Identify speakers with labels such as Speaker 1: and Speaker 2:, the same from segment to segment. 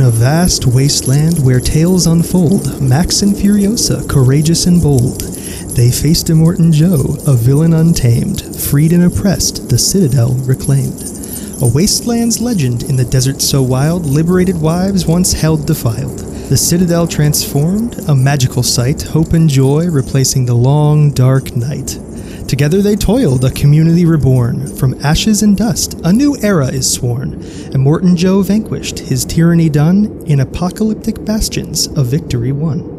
Speaker 1: a vast wasteland where tales unfold, Max and Furiosa, courageous and bold. They faced Immortan Joe, a villain untamed, freed and oppressed, the citadel reclaimed. A wasteland's legend in the desert so wild, liberated wives once held defiled. The citadel transformed, a magical sight, hope and joy replacing the long, dark night. Together they toiled, a community reborn. From ashes and dust, a new era is sworn. And Morton Joe vanquished, his tyranny done, in apocalyptic bastions, a victory won.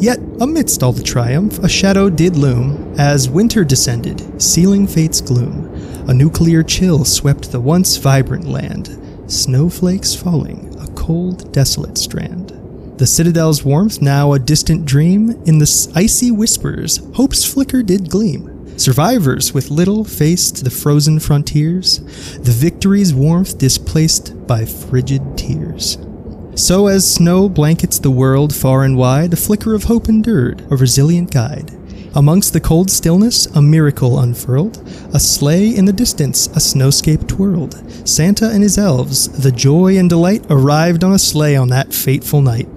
Speaker 1: Yet, amidst all the triumph, a shadow did loom as winter descended, sealing fate's gloom. A nuclear chill swept the once vibrant land, snowflakes falling, a cold, desolate strand. The citadel's warmth, now a distant dream, in the s- icy whispers, hope's flicker did gleam. Survivors with little faced the frozen frontiers, the victory's warmth displaced by frigid tears. So, as snow blankets the world far and wide, a flicker of hope endured, a resilient guide. Amongst the cold stillness, a miracle unfurled. A sleigh in the distance, a snowscape twirled. Santa and his elves, the joy and delight, arrived on a sleigh on that fateful night.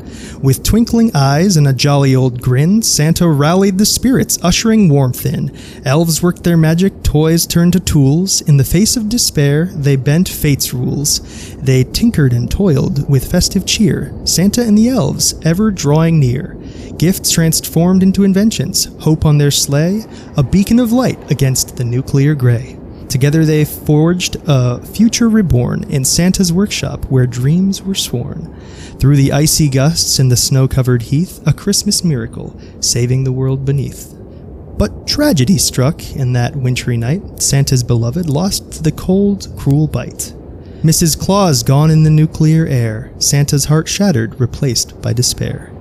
Speaker 1: With twinkling eyes and a jolly old grin, Santa rallied the spirits, ushering warmth in. Elves worked their magic, toys turned to tools. In the face of despair, they bent fate's rules. They tinkered and toiled with festive cheer, Santa and the elves ever drawing near. Gifts transformed into inventions, hope on their sleigh, a beacon of light against the nuclear gray. Together they forged a future reborn in Santa's workshop where dreams were sworn. Through the icy gusts and the snow covered heath, a Christmas miracle, saving the world beneath. But tragedy struck in that wintry night. Santa's beloved lost to the cold, cruel bite. Mrs. Claus gone in the nuclear air, Santa's heart shattered, replaced by despair.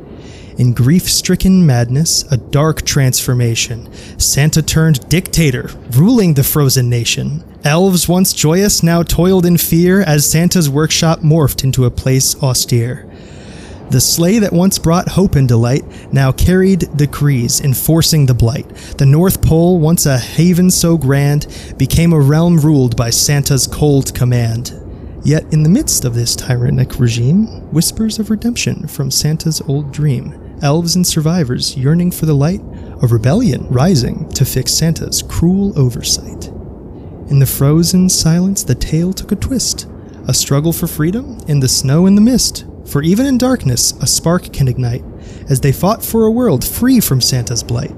Speaker 1: In grief stricken madness, a dark transformation, Santa turned dictator, ruling the frozen nation. Elves once joyous now toiled in fear as Santa's workshop morphed into a place austere. The sleigh that once brought hope and delight now carried decrees enforcing the blight. The North Pole, once a haven so grand, became a realm ruled by Santa's cold command. Yet in the midst of this tyrannic regime, whispers of redemption from Santa's old dream, elves and survivors yearning for the light, a rebellion rising to fix Santa's cruel oversight. In the frozen silence, the tale took a twist. A struggle for freedom in the snow and the mist. For even in darkness, a spark can ignite as they fought for a world free from Santa's blight.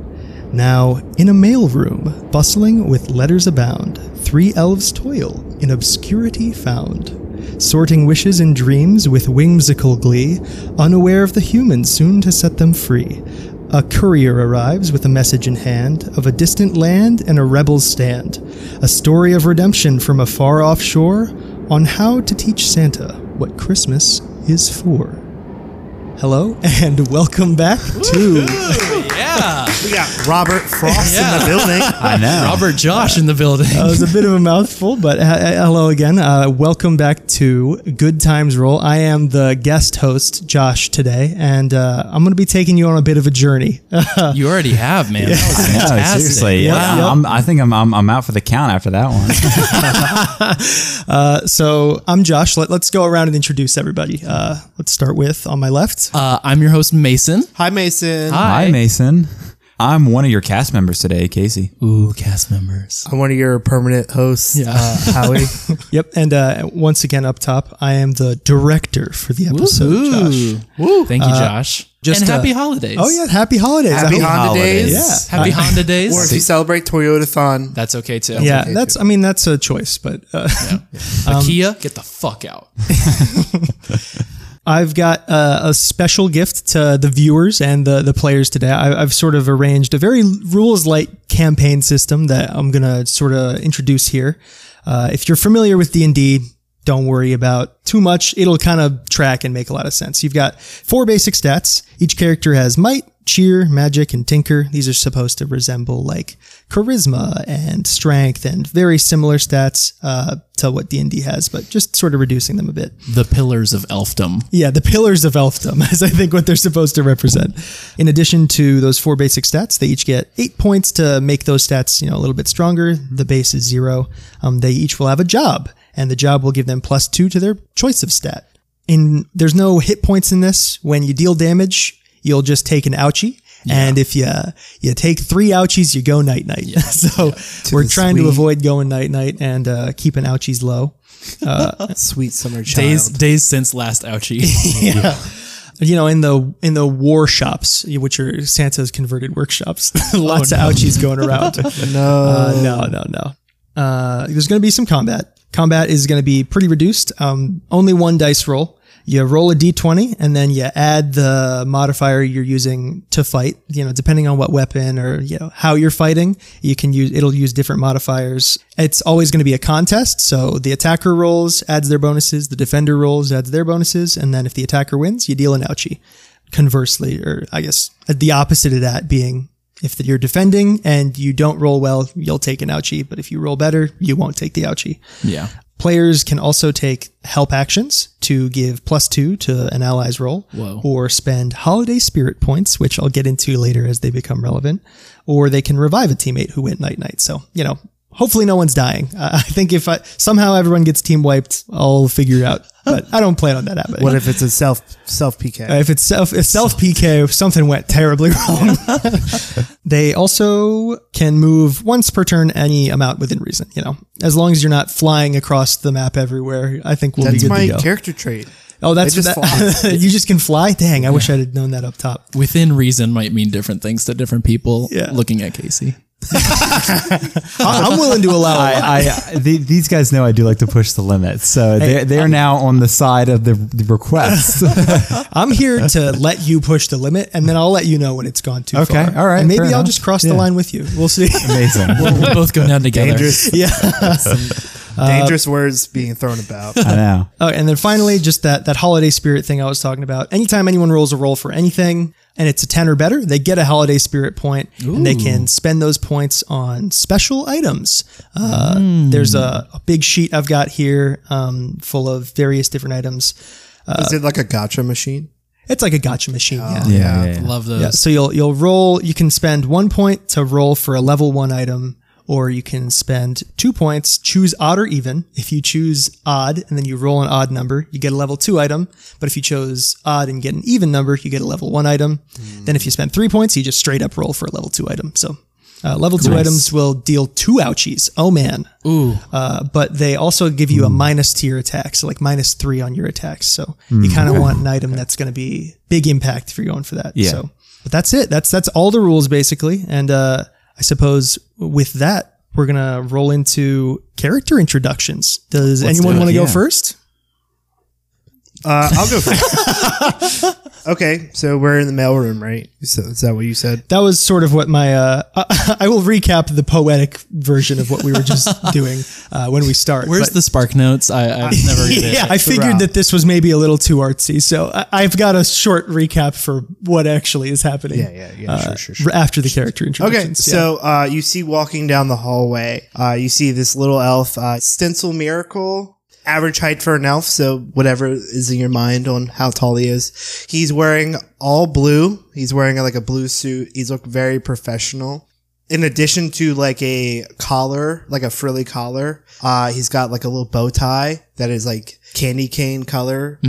Speaker 1: Now, in a mail room, bustling with letters abound, three elves toil in obscurity found. Sorting wishes and dreams with whimsical glee, unaware of the humans soon to set them free. A courier arrives with a message in hand of a distant land and a rebel's stand. A story of redemption from a far off shore on how to teach Santa what Christmas is for. Hello and welcome back to
Speaker 2: Yeah.
Speaker 3: We got Robert Frost
Speaker 2: Yeah.
Speaker 3: in the building.
Speaker 4: I know.
Speaker 2: Robert Josh in the building.
Speaker 1: That was a bit of a mouthful, but he- he- hello again. Uh, welcome back to Good Times Roll. I am the guest host, Josh, today, and uh, I'm going to be taking you on a bit of a journey.
Speaker 2: you already have, man. That was
Speaker 4: I know,
Speaker 2: fantastic.
Speaker 4: Uh, seriously.
Speaker 1: Yep,
Speaker 4: Yeah,
Speaker 1: yep.
Speaker 4: I'm, I think I'm, I'm I'm out for the count after that one.
Speaker 1: so I'm Josh. Let, let's go around and introduce everybody. Uh, let's start with on my left.
Speaker 2: Uh, I'm your host, Mason.
Speaker 3: Hi, Mason.
Speaker 4: Hi, Mason. I'm one of your cast members today, Casey.
Speaker 2: Ooh, cast members.
Speaker 3: I'm one of your permanent hosts,
Speaker 2: Yeah.
Speaker 3: uh, Howie.
Speaker 1: Yep, and uh, once again up top, I am the director for the episode. Josh.
Speaker 2: Woo. Thank you, Josh.
Speaker 1: just,
Speaker 2: and
Speaker 1: uh,
Speaker 2: happy holidays.
Speaker 1: Oh yeah, happy holidays. I
Speaker 3: Happy
Speaker 1: hope-
Speaker 3: Honda Days.
Speaker 1: Yeah.
Speaker 2: Happy Honda days.
Speaker 3: Or if you celebrate Toyotathon,
Speaker 2: That's okay too.
Speaker 1: yeah, that's. I mean, that's a choice, but uh,
Speaker 2: But
Speaker 1: um,
Speaker 2: Kia, get the fuck out.
Speaker 1: I've got uh, a special gift to the viewers and the, the players today. I, I've sort of arranged a very rules light campaign system that I'm gonna sort of introduce here. Uh, if you're familiar with D and D, don't worry about too much. It'll kind of track and make a lot of sense. You've got four basic stats. Each character has might, cheer, magic, and tinker. These are supposed to resemble like charisma and strength and very similar stats uh, to what D and D has, but just sort of reducing them a bit.
Speaker 2: The pillars of elfdom.
Speaker 1: Yeah, the pillars of elfdom is, I think, what they're supposed to represent. In addition to those four basic stats, they each get eight points to make those stats, you know, a little bit stronger. The base is zero. Um, they each will have a job, and the job will give them plus two to their choice of stat. in there's no hit points in this. When you deal damage, you'll just take an ouchie. And if you you take three ouchies, you go night night. so we're trying to
Speaker 3: sweet.
Speaker 1: avoid going night night and uh, keeping ouchies low.
Speaker 3: Sweet summer child.
Speaker 2: Days days since last ouchie.
Speaker 1: You know, in the in the war shops, which are Santa's converted workshops, lots of ouchies going around.
Speaker 3: No.
Speaker 1: Uh, no, no, no. Uh, there's going to be some combat. Combat is going to be pretty reduced. Um, only one dice roll. You roll a d20 and then you add the modifier you're using to fight. You know, depending on what weapon or you know how you're fighting, you can use it'll use different modifiers. It's always going to be a contest. So the attacker rolls adds their bonuses, the defender rolls adds their bonuses, and then if the attacker wins, you deal an ouchie. Conversely, or I guess the opposite of that being if you're defending and you don't roll well, you'll take an ouchie. But if you roll better, you won't take the ouchie.
Speaker 2: yeah.
Speaker 1: Players can also take help actions to give plus two to an ally's roll,
Speaker 2: Whoa.
Speaker 1: or spend holiday spirit points, which I'll get into later as they become relevant, or they can revive a teammate who went night night. So, you know, hopefully no one's dying. Uh, I think if I, somehow everyone gets team wiped, I'll figure it out, but I don't plan on that happening.
Speaker 3: What if it's a self self PK?
Speaker 1: Uh, If it's self, if self PK, if something went terribly wrong. they also can move once per turn any amount within reason. You know, as long as you're not flying across the map everywhere, I think we'll
Speaker 3: That's
Speaker 1: be good
Speaker 3: my
Speaker 1: to go.
Speaker 3: character trait.
Speaker 1: oh, that's
Speaker 3: just
Speaker 1: that, you just can fly. Dang, I wish I had known that up top.
Speaker 2: Within reason might mean different things to different people.
Speaker 1: Yeah.
Speaker 2: Looking at Casey.
Speaker 1: I, am willing to allow. a lot.
Speaker 4: I, I the, these guys know I do like to push the limits, so they're, they're now on the side of the, the request.
Speaker 1: I'm here to let you push the limit, and then I'll let you know when it's gone too
Speaker 4: Okay,
Speaker 1: far.
Speaker 4: all right,
Speaker 1: And maybe
Speaker 4: fair
Speaker 1: I'll
Speaker 4: enough.
Speaker 1: just cross
Speaker 4: Yeah.
Speaker 1: the line with you. We'll see.
Speaker 4: Amazing.
Speaker 2: We'll both go down together.
Speaker 3: Dangerous
Speaker 1: yeah.
Speaker 3: dangerous words being thrown about.
Speaker 4: I know.
Speaker 1: Oh, and then finally, just that that holiday spirit thing I was talking about. Anytime anyone rolls a roll for anything and it's a ten or better, they get a holiday spirit point, and they can spend those points on special items. Uh, There's a, a big sheet I've got here um, full of various different items.
Speaker 3: Is it like a gotcha machine?
Speaker 1: It's like a gotcha machine. yeah.
Speaker 4: Yeah. yeah, yeah.
Speaker 2: Love those.
Speaker 1: Yeah, so you'll you'll roll. You can spend one point to roll for a level one item, or you can spend two points. Choose odd or even. If you choose odd and then you roll an odd number, you get a level two item. But if you chose odd and get an even number, you get a level one item.
Speaker 2: Hmm.
Speaker 1: Then if you spend three points, you just straight up roll for a level two item. So. Uh, level two items will deal two ouchies. Oh man!
Speaker 2: Ooh. Hmm.
Speaker 1: Uh, but they also give you a minus to your attacks, so like minus three on your attacks. So
Speaker 2: Hmm.
Speaker 1: you kind of want an item that's going to be big impact if you're going for that.
Speaker 4: Yeah.
Speaker 1: So, but that's it. That's that's all the rules basically. And uh, I suppose with that, we're gonna roll into character introductions. Does anyone
Speaker 4: do it.
Speaker 1: want to go
Speaker 4: Yeah.
Speaker 1: first?
Speaker 3: Uh, I'll go first. okay, so we're in the mailroom, right? So is that what you said?
Speaker 1: That was sort of what my. Uh, I will recap the poetic version of what we were just doing uh, when we start.
Speaker 2: Where's
Speaker 1: but-
Speaker 2: the spark notes? I, I've never read it.
Speaker 1: yeah, I figured that this was maybe a little too artsy, so I, I've got a short recap for what actually is happening.
Speaker 3: Yeah, yeah, yeah. sure, sure, sure.
Speaker 1: r- After the character
Speaker 3: Okay,
Speaker 1: introductions. yeah.
Speaker 3: so uh, you see walking down the hallway, uh, you see this little elf, uh, stencil miracle, average height for an elf, so whatever is in your mind on how tall he is. He's wearing all blue. He's wearing like a blue suit. He's looked very professional. In addition to like a collar, like a frilly collar, uh, he's got like a little bow tie that is like candy cane color,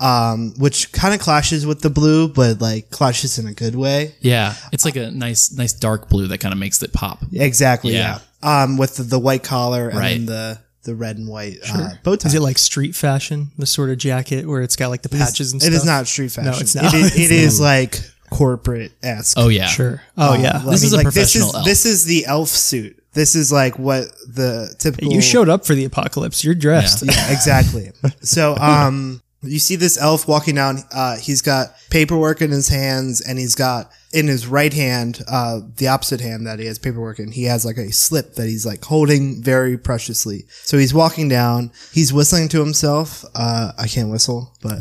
Speaker 3: um, which kind of clashes with the blue, but like clashes in a good way.
Speaker 2: Yeah. It's like a nice, nice dark blue that kind of makes it pop.
Speaker 3: Exactly.
Speaker 2: Yeah.
Speaker 3: Yeah. Um, with the, the white collar and
Speaker 2: Right.
Speaker 3: the the red and white uh, bow tie.
Speaker 1: is it like street fashion, the sort of jacket where it's got like the patches and
Speaker 3: It
Speaker 1: stuff?
Speaker 3: is not street fashion.
Speaker 1: it's not.
Speaker 3: It is, it is like corporate esque.
Speaker 2: Oh, yeah.
Speaker 1: Sure. Oh yeah.
Speaker 2: This is a professional
Speaker 3: this is,
Speaker 2: elf.
Speaker 3: This is the elf suit. This is like what the typical.
Speaker 1: you showed up for the apocalypse. You're dressed.
Speaker 3: Yeah, exactly. so, um, you see this elf walking down. Uh, he's got paperwork in his hands, and he's got in his right hand, uh, the opposite hand that he has paperwork in. He has like a slip that he's like holding very preciously. So he's walking down. He's whistling to himself. Uh, I can't whistle, but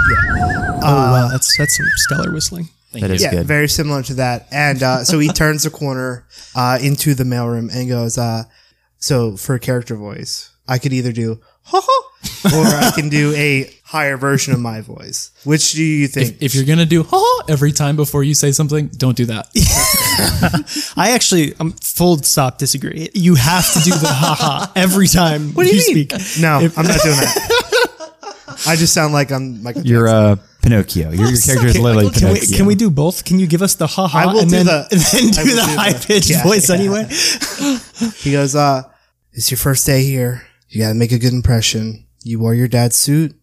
Speaker 1: oh wow, that's that's some stellar whistling.
Speaker 4: That is
Speaker 3: yeah,
Speaker 4: good.
Speaker 3: very similar to that. And uh, so he turns the corner uh, into the mailroom and goes, uh, so for character voice, I could either do ha ha or I can do a higher version of my voice. Which do you think?
Speaker 2: If you're going to do ha ha every time before you say something, don't do that.
Speaker 1: I actually, I'm full stop disagree. You have to do the haha every time
Speaker 3: What do
Speaker 1: you,
Speaker 3: you mean?
Speaker 1: speak.
Speaker 3: No, I'm not doing that. I just sound like I'm like
Speaker 4: You're uh, Pinocchio. Your, your character is literally
Speaker 1: Can we,
Speaker 4: Pinocchio.
Speaker 1: can we do both? Can you give us the ha
Speaker 3: I
Speaker 1: ha
Speaker 3: will
Speaker 1: and,
Speaker 3: do
Speaker 1: then-
Speaker 3: the-
Speaker 1: and then do
Speaker 3: I will
Speaker 1: the
Speaker 3: do the-
Speaker 1: high pitched
Speaker 3: yeah,
Speaker 1: voice
Speaker 3: yeah.
Speaker 1: anyway?
Speaker 3: He goes, uh, it's your first day here. You gotta make a good impression. You wore your dad's suit.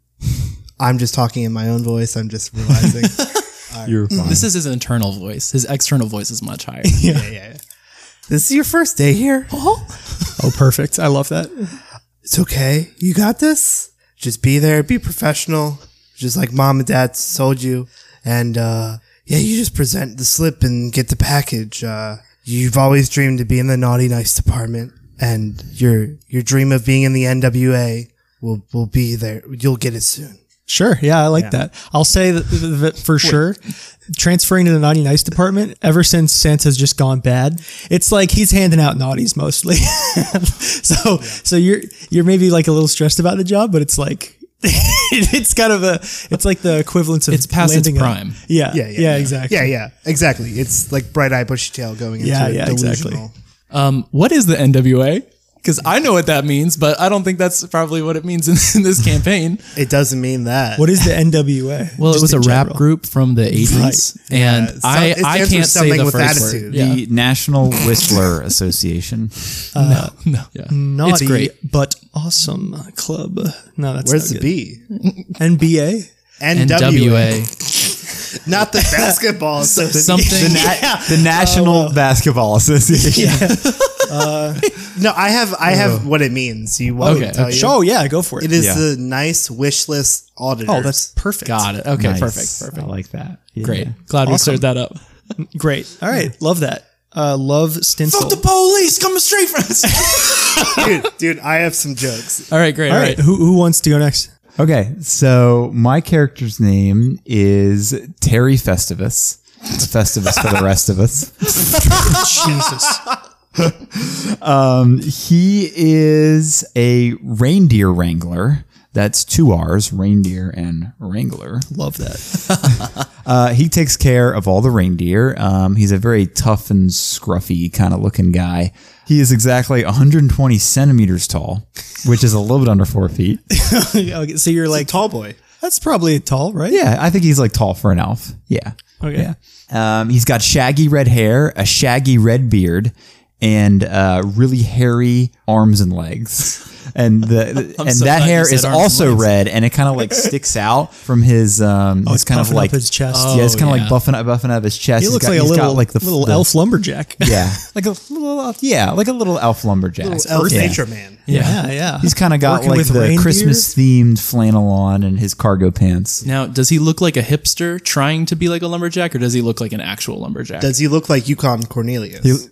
Speaker 3: I'm just talking in my own voice. I'm just realizing.
Speaker 4: You're fine.
Speaker 2: mm, This is his internal voice. His external voice is much higher.
Speaker 3: yeah, yeah, yeah. This is your first day here.
Speaker 1: Oh, perfect. I love that.
Speaker 3: It's okay. You got this. Just be there. Be professional. Just like mom and dad told you. And, uh, yeah, you just present the slip and get the package. Uh, you've always dreamed to be in the naughty nice department and your, your dream of being in the NWA will, will be there. You'll get it soon.
Speaker 1: Sure. Yeah, I like that. I'll say that, that for sure. Transferring to the naughty nice department ever since Santa's just gone bad, it's like he's handing out naughties mostly. so, so you're you're maybe like a little stressed about the job, but it's like it's kind of a it's like the equivalence of
Speaker 2: It's past its
Speaker 1: landing a-
Speaker 2: prime.
Speaker 1: yeah,
Speaker 3: Yeah, yeah, yeah.
Speaker 1: exactly.
Speaker 3: Yeah, yeah, exactly. It's like bright eye, bushy tail going into
Speaker 1: Yeah,
Speaker 3: a
Speaker 1: yeah, exactly.
Speaker 3: delusional.
Speaker 2: Um, what is the NWA? Because I know what that means, but I don't think that's probably what it means in, in this campaign.
Speaker 3: It doesn't mean that.
Speaker 1: What is the NWA?
Speaker 2: Well,
Speaker 1: Just
Speaker 2: it was a
Speaker 1: in
Speaker 2: rap
Speaker 1: general.
Speaker 2: group from the 80s, and
Speaker 3: so-
Speaker 2: I,
Speaker 3: it stands
Speaker 2: I
Speaker 3: for
Speaker 2: can't say
Speaker 3: something
Speaker 2: the
Speaker 3: with
Speaker 2: first
Speaker 3: attitude.
Speaker 2: word.
Speaker 3: The
Speaker 2: Yeah.
Speaker 4: The National Whistler Association.
Speaker 2: No, yeah.
Speaker 1: Naughty,
Speaker 2: it's great.
Speaker 1: but awesome club. No, that's
Speaker 3: Where's
Speaker 1: not
Speaker 3: the
Speaker 1: good.
Speaker 3: B?
Speaker 1: NBA.
Speaker 3: NWA,
Speaker 2: NWA.
Speaker 3: not the basketball. so
Speaker 2: Something.
Speaker 4: The
Speaker 2: Oh,
Speaker 4: National Basketball Association.
Speaker 3: no, I have I have what it means. You want me
Speaker 2: Okay.
Speaker 3: to tell you?
Speaker 1: Oh yeah, go for it.
Speaker 3: It is
Speaker 4: Yeah.
Speaker 3: the nice wish list auditor.
Speaker 1: oh, that's perfect.
Speaker 2: Got it. Okay,
Speaker 4: Nice.
Speaker 2: perfect. Perfect.
Speaker 4: I like that. Yeah.
Speaker 2: Great. Glad we cleared that up.
Speaker 1: Great. All right. Love that. Uh, love Stencil.
Speaker 2: police coming straight from us.
Speaker 3: dude, dude, I have some jokes.
Speaker 2: all right, great.
Speaker 1: All
Speaker 2: All
Speaker 1: right.
Speaker 2: right.
Speaker 1: Who, who wants to go next?
Speaker 4: Okay, so my character's name is Terry Festivus. It's Festivus for the rest of us.
Speaker 1: Jesus.
Speaker 4: Um, he is a reindeer wrangler. That's two R's, reindeer and wrangler.
Speaker 1: Love that.
Speaker 4: Uh, he takes care of all the reindeer. Um, he's a very tough and scruffy kind of looking guy. He is exactly 120 centimeters tall, which is a little bit under four feet.
Speaker 1: okay, so you're like,
Speaker 3: Tall boy.
Speaker 1: that's probably tall, right?
Speaker 4: Yeah, I think he's like tall for an elf. Yeah.
Speaker 1: Okay.
Speaker 4: Yeah. Um, he's got shaggy red hair, a shaggy red beard, and uh, really hairy arms and legs. And the and
Speaker 2: so glad
Speaker 4: that
Speaker 2: you
Speaker 4: hair
Speaker 2: said
Speaker 4: is
Speaker 2: arms and
Speaker 4: also
Speaker 2: legs.
Speaker 4: red, and it kind of like sticks out from his um. it's kind of
Speaker 1: Oh, puffing up
Speaker 4: like
Speaker 1: his chest.
Speaker 4: Yeah, it's kind of
Speaker 2: Oh,
Speaker 4: like buffing up, buffing up his chest.
Speaker 1: He
Speaker 4: He's
Speaker 1: looks
Speaker 4: got-
Speaker 1: like a
Speaker 4: he's got,
Speaker 1: little like the little
Speaker 4: the-
Speaker 1: elf lumberjack.
Speaker 4: Yeah, like a little elf. Yeah, like a little elf lumberjack.
Speaker 3: Elf
Speaker 4: Yeah.
Speaker 3: nature man.
Speaker 1: yeah. yeah.
Speaker 4: He's kind of got
Speaker 1: Working
Speaker 4: like
Speaker 1: with
Speaker 4: the
Speaker 1: reindeer?
Speaker 4: Christmas themed flannel on and his cargo pants.
Speaker 2: Now, does he look like a hipster trying to be like a lumberjack, or does he look like an actual lumberjack?
Speaker 3: Does he look like Yukon Cornelius?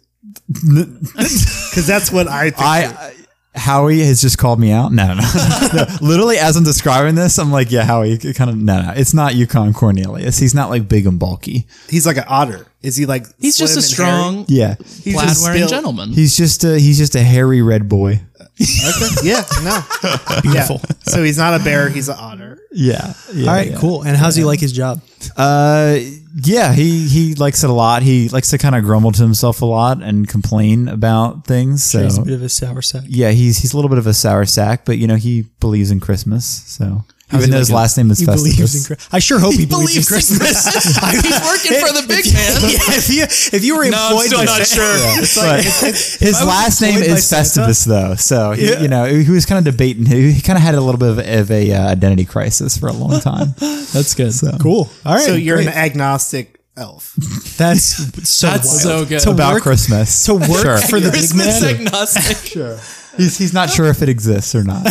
Speaker 3: Because that's what I. Think.
Speaker 4: I, I Howie has just called me out. No, no, no. no. Literally, as I'm describing this, I'm like, yeah, Howie, it kind of. No, no, it's not Yukon Cornelius. He's not like big and bulky.
Speaker 3: He's like an otter. Is he like?
Speaker 2: He's just
Speaker 3: slim
Speaker 2: a
Speaker 3: and hairy?
Speaker 2: strong
Speaker 4: Yeah,
Speaker 3: He's
Speaker 2: plaid
Speaker 3: just
Speaker 2: wearing
Speaker 3: built-
Speaker 2: gentleman.
Speaker 4: he's just a he's just a hairy red boy.
Speaker 3: Okay. Yeah. No. Beautiful. So he's not a bear. He's an otter.
Speaker 4: Yeah. yeah
Speaker 1: All right,
Speaker 4: yeah.
Speaker 1: cool. And how's he like his job?
Speaker 4: Uh, yeah, he he likes it a lot. He likes to kind of grumble to himself a lot and complain about things. So
Speaker 1: He's a bit of a sour sack.
Speaker 4: yeah, he's he's a little bit of a sour sack, but you know he believes in Christmas. So even
Speaker 2: he
Speaker 4: though his
Speaker 2: like a-
Speaker 4: last name is
Speaker 1: He
Speaker 4: Festivus.
Speaker 1: believes in Christmas. I sure hope he, believes, in Christmas.
Speaker 2: he's working for the big man.
Speaker 1: yeah, if you if you were
Speaker 2: No, I'm
Speaker 1: employed
Speaker 2: still
Speaker 1: by
Speaker 2: not sure.
Speaker 4: But his
Speaker 1: was
Speaker 4: last name
Speaker 1: employed by
Speaker 4: is
Speaker 1: Santa-
Speaker 4: Festivus, though. So he, you know he was kind of debating. He, he kind of had a little bit of, of a uh, identity crisis for a long time.
Speaker 2: That's good.
Speaker 1: Cool. All right.
Speaker 3: So you're
Speaker 1: great.
Speaker 3: an agnostic elf.
Speaker 1: that's so
Speaker 2: That's
Speaker 1: wild.
Speaker 2: so good.
Speaker 1: To
Speaker 4: about
Speaker 1: work,
Speaker 4: Christmas.
Speaker 1: to work
Speaker 4: Sure.
Speaker 1: for the big
Speaker 2: Christmas
Speaker 1: man.
Speaker 2: agnostic.
Speaker 4: he's, he's not sure if it exists or not.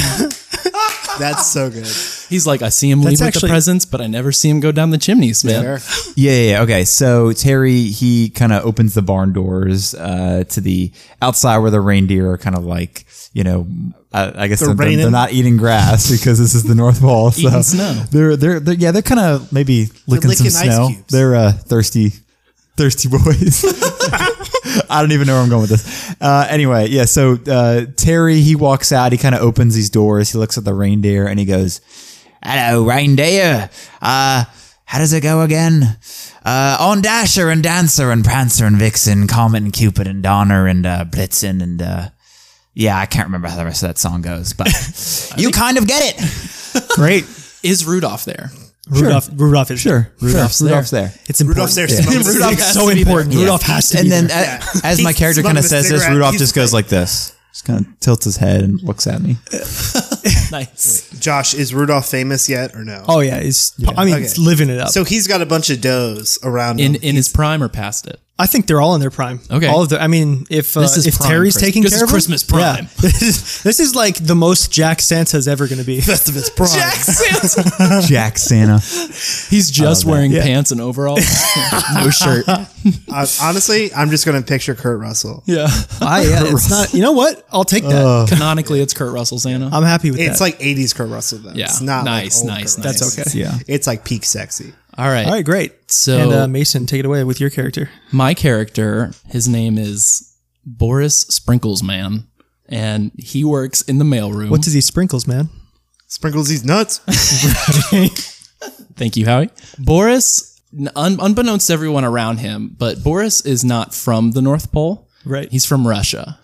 Speaker 3: That's so good.
Speaker 2: He's like, I see him leave with
Speaker 1: actually-
Speaker 2: the presents, but I never see him go down the chimneys, man.
Speaker 3: Fair.
Speaker 4: Yeah, yeah, yeah. Okay. So Terry, he kind of opens the barn doors uh, to the outside where the reindeer are kind of like, you know, I, I guess they're, they're,
Speaker 3: raining.
Speaker 4: they're not eating grass because this is the North Pole. So
Speaker 2: Eating snow.
Speaker 4: They're, they're, they're yeah, they're kind of maybe licking,
Speaker 3: licking
Speaker 4: some
Speaker 3: ice
Speaker 4: snow.
Speaker 3: cubes.
Speaker 4: They're uh, thirsty, thirsty boys. I don't even know where I'm going with this. Uh, anyway, yeah. So uh, Terry, he walks out. He kind of opens these doors. He looks at the reindeer and he goes, "Hello, reindeer. Uh, how does it go again? Uh, on Dasher and Dancer and Prancer and Vixen, Comet and Cupid and Donner and uh, Blitzen and uh, yeah, I can't remember how the rest of that song goes, but you kind of get it.
Speaker 1: Great.
Speaker 2: Is Rudolph there?
Speaker 1: Rudolph, Rudolph is
Speaker 4: Sure,
Speaker 1: Rudolph's,
Speaker 4: Rudolph's
Speaker 1: there.
Speaker 4: Rudolph's there.
Speaker 1: It's important.
Speaker 3: Rudolph's there. Yeah.
Speaker 1: Rudolph's
Speaker 3: Rudolph
Speaker 2: has
Speaker 1: so
Speaker 2: to be
Speaker 1: important. Rudolph has to
Speaker 4: And
Speaker 1: be
Speaker 4: then
Speaker 1: there.
Speaker 4: a- as my
Speaker 3: He's
Speaker 4: character kind
Speaker 3: smoking
Speaker 4: of
Speaker 3: a
Speaker 4: says this,
Speaker 3: cigarette.
Speaker 4: Rudolph
Speaker 3: He's
Speaker 4: just goes like this. Just kind of tilts his head and looks at me.
Speaker 2: Nice.
Speaker 3: Josh, is Rudolph famous yet or no?
Speaker 1: Oh yeah, it's. I mean, it's
Speaker 3: Okay.
Speaker 1: living it up.
Speaker 3: So he's got a bunch of does around
Speaker 2: In
Speaker 3: him.
Speaker 2: in his prime or past it?
Speaker 1: I think they're all in their prime.
Speaker 2: Okay.
Speaker 1: all of the. I mean, if uh,
Speaker 2: This is
Speaker 1: if
Speaker 2: prime
Speaker 1: Terry's
Speaker 2: Christmas.
Speaker 1: taking
Speaker 2: This
Speaker 1: care
Speaker 2: is
Speaker 1: of him-
Speaker 2: Christmas prime.
Speaker 1: Yeah. This is- this is like the most Jack Santa's ever going to be.
Speaker 3: Festivus Prime.
Speaker 2: Santa.
Speaker 4: Jack Santa.
Speaker 2: He's just wearing
Speaker 1: Yeah.
Speaker 2: pants and overalls, no shirt.
Speaker 3: Uh, honestly, I'm just going to picture Kurt Russell.
Speaker 2: Yeah,
Speaker 1: I, yeah, it's not. You know what? I'll take that.
Speaker 2: Uh,
Speaker 3: Oh.
Speaker 2: canonically it's Kurt Russell Santa.
Speaker 1: I'm happy with
Speaker 3: It's
Speaker 1: that.
Speaker 3: like 80s Kurt Russell, though.
Speaker 2: yeah,
Speaker 3: It's not like,
Speaker 2: nice,
Speaker 3: old
Speaker 2: nice,
Speaker 3: Kurt
Speaker 2: nice.
Speaker 1: That's okay.
Speaker 4: Yeah.
Speaker 3: Russell. It's like peak sexy.
Speaker 2: All right.
Speaker 1: All right, great.
Speaker 2: So-
Speaker 1: and uh, Mason, take it away with your character.
Speaker 2: my character, his name is Boris Sprinkles Man, and he works in the mailroom.
Speaker 1: What does he sprinkles, man?
Speaker 3: Sprinkles these nuts.
Speaker 2: Thank you, Howie. Boris, n- un- unbeknownst to everyone around him, but Boris is not from the North Pole.
Speaker 1: Right.
Speaker 2: He's from Russia.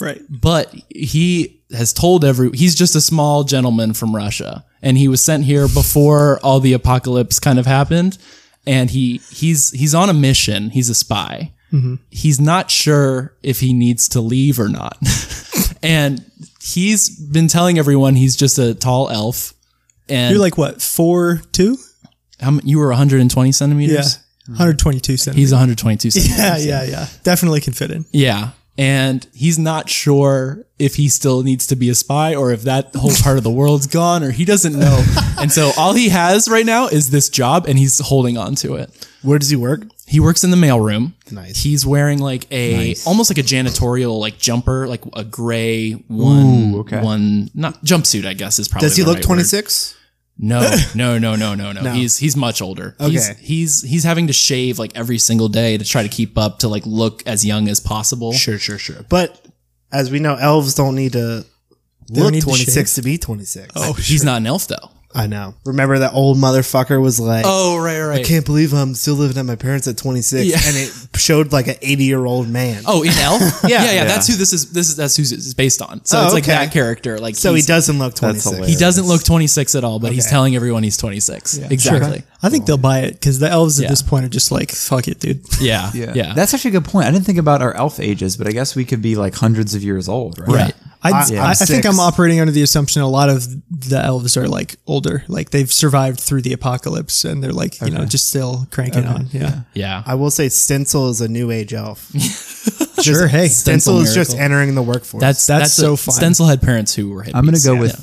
Speaker 1: Right.
Speaker 2: But he has told every he's just a small gentleman from Russia and he was sent here before all the apocalypse kind of happened and he he's he's on a mission. He's a spy.
Speaker 1: Mm-hmm.
Speaker 2: He's not sure if he needs to leave or not. and he's been telling everyone he's just a tall elf and
Speaker 1: You're like what four two?
Speaker 2: how m- you were 120 centimeters.
Speaker 1: 122 centimeters.
Speaker 2: He's 122 centimeters.
Speaker 1: yeah, yeah, yeah. Definitely can fit in.
Speaker 2: Yeah. And he's not sure if he still needs to be a spy or if that whole part of the world's gone or he doesn't know. and so all he has right now is this job and he's holding on to it.
Speaker 3: Where does he work?
Speaker 2: He works in the mailroom.
Speaker 3: Nice.
Speaker 2: He's wearing like a almost like a janitorial like jumper, like a gray one one not jumpsuit, I guess is probably
Speaker 3: Does he
Speaker 2: the
Speaker 3: look
Speaker 2: right word.
Speaker 3: 26?
Speaker 2: No, no, no, no, no, no, He's he's much older. He's,
Speaker 3: Okay.
Speaker 2: he's he's having to shave like every single day to try to keep up to like look as young as possible.
Speaker 3: Sure, sure, sure. But as we know, elves don't need to look
Speaker 1: need to
Speaker 3: 26 to, be 26.
Speaker 2: Oh, he's not an elf though.
Speaker 3: I know. Remember that old motherfucker was like,
Speaker 2: Oh, right, right.
Speaker 3: I can't believe I'm still living at my parents at 26.
Speaker 2: Yeah.
Speaker 3: And it showed like an 80 year old man.
Speaker 2: Oh, in Elf? yeah, yeah,
Speaker 4: Yeah.
Speaker 2: That's who this is. This is that's who this is based on. So
Speaker 3: Oh,
Speaker 2: it's like
Speaker 3: okay.
Speaker 2: that character. Like
Speaker 3: so he
Speaker 2: he's-
Speaker 3: doesn't look 26.
Speaker 2: He doesn't look 26 at all, but he's telling everyone he's 26. Exactly.
Speaker 1: I think they'll buy it because the elves at
Speaker 2: Yeah.
Speaker 1: this point are just like, fuck it, dude.
Speaker 2: Yeah. Yeah.
Speaker 4: That's actually a good point. I didn't think about our elf ages, but I guess we could be like hundreds of years old, right?
Speaker 2: right.
Speaker 1: I, I,
Speaker 3: I'm
Speaker 1: I think
Speaker 3: six.
Speaker 1: I'm operating under the assumption a lot of the elves are like older, like they've survived through the apocalypse and they're like, you know, just still cranking on. Yeah.
Speaker 2: Yeah.
Speaker 3: I will say Stencil is a new age elf.
Speaker 1: Sure. Hey,
Speaker 3: Stencil is
Speaker 2: miracle.
Speaker 3: just entering the workforce.
Speaker 2: that's
Speaker 1: That's
Speaker 2: that's,
Speaker 1: so
Speaker 2: a-
Speaker 1: fun.
Speaker 2: Stencil had parents who were hippies.
Speaker 4: I'm going to go with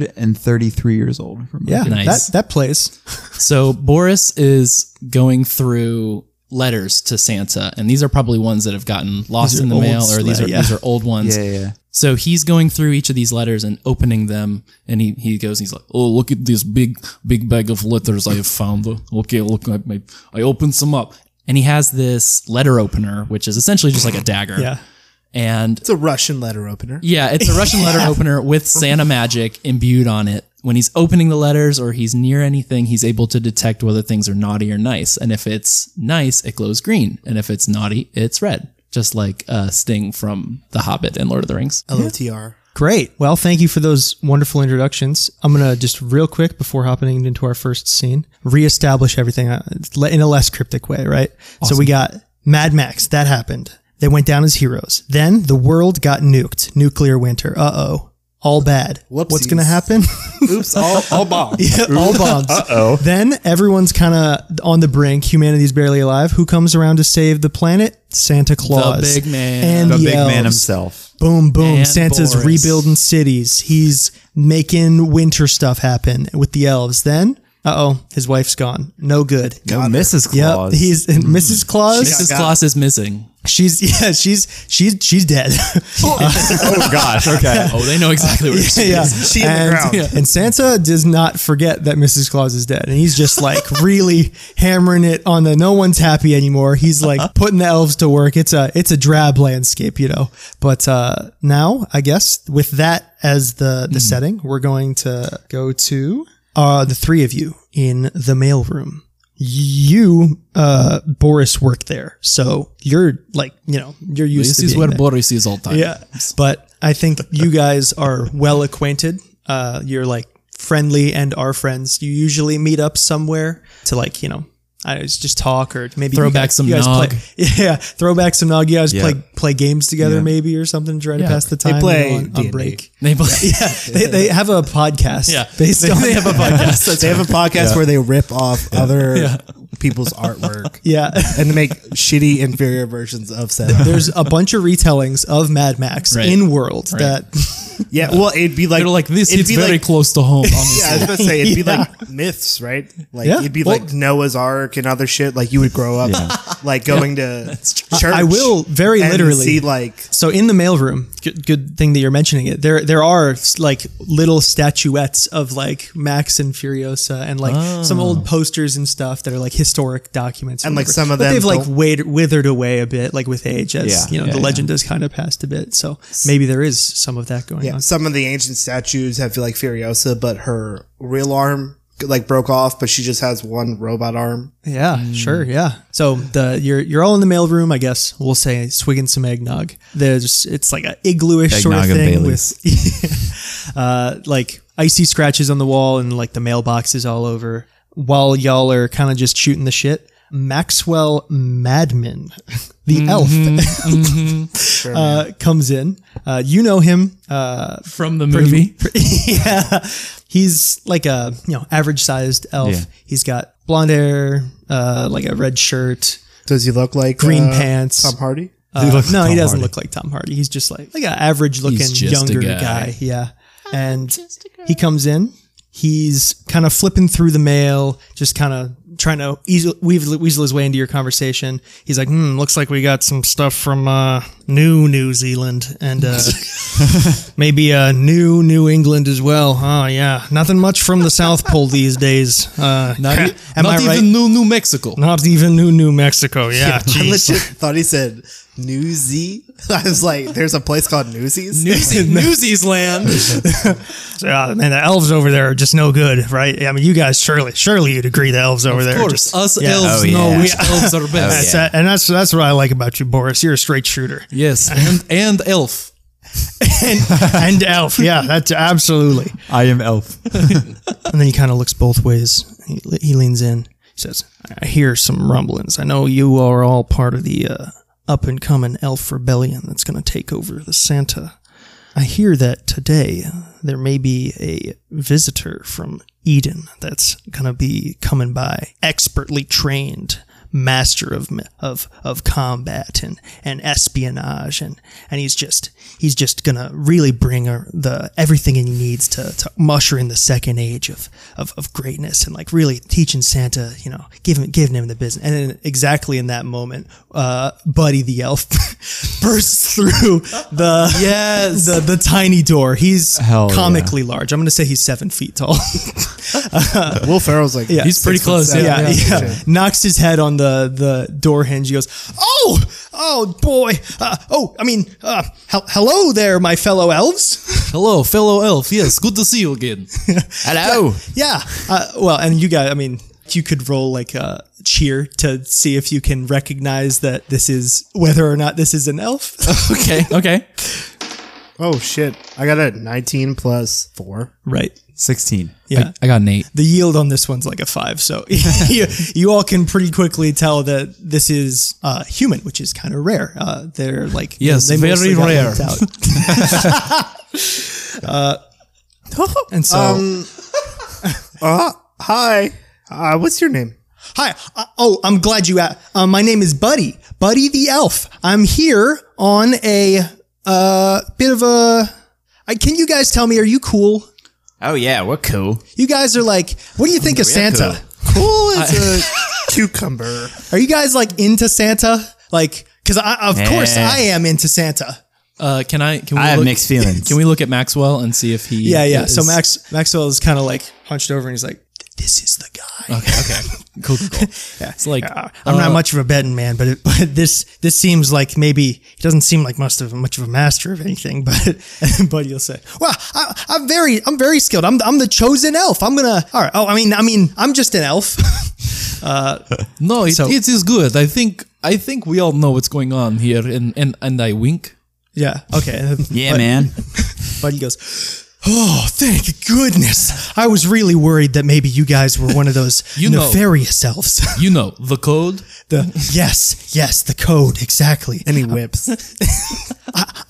Speaker 4: 333 years old. From
Speaker 1: yeah,
Speaker 2: Nice.
Speaker 1: that, that plays.
Speaker 2: So Boris is going through letters to Santa, and these are probably ones that have gotten lost in the
Speaker 1: old
Speaker 2: mail, or these
Speaker 1: sle-
Speaker 2: are
Speaker 1: yeah.
Speaker 2: these are old ones.
Speaker 4: Yeah, yeah, yeah.
Speaker 2: So he's going through each of these letters and opening them, and he, he goes and he's like, "Oh, look at this big big bag of letters I have found. Okay, look, I I, I opened some up." And he has this letter opener, which is essentially just like a dagger.
Speaker 1: Yeah.
Speaker 2: And
Speaker 3: it's a Russian letter opener.
Speaker 2: yeah, it's a Russian letter opener with Santa magic imbued on it. When he's opening the letters or he's near anything, he's able to detect whether things are naughty or nice. And if it's nice, it glows green. And if it's naughty, it's red. Just like uh, Sting from The Hobbit and Lord of the Rings.
Speaker 3: LOTR.
Speaker 1: Great. Well, thank you for those wonderful introductions. I'm going to just real quick before hopping into our first scene, reestablish everything uh, in a less cryptic way, right? So we got Mad Max. That happened. They went down as heroes. Then the world got nuked. Nuclear winter. Uh oh. All bad. What's
Speaker 3: Whoopsies.
Speaker 1: going to happen?
Speaker 3: Oops, all, all bomb.
Speaker 1: Yeah, all bombs. Uh oh. Then everyone's kind of on the brink. Humanity's barely alive. Who comes around to save the planet? Santa Claus.
Speaker 2: big man.
Speaker 1: And
Speaker 4: The
Speaker 1: the
Speaker 4: big man
Speaker 1: elves.
Speaker 4: himself.
Speaker 1: Boom, boom.
Speaker 2: And
Speaker 1: Santa's
Speaker 2: Boris.
Speaker 1: rebuilding cities. He's making winter stuff happen with the elves. Then, uh oh, his wife's gone. No good.
Speaker 4: No, Mrs.
Speaker 1: Yep,
Speaker 4: Claus.
Speaker 1: he's and Mrs. Claus.
Speaker 2: Mrs. Claus is missing.
Speaker 1: She's yeah, she's she's she's dead.
Speaker 4: oh, gosh. Okay.
Speaker 2: Oh, they know exactly where she
Speaker 1: yeah,
Speaker 2: is.
Speaker 3: She in the
Speaker 1: and,
Speaker 3: ground.
Speaker 1: yeah. and Santa does not forget that Mrs. Claus is dead, and he's just like really hammering it on the no one's happy anymore. He's
Speaker 2: Uh-huh.
Speaker 1: like putting the elves to work. It's a it's a drab landscape, you know. But uh, now, I guess with that as the the
Speaker 2: Hmm.
Speaker 1: setting, we're going to go to uh, the three of you in the mailroom. You, uh, Boris, work there, so you're like you know you're used
Speaker 2: This
Speaker 1: to
Speaker 2: is
Speaker 1: being
Speaker 2: where
Speaker 1: there.
Speaker 2: Boris is all the time.
Speaker 1: Yeah, but I think you guys are well acquainted. Uh, you're like friendly and are friends, you usually meet up somewhere to like, you know, I don't know, just talk or maybe
Speaker 2: Throw
Speaker 1: you
Speaker 2: back
Speaker 1: guys-
Speaker 2: some
Speaker 1: you guys
Speaker 2: nog.
Speaker 1: Play, yeah, throw back some nog. You guys
Speaker 4: Yeah.
Speaker 1: play play games together maybe or something, try to
Speaker 2: Yeah.
Speaker 1: pass the
Speaker 3: They
Speaker 1: time.
Speaker 3: play
Speaker 1: you know, on, on
Speaker 3: D&D.
Speaker 1: break.
Speaker 2: They play,
Speaker 1: Yeah, they, they have a podcast.
Speaker 2: Yeah.
Speaker 1: based
Speaker 2: They-
Speaker 1: on
Speaker 2: they have a podcast.
Speaker 3: They have a podcast where they rip off other people's artwork
Speaker 1: yeah.
Speaker 3: and they make shitty, inferior versions of said. artwork.
Speaker 1: There's a bunch of retellings of Mad Max
Speaker 2: Right.
Speaker 1: in world that
Speaker 3: Yeah, well, it'd be like
Speaker 2: They're like this.
Speaker 3: it'd
Speaker 2: It's
Speaker 3: be
Speaker 2: very
Speaker 3: like-
Speaker 2: close to home. Honestly.
Speaker 3: Yeah, I was about to say it'd be like myths, right? Like
Speaker 1: Yeah.
Speaker 3: it'd be
Speaker 1: Well-
Speaker 3: like Noah's Ark and other shit. Like you would grow up like going to church.
Speaker 1: I will very
Speaker 3: and
Speaker 1: literally
Speaker 3: see like
Speaker 1: So in the mailroom, good, good thing that you're mentioning it. There, there are like little statuettes of like Max and Furiosa, and like some old posters and stuff that are like historic documents, or
Speaker 3: Oh. And, like,
Speaker 1: whatever.
Speaker 3: some of
Speaker 1: But
Speaker 3: them
Speaker 1: they've like
Speaker 3: don't-
Speaker 1: wade, withered away a bit, like with age, as
Speaker 4: Yeah,
Speaker 1: you know,
Speaker 4: yeah,
Speaker 1: the
Speaker 4: yeah.
Speaker 1: legend has kind of passed a bit. So maybe there is some of that going
Speaker 3: yeah.
Speaker 1: on.
Speaker 3: Some of the ancient statues have like Furiosa, but her real arm like broke off, but she just has one robot arm.
Speaker 1: Yeah,
Speaker 4: Mm.
Speaker 1: sure, yeah. So the you're you're all in the mailroom, I guess. We'll say swigging some eggnog. There's it's like a iglooish sort of
Speaker 4: Eggnog and
Speaker 1: thing
Speaker 4: Baileys.
Speaker 1: with uh, like icy scratches on the wall and like the mailboxes all over. While y'all are kind of just shooting the shit, Maxwell Madman, the elf,
Speaker 4: Mm-hmm,
Speaker 1: uh, comes in. Uh, you know him. Uh,
Speaker 2: from the movie.
Speaker 1: yeah. He's like a, you know, average sized elf.
Speaker 4: Yeah.
Speaker 1: He's got blonde hair, uh, like a red shirt.
Speaker 3: Does he look like
Speaker 1: Green
Speaker 3: uh,
Speaker 1: pants.
Speaker 3: Tom Hardy?
Speaker 1: Uh,
Speaker 4: looks
Speaker 1: no,
Speaker 4: like
Speaker 1: he
Speaker 4: Tom
Speaker 1: doesn't
Speaker 4: Hardy.
Speaker 1: look like Tom Hardy. He's just like like an average looking
Speaker 2: He's just a
Speaker 1: younger guy.
Speaker 2: guy.
Speaker 1: Yeah. And he comes in. He's kind of flipping through the mail, just kind of trying to easel, weasel, weasel his way into your conversation. He's like, hmm, looks like we got some stuff from uh, new New Zealand and uh, maybe uh, new New England as well. Oh, yeah. Nothing much from the South Pole these days. Uh,
Speaker 2: Not, e-
Speaker 1: am
Speaker 2: not
Speaker 1: I
Speaker 2: even
Speaker 1: right?
Speaker 2: New New Mexico.
Speaker 1: Not even new New Mexico. Yeah.
Speaker 3: I
Speaker 1: jeez.
Speaker 3: legit thought he said Newsy. I was like, there's a place called Newsies.
Speaker 2: Newsy, Newsies land.
Speaker 1: Uh, man, the elves over there are just no good, right? I mean, you guys surely, surely you'd agree the elves over there.
Speaker 2: Of
Speaker 1: are
Speaker 2: course,
Speaker 1: just-
Speaker 2: us
Speaker 1: yeah.
Speaker 2: elves
Speaker 4: Oh,
Speaker 2: know
Speaker 4: yeah.
Speaker 2: which elves are best.
Speaker 1: That's that- and that's that's what I like about you, Boris. You're a straight shooter
Speaker 2: Yes, and and elf.
Speaker 1: and, and elf. Yeah, that's absolutely.
Speaker 4: I am Elf.
Speaker 1: And then he kind of looks both ways. He, he leans in. He says, "I hear some rumblings. I know you are all part of the uh, up and coming elf rebellion that's going to take over the Santa. I hear that today uh, there may be a visitor from Eden that's going to be coming by, expertly trained." master of of of combat and and espionage and and he's just he's just gonna really bring her the everything he needs to, to usher in the second age of, of of greatness and like really teaching Santa you know giving giving him the business and then exactly in that moment uh Buddy the elf bursts through the yes the the tiny door he's
Speaker 4: Hell yeah.
Speaker 1: comically large I'm gonna say he's seven feet tall
Speaker 3: Will Ferrell's like, yeah.
Speaker 2: He's pretty close. Yeah,
Speaker 1: yeah,
Speaker 2: yeah.
Speaker 1: yeah. Knocks his head on the the door hinge. He goes, "Oh, oh boy, uh, oh, I mean, uh, hel- hello there, my fellow elves."
Speaker 2: Hello, fellow elf. Yes, good to see you again.
Speaker 4: Hello.
Speaker 1: yeah. Uh, well, and you guys, I mean, you could roll like a cheer to see if you can recognize that this is whether or not this is an elf.
Speaker 2: okay, okay.
Speaker 3: oh shit, I got a 19 plus four.
Speaker 1: right.
Speaker 4: 16.
Speaker 1: Yeah.
Speaker 2: I got an eight.
Speaker 1: the yield on this one's like a five, so you, you all can pretty quickly tell that this is uh, human, which is kind of rare. Uh, they're like
Speaker 2: Yes,
Speaker 1: mostly
Speaker 2: very
Speaker 1: got
Speaker 2: rare.
Speaker 1: wiped out. uh, and so,
Speaker 3: Hi, uh, what's your name?
Speaker 1: hi. Uh, oh, I'm glad you. a- Uh, my name is Buddy, Buddy the Elf. I'm here on a uh, bit of a. I, can you guys tell me? Are you cool?
Speaker 5: Oh yeah, we're cool.
Speaker 1: You guys are like, what do you think of Santa?
Speaker 3: Cool is a cucumber.
Speaker 1: Are you guys like into Santa? Like, because I, of course
Speaker 5: Nah.
Speaker 1: I am into Santa.
Speaker 2: Uh, can I? Can we
Speaker 5: I have
Speaker 2: look,
Speaker 5: mixed feelings.
Speaker 2: Can we look at Maxwell and see if he?
Speaker 1: Yeah, yeah.
Speaker 2: is-
Speaker 1: So Max Maxwell is kind of like hunched over and he's like, "This is the guy."
Speaker 2: Okay, okay. Cool, cool. cool. It's like
Speaker 1: Uh, I'm not much of a betting man, but, it, but this this seems like maybe he doesn't seem like much of much of a master of anything. But but you'll say, "Well, I, I'm very I'm very skilled. I'm I'm the chosen elf. I'm gonna all right. Oh, I mean I mean I'm just an elf.
Speaker 2: no. It,
Speaker 1: So-
Speaker 2: it is good. I think. I think we all know what's going on here, and and and I wink.
Speaker 1: yeah. Okay.
Speaker 5: Yeah, man.
Speaker 1: But he goes, Oh, thank goodness. I was really worried that maybe you guys were one of those
Speaker 2: You know.
Speaker 1: nefarious elves.
Speaker 2: You know, the code.
Speaker 1: The- yes, yes, the code, exactly.
Speaker 3: And he whips.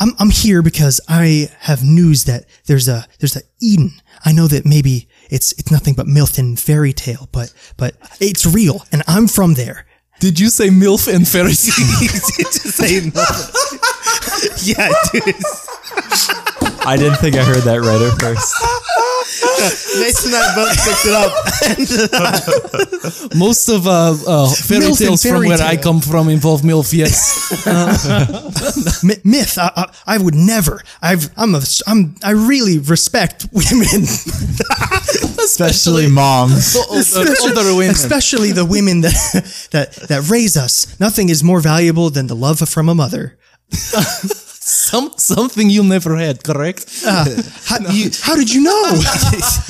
Speaker 1: I'm, I'm here because I have news that there's a there's a Eden. I know that maybe it's it's nothing but milth and fairy tale, but but it's real, and I'm from there.
Speaker 2: Did you say MILF and Pharisee?
Speaker 3: Just say no. yeah, dude.
Speaker 4: I didn't think I heard that right at first.
Speaker 3: Mason and I both picked it up.
Speaker 2: Most of uh, uh, fairy
Speaker 1: Milf and
Speaker 2: tales from
Speaker 1: fairy
Speaker 2: where I
Speaker 1: tale.
Speaker 2: come from involve MILF, yes.
Speaker 1: M- myth. I, I, I would never. I've I'm a s- I'm I really respect women,
Speaker 4: Especially moms.
Speaker 2: Older- older women.
Speaker 1: especially the women that that that raise us. Nothing is more valuable than the love from a mother.
Speaker 2: Some, something you never had, correct?
Speaker 1: How, you- how did you know?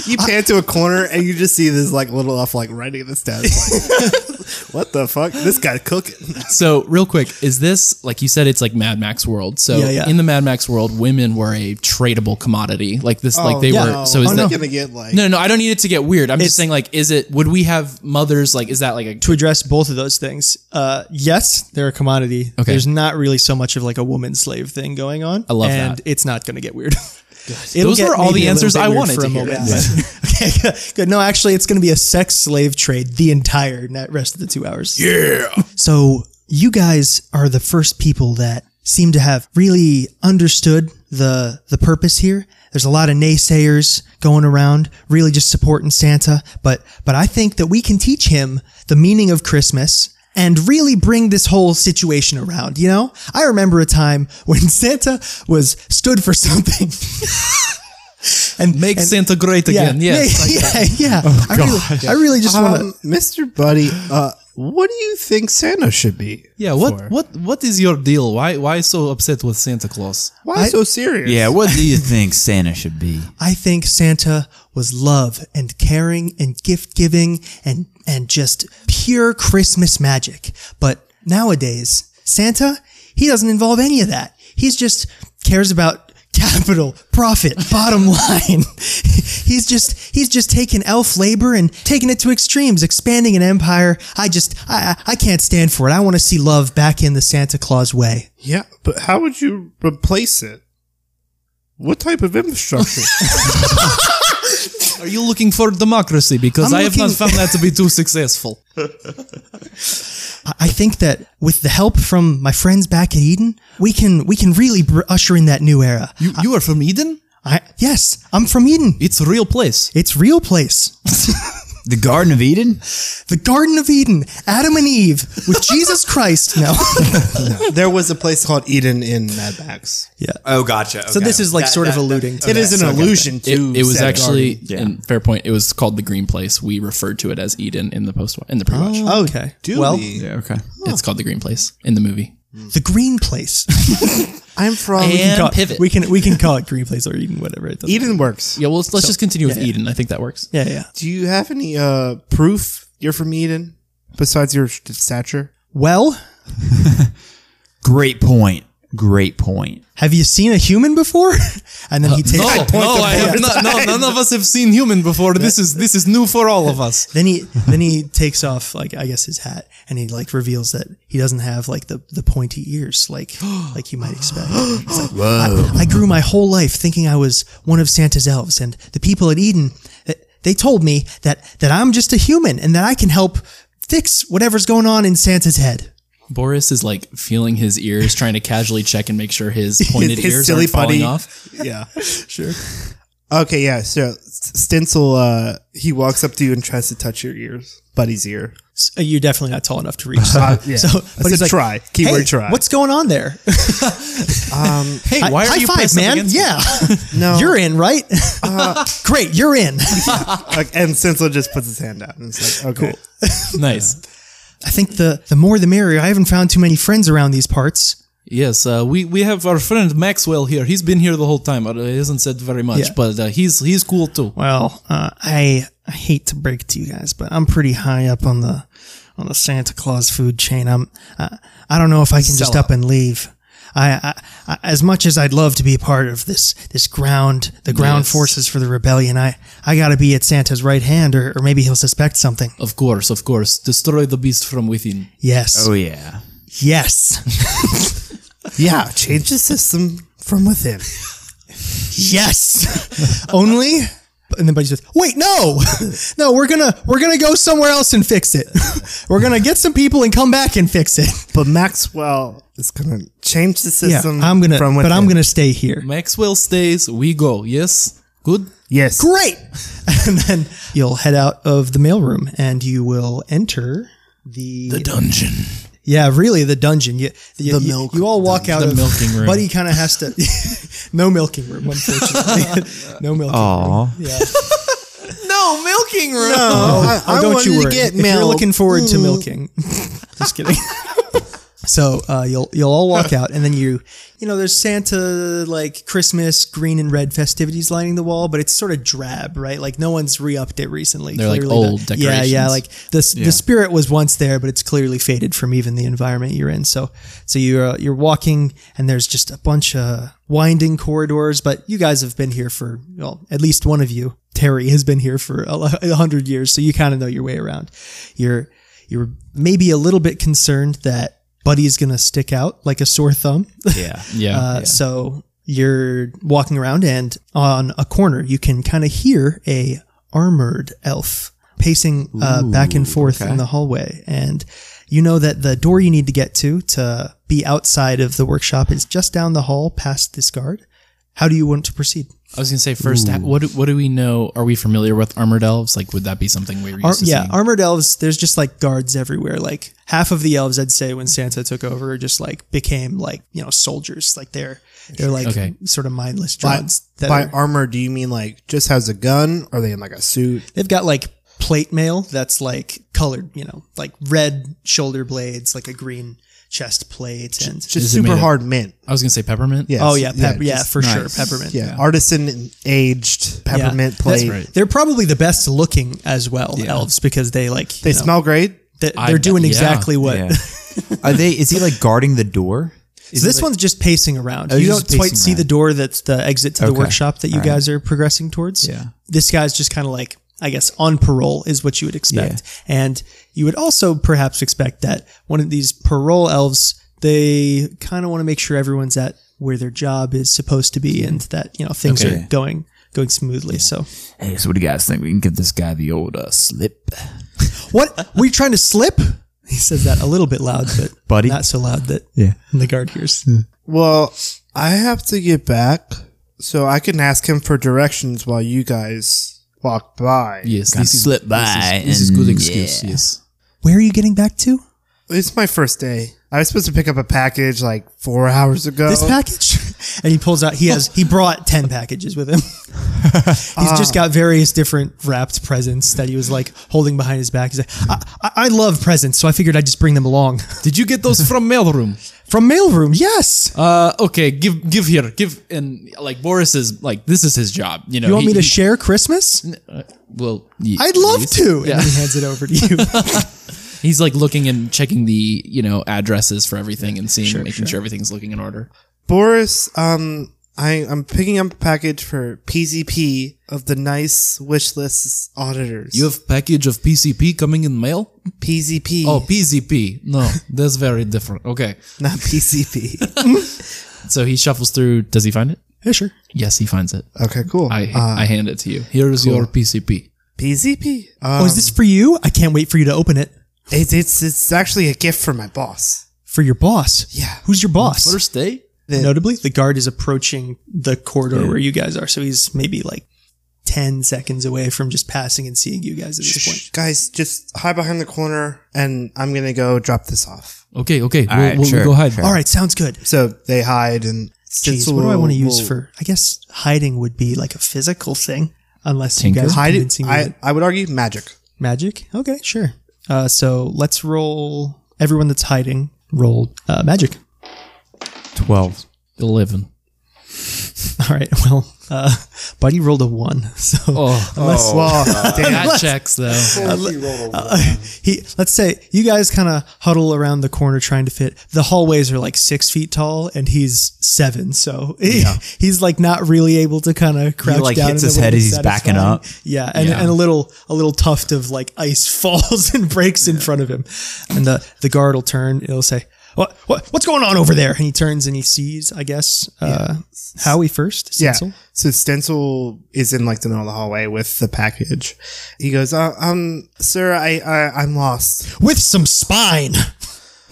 Speaker 3: You pan to a corner and you just see this like little elf like writing this down. It's like, what the fuck? This guy cooking.
Speaker 2: So, real quick, is this like you said? It's like Mad Max world. So,
Speaker 1: Yeah, yeah.
Speaker 2: in the Mad Max world, women were a tradable commodity. Like this, like they
Speaker 1: Oh, yeah.
Speaker 2: were. So, is
Speaker 3: I'm
Speaker 2: that?
Speaker 3: not gonna get like
Speaker 2: No, no, I don't need it to get weird. I'm
Speaker 1: It's-
Speaker 2: just saying, like, is it? Would we have mothers? Like, is that like a?
Speaker 1: to address both of those things, uh, yes, they're a commodity.
Speaker 2: Okay.
Speaker 1: There's not really so much of like a woman slave thing going on. I
Speaker 2: love
Speaker 1: and
Speaker 2: that.
Speaker 1: it's not going to get weird.
Speaker 2: Those were all the answers I wanted to hear.
Speaker 1: okay, good, good. No, actually, it's going to be a sex slave trade the entire net rest of the two hours. Yeah. So you guys are the first people that seem to have really understood the the purpose here. There's a lot of naysayers going around, really just supporting Santa, but but I think that we can teach him the meaning of Christmas and really bring this whole situation around, you know? I remember a time when Santa was stood for something. and
Speaker 2: Make
Speaker 1: and-
Speaker 2: Santa great again. Yeah.
Speaker 1: yeah, yeah, yeah. I, really, I really just want to.
Speaker 3: um, Mr. Buddy, uh, what do you think Santa should be?
Speaker 2: Yeah. What? What? What is your deal? Why? Why so upset with Santa Claus?
Speaker 3: Why so serious?
Speaker 4: Yeah, what do you think Santa should be?
Speaker 1: I think Santa was love and caring and gift giving and and just pure Christmas magic. But nowadays, Santa he doesn't involve any of that. He's just cares about capital profit bottom line he's just he's just taking elf labor and taking it to extremes expanding an empire i just i i I can't stand for it i want to see love back in the santa claus way
Speaker 3: Yeah, but how would you replace it? What type of infrastructure?
Speaker 2: Are you looking for democracy? Because
Speaker 1: I'm
Speaker 2: I have not
Speaker 1: looking-
Speaker 2: found that to be too successful.
Speaker 1: I think that with the help from my friends back at Eden, we can we can really br- usher in that new era.
Speaker 2: You, you are from Eden.
Speaker 1: I, yes, I'm from Eden.
Speaker 2: It's a real place.
Speaker 1: It's real place.
Speaker 4: The Garden of Eden?
Speaker 1: The Garden of Eden, Adam and Eve with Jesus Christ. No.
Speaker 3: there was a place called Eden in Mad Max.
Speaker 6: Oh, gotcha.
Speaker 1: So this is like sort of alluding to
Speaker 3: It is an allusion
Speaker 2: It,
Speaker 3: to.
Speaker 2: it was
Speaker 3: said
Speaker 2: actually,
Speaker 3: garden.
Speaker 2: and fair point. It was called the Green Place. We referred to it as Eden in the post in the pre-watch.
Speaker 1: Oh, okay.
Speaker 3: Do
Speaker 1: well,
Speaker 3: we?
Speaker 4: Yeah, okay.
Speaker 2: It's called the Green Place in the movie.
Speaker 1: the green place.
Speaker 3: I'm from
Speaker 2: And
Speaker 1: Call-
Speaker 2: pivot.
Speaker 1: We can we can call it green place or Eden, whatever it does.
Speaker 3: Eden works.
Speaker 2: yeah, well, let's, let's just continue with Eden. I think that works.
Speaker 1: Yeah, yeah.
Speaker 3: Do you have any uh, proof you're from Eden besides your st- stature?
Speaker 1: Well,
Speaker 4: Great point. Great point.
Speaker 1: have you seen a human before? And
Speaker 3: Uh,
Speaker 1: then he takes.
Speaker 2: No, no, I have not, no, none of us have seen human before. This is this is new for all of us.
Speaker 1: Then he then he takes off like I guess his hat and he like reveals that he doesn't have like the, the pointy ears like like you might expect. He's like, I, I grew my whole life thinking I was one of Santa's elves and the people at Eden eh, they told me that that I'm just a human and that I can help fix whatever's going on in Santa's head.
Speaker 2: Boris is like feeling his ears, trying to casually check and make sure his pointed
Speaker 3: his
Speaker 2: ears
Speaker 3: silly
Speaker 2: aren't falling
Speaker 3: putty.
Speaker 2: off.
Speaker 3: Yeah, sure. Okay, yeah. So S- Stencil, uh, he walks up to you and tries to touch your ears, buddy's ear.
Speaker 1: So uh, you're definitely not tall enough to reach.
Speaker 3: Uh, yeah.
Speaker 1: So,
Speaker 3: I
Speaker 1: but he's like,
Speaker 3: said try. Keyword
Speaker 1: Hey,
Speaker 3: try.
Speaker 1: what's going on there?
Speaker 2: Hey, why are
Speaker 1: High
Speaker 2: you
Speaker 1: five,
Speaker 2: pressed up
Speaker 1: man!
Speaker 2: against me?
Speaker 1: Yeah,
Speaker 3: No. Uh,
Speaker 1: you're in, right? Great, you're in.
Speaker 3: Like, and Stencil just puts his hand out and it's like, okay.
Speaker 2: Nice.
Speaker 1: I think the the more the merrier. I haven't found too many friends around these parts.
Speaker 2: Yes, uh, we we have our friend Maxwell here. He's been here the whole time. Uh, he hasn't said very much,
Speaker 1: Yeah.
Speaker 2: but uh, he's he's cool too.
Speaker 1: Well, uh, I I hate to break it to you guys, but I'm pretty high up on the on the Santa Claus food chain. I'm uh, I don't know if I can just up and leave. I, I, I as much as I'd love to be a part of this this ground the ground
Speaker 2: Yes.
Speaker 1: forces for the rebellion, I I gotta be at Santa's right hand, or, or maybe he'll suspect something.
Speaker 2: Of course, of course. Destroy the beast from within.
Speaker 1: Yes,
Speaker 4: Oh yeah.
Speaker 1: yes,
Speaker 3: Yeah, change the system from within.
Speaker 1: yes. Only, and then Buddy says, "Wait, no, no, we're gonna we're gonna go somewhere else and fix it. we're gonna get some people and come back and fix it.
Speaker 3: But Maxwell is gonna change the
Speaker 1: Yeah,
Speaker 3: system.
Speaker 1: I'm gonna,
Speaker 3: from
Speaker 1: but
Speaker 3: within.
Speaker 1: I'm gonna stay here.
Speaker 2: Maxwell stays, we go. Yes? Good?
Speaker 3: yes.
Speaker 1: great. And then you'll head out of the mailroom and you will enter the,
Speaker 2: dungeon.
Speaker 1: yeah, really the dungeon. You, you, you-
Speaker 3: milk
Speaker 1: you all walk out
Speaker 2: The
Speaker 1: of
Speaker 2: milking room.
Speaker 1: Buddy kind of has to. no milking room, unfortunately. no milking.
Speaker 7: Aw.
Speaker 4: No milking room.
Speaker 3: Oh, I,
Speaker 1: Oh,
Speaker 3: I
Speaker 1: don't
Speaker 3: wanted
Speaker 1: you
Speaker 3: to
Speaker 1: worry.
Speaker 3: get
Speaker 1: if you're
Speaker 3: milk. Mm.
Speaker 1: looking forward to milking, just kidding. so uh, you'll you'll all walk out, and then you you know there's Santa like Christmas green and red festivities lining the wall, but it's sort of drab, right? Like no one's re-upped it recently.
Speaker 2: They're like
Speaker 1: Clearly
Speaker 2: old
Speaker 1: the- Yeah, yeah.
Speaker 2: decorations.
Speaker 1: Like the s the spirit was once there, but it's clearly faded from even the environment you're in. So so you're uh, you're walking, and there's just a bunch of winding corridors. But you guys have been here for well, at least one of you. Terry has been here for a lo- a hundred years, so you kind of know your way around. You're you're maybe a little bit concerned that Buddy is gonna stick out like a sore thumb.
Speaker 4: Yeah.
Speaker 2: Yeah.
Speaker 1: Uh, So you're walking around, and on a corner, you can kind of hear a armored elf pacing uh, back and forth in the hallway, and you know that the door you need to get to to be outside of the workshop is just down the hall, past this guard. How do you want to proceed?
Speaker 2: I was gonna say first, ha- what do, what do we know? Are we familiar with armored elves? Like, would that be something we were used
Speaker 1: Ar-
Speaker 2: to
Speaker 1: yeah,
Speaker 2: seeing?
Speaker 1: armored elves. There's just like guards everywhere. Like half of the elves, I'd say, when Santa took over, just like became like you know soldiers. Like they're they're like
Speaker 2: Okay.
Speaker 1: sort of mindless
Speaker 3: By,
Speaker 1: drones. that
Speaker 3: by
Speaker 1: are-
Speaker 3: armor, do you mean like just has a gun? Are they in like a suit?
Speaker 1: They've got like plate mail that's like colored, you know, like red shoulder blades, like a green chest plate, and
Speaker 3: Just
Speaker 2: it made
Speaker 3: super
Speaker 2: of-
Speaker 3: hard mint.
Speaker 2: I was gonna say peppermint.
Speaker 3: Yes.
Speaker 1: oh yeah, pep- yeah,
Speaker 3: just-
Speaker 1: for sure,
Speaker 2: nice.
Speaker 1: peppermint.
Speaker 3: yeah. Artisan aged
Speaker 1: Yeah.
Speaker 3: peppermint
Speaker 1: That's-
Speaker 3: plate.
Speaker 1: They're probably the best looking as well elves because they like
Speaker 3: They
Speaker 1: you know,
Speaker 3: smell great.
Speaker 1: They,
Speaker 2: I
Speaker 1: are
Speaker 2: bet-
Speaker 1: doing
Speaker 2: yeah,
Speaker 1: exactly what.
Speaker 7: Yeah. Are they? Is he like guarding the door?
Speaker 1: So this one's just pacing around.
Speaker 7: Oh,
Speaker 1: you
Speaker 7: he's
Speaker 1: don't
Speaker 7: just
Speaker 1: quite
Speaker 7: pacing
Speaker 1: see
Speaker 7: around.
Speaker 1: the door that's the exit to the
Speaker 7: Okay.
Speaker 1: workshop that you guys are progressing towards.
Speaker 7: Yeah.
Speaker 1: This guy's just kind of like, I guess, on parole is what you would expect. And you would also perhaps expect that one of these parole elves, they kind of want to make sure everyone's at where their job is supposed to be and that, you know, things
Speaker 2: Okay.
Speaker 1: are going going smoothly. So
Speaker 4: Hey, so what do you guys think? We can give this guy the old uh, slip.
Speaker 1: what were you trying to slip? He says that a little bit loud, but
Speaker 7: Buddy?
Speaker 1: not so loud that
Speaker 7: Yeah. Hmm.
Speaker 1: the guard hears.
Speaker 3: Well, I have to get back, so I can ask him for directions while you guys walk by.
Speaker 2: Yes.
Speaker 4: Kinda
Speaker 2: This is,
Speaker 4: slip
Speaker 2: this
Speaker 4: by
Speaker 2: is, this is
Speaker 4: and-
Speaker 2: good excuse.
Speaker 4: yeah.
Speaker 2: Yes.
Speaker 1: Where are you getting back to?
Speaker 3: It's my first day. I was supposed to pick up a package like four hours ago.
Speaker 2: Oh.
Speaker 1: this package and he pulls out he has he brought 10 packages with him he's
Speaker 2: Ah.
Speaker 1: just got various different wrapped presents that he was like holding behind his back he's like I, I, I love presents so i figured i'd just bring them along
Speaker 2: Did you get those from mailroom?
Speaker 1: from mailroom yes
Speaker 2: Uh, okay. Give give here. Give and like Boris is like this is his job. You know.
Speaker 1: you want
Speaker 2: he-
Speaker 1: me to
Speaker 2: he-
Speaker 1: share christmas
Speaker 2: well, y-
Speaker 1: i'd love
Speaker 2: yes.
Speaker 1: to
Speaker 2: Yeah.
Speaker 1: and he hands it over to you
Speaker 2: He's like looking and checking the you know addresses for everything and seeing making sure everything's looking in order.
Speaker 3: Boris, um, I, I'm picking up a package for PZP of the nice wish list auditors.
Speaker 2: You have package of PCP coming in mail.
Speaker 3: PZP,
Speaker 2: Oh, PZP. No, that's very different. Okay.
Speaker 3: not PCP.
Speaker 2: So he shuffles through. Does he find it?
Speaker 1: yeah sure
Speaker 2: Yes, he finds it.
Speaker 3: okay, cool.
Speaker 2: I
Speaker 3: uh,
Speaker 2: I hand it to you. Here is your PCP.
Speaker 3: PZP. Um,
Speaker 1: oh is this for you i can't wait for you to open it
Speaker 3: it's, it's it's actually a gift from my boss.
Speaker 1: for your boss
Speaker 3: Yeah.
Speaker 1: who's your boss
Speaker 2: First day.
Speaker 1: Notably, the guard is approaching the corridor where you guys are, so he's maybe like ten seconds away from just passing and seeing you guys at this point.
Speaker 3: Shh, guys, just hide behind the corner, and I'm gonna go drop this off.
Speaker 2: Okay, okay. we'll,
Speaker 4: right,
Speaker 2: we'll
Speaker 4: sure,
Speaker 2: go hide.
Speaker 1: All right, sounds good.
Speaker 3: So they hide, and
Speaker 1: Jeez,
Speaker 3: Stencil
Speaker 1: what do I want to use
Speaker 3: will-
Speaker 1: for? I guess hiding would be like a physical thing, unless you guys are
Speaker 3: hide?
Speaker 1: convincing
Speaker 3: It,
Speaker 1: me
Speaker 3: I
Speaker 1: that-
Speaker 3: I would argue magic.
Speaker 1: magic. Okay, sure. Uh, so let's roll. Everyone that's hiding, roll uh, magic.
Speaker 7: Twelve.
Speaker 2: Eleven.
Speaker 1: All right. Well, uh, Buddy rolled a one. So
Speaker 2: Oh,
Speaker 1: unless,
Speaker 3: Well, damn.
Speaker 2: that checks though.
Speaker 1: he, let's say you guys kind of huddle around the corner trying to fit. The hallways are like six feet tall, and he's seven, so he, he's like not really able to kind of crouch
Speaker 4: like,
Speaker 1: down.
Speaker 4: hits
Speaker 1: in a
Speaker 4: his
Speaker 1: way
Speaker 4: head
Speaker 1: that's
Speaker 4: as he's backing
Speaker 1: satisfying.
Speaker 4: up.
Speaker 1: Yeah, and,
Speaker 2: Yeah.
Speaker 1: and a little a little tuft of like ice falls and breaks in front of him, and the the guard will turn. It'll say. What, what, what's going on over there? And he turns and he sees, I guess, uh, Howie first.
Speaker 3: Yeah.
Speaker 1: Cecil?
Speaker 3: So Stencil is in like the middle of the hallway with the package. He goes, uh, um, sir, I, I, I'm lost.
Speaker 1: With some spine.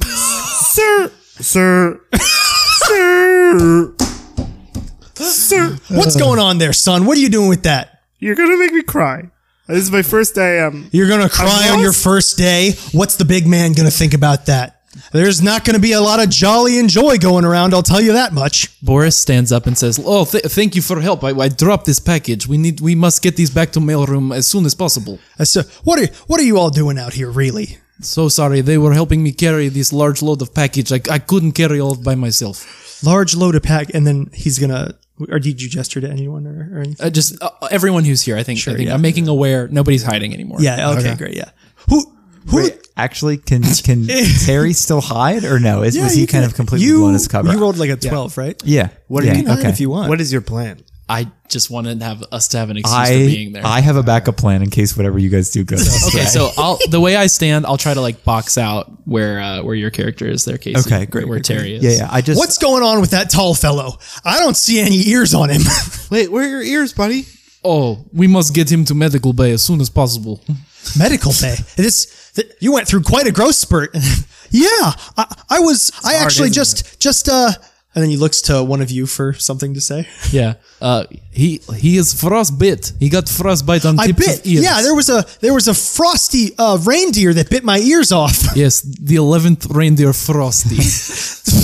Speaker 3: Sir, sir, sir, sir,
Speaker 4: Uh.
Speaker 1: What's going on there, son? What are you doing with that?
Speaker 3: you're going to make me cry. This is my first day. Um,
Speaker 1: You're gonna cry on
Speaker 3: lost?
Speaker 1: your first day. What's the big man gonna think about that? There's not gonna be a lot of jolly and joy going around. I'll tell you that much.
Speaker 2: Boris stands up and says, "Oh, th- thank you for help. I, I dropped this package. We need. We must get these back to mailroom as soon as possible."
Speaker 1: Uh, So, what are what are you all doing out here, really?
Speaker 2: So sorry. They were helping me carry this large load of package. I, I couldn't carry all by myself.
Speaker 1: Large load of pack, and then he's gonna. Or did you gesture to anyone or, or anything?
Speaker 2: Uh, just uh, everyone who's here. I think. I think I'm making aware. Nobody's hiding anymore.
Speaker 1: Yeah. Okay, Great. Yeah. Who? Who?
Speaker 4: Actually, can can Terry still hide or no? Is
Speaker 1: yeah,
Speaker 4: was he
Speaker 1: you
Speaker 4: kind
Speaker 1: can-
Speaker 4: of completely
Speaker 1: you-
Speaker 4: blown his cover?
Speaker 1: You rolled like a twelve, right?
Speaker 4: yeah. What yeah,
Speaker 1: You can hide if you want.
Speaker 3: what is your plan?
Speaker 2: I just wanted to have us to have an excuse for being
Speaker 4: I
Speaker 2: there.
Speaker 4: I have a backup plan in case whatever you guys do goes.
Speaker 2: okay, so I'll the way I stand, I'll try to like box out where uh, where your character is, there, Casey.
Speaker 4: Okay, great,
Speaker 2: Where
Speaker 4: great,
Speaker 2: Terry is.
Speaker 4: yeah, yeah. I just
Speaker 1: What's going on with that tall fellow? I don't see any ears on him.
Speaker 3: Wait, where are your ears, buddy?
Speaker 2: Oh, we must get him to medical bay as soon as possible.
Speaker 1: medical bay. This th- you went through quite a growth spurt. yeah, I, I was. I actually just just uh. And then he looks to one of you for something to say.
Speaker 2: yeah. Uh, he he is frostbit. He got frostbite on
Speaker 1: I
Speaker 2: tips
Speaker 1: bit.
Speaker 2: of ears.
Speaker 1: Yeah, there was a there was a frosty uh, reindeer that bit my ears off.
Speaker 2: Yes, the eleventh reindeer frosty.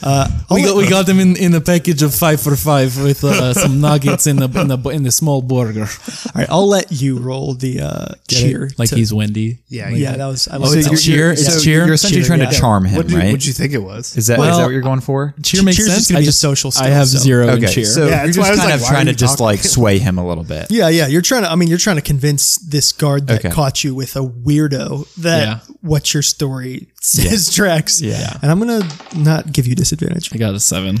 Speaker 1: Uh,
Speaker 2: we got we got them in, in a package of five for five with uh, some nuggets in the in the in the small burger.
Speaker 1: All right, I'll let you roll the uh, cheer.
Speaker 2: like
Speaker 1: to-
Speaker 2: he's Wendy.
Speaker 3: Yeah.
Speaker 1: yeah, that was. I
Speaker 2: Oh,
Speaker 1: like
Speaker 2: it's
Speaker 1: that one.
Speaker 2: cheer. It's
Speaker 1: Yeah.
Speaker 2: cheer.
Speaker 4: You're essentially trying to
Speaker 1: yeah.
Speaker 4: charm him,
Speaker 3: What do you,
Speaker 4: right?
Speaker 3: what'd you think it was?
Speaker 4: is that is
Speaker 2: Well-
Speaker 4: that what you're going for?
Speaker 2: Cheer makes
Speaker 1: Cheer's just
Speaker 2: sense.
Speaker 1: gonna
Speaker 2: I
Speaker 1: be a
Speaker 2: just
Speaker 1: social skill,
Speaker 2: I have
Speaker 1: so-
Speaker 2: zero in
Speaker 4: Okay,
Speaker 2: cheer.
Speaker 4: so
Speaker 3: Yeah,
Speaker 4: you're
Speaker 3: that's why
Speaker 4: just
Speaker 3: I was
Speaker 4: kind
Speaker 3: like,
Speaker 4: of
Speaker 3: why
Speaker 4: trying
Speaker 3: are
Speaker 4: to
Speaker 3: you
Speaker 4: just
Speaker 3: talking?
Speaker 4: like sway him a little bit.
Speaker 1: Yeah, yeah. You're trying to. I mean, you're trying to convince this guard that
Speaker 4: Okay.
Speaker 1: caught you with a weirdo that
Speaker 2: Yeah.
Speaker 1: what your story says tracks.
Speaker 4: Yeah.
Speaker 1: And I'm gonna not give you disadvantage.
Speaker 2: I got a seven.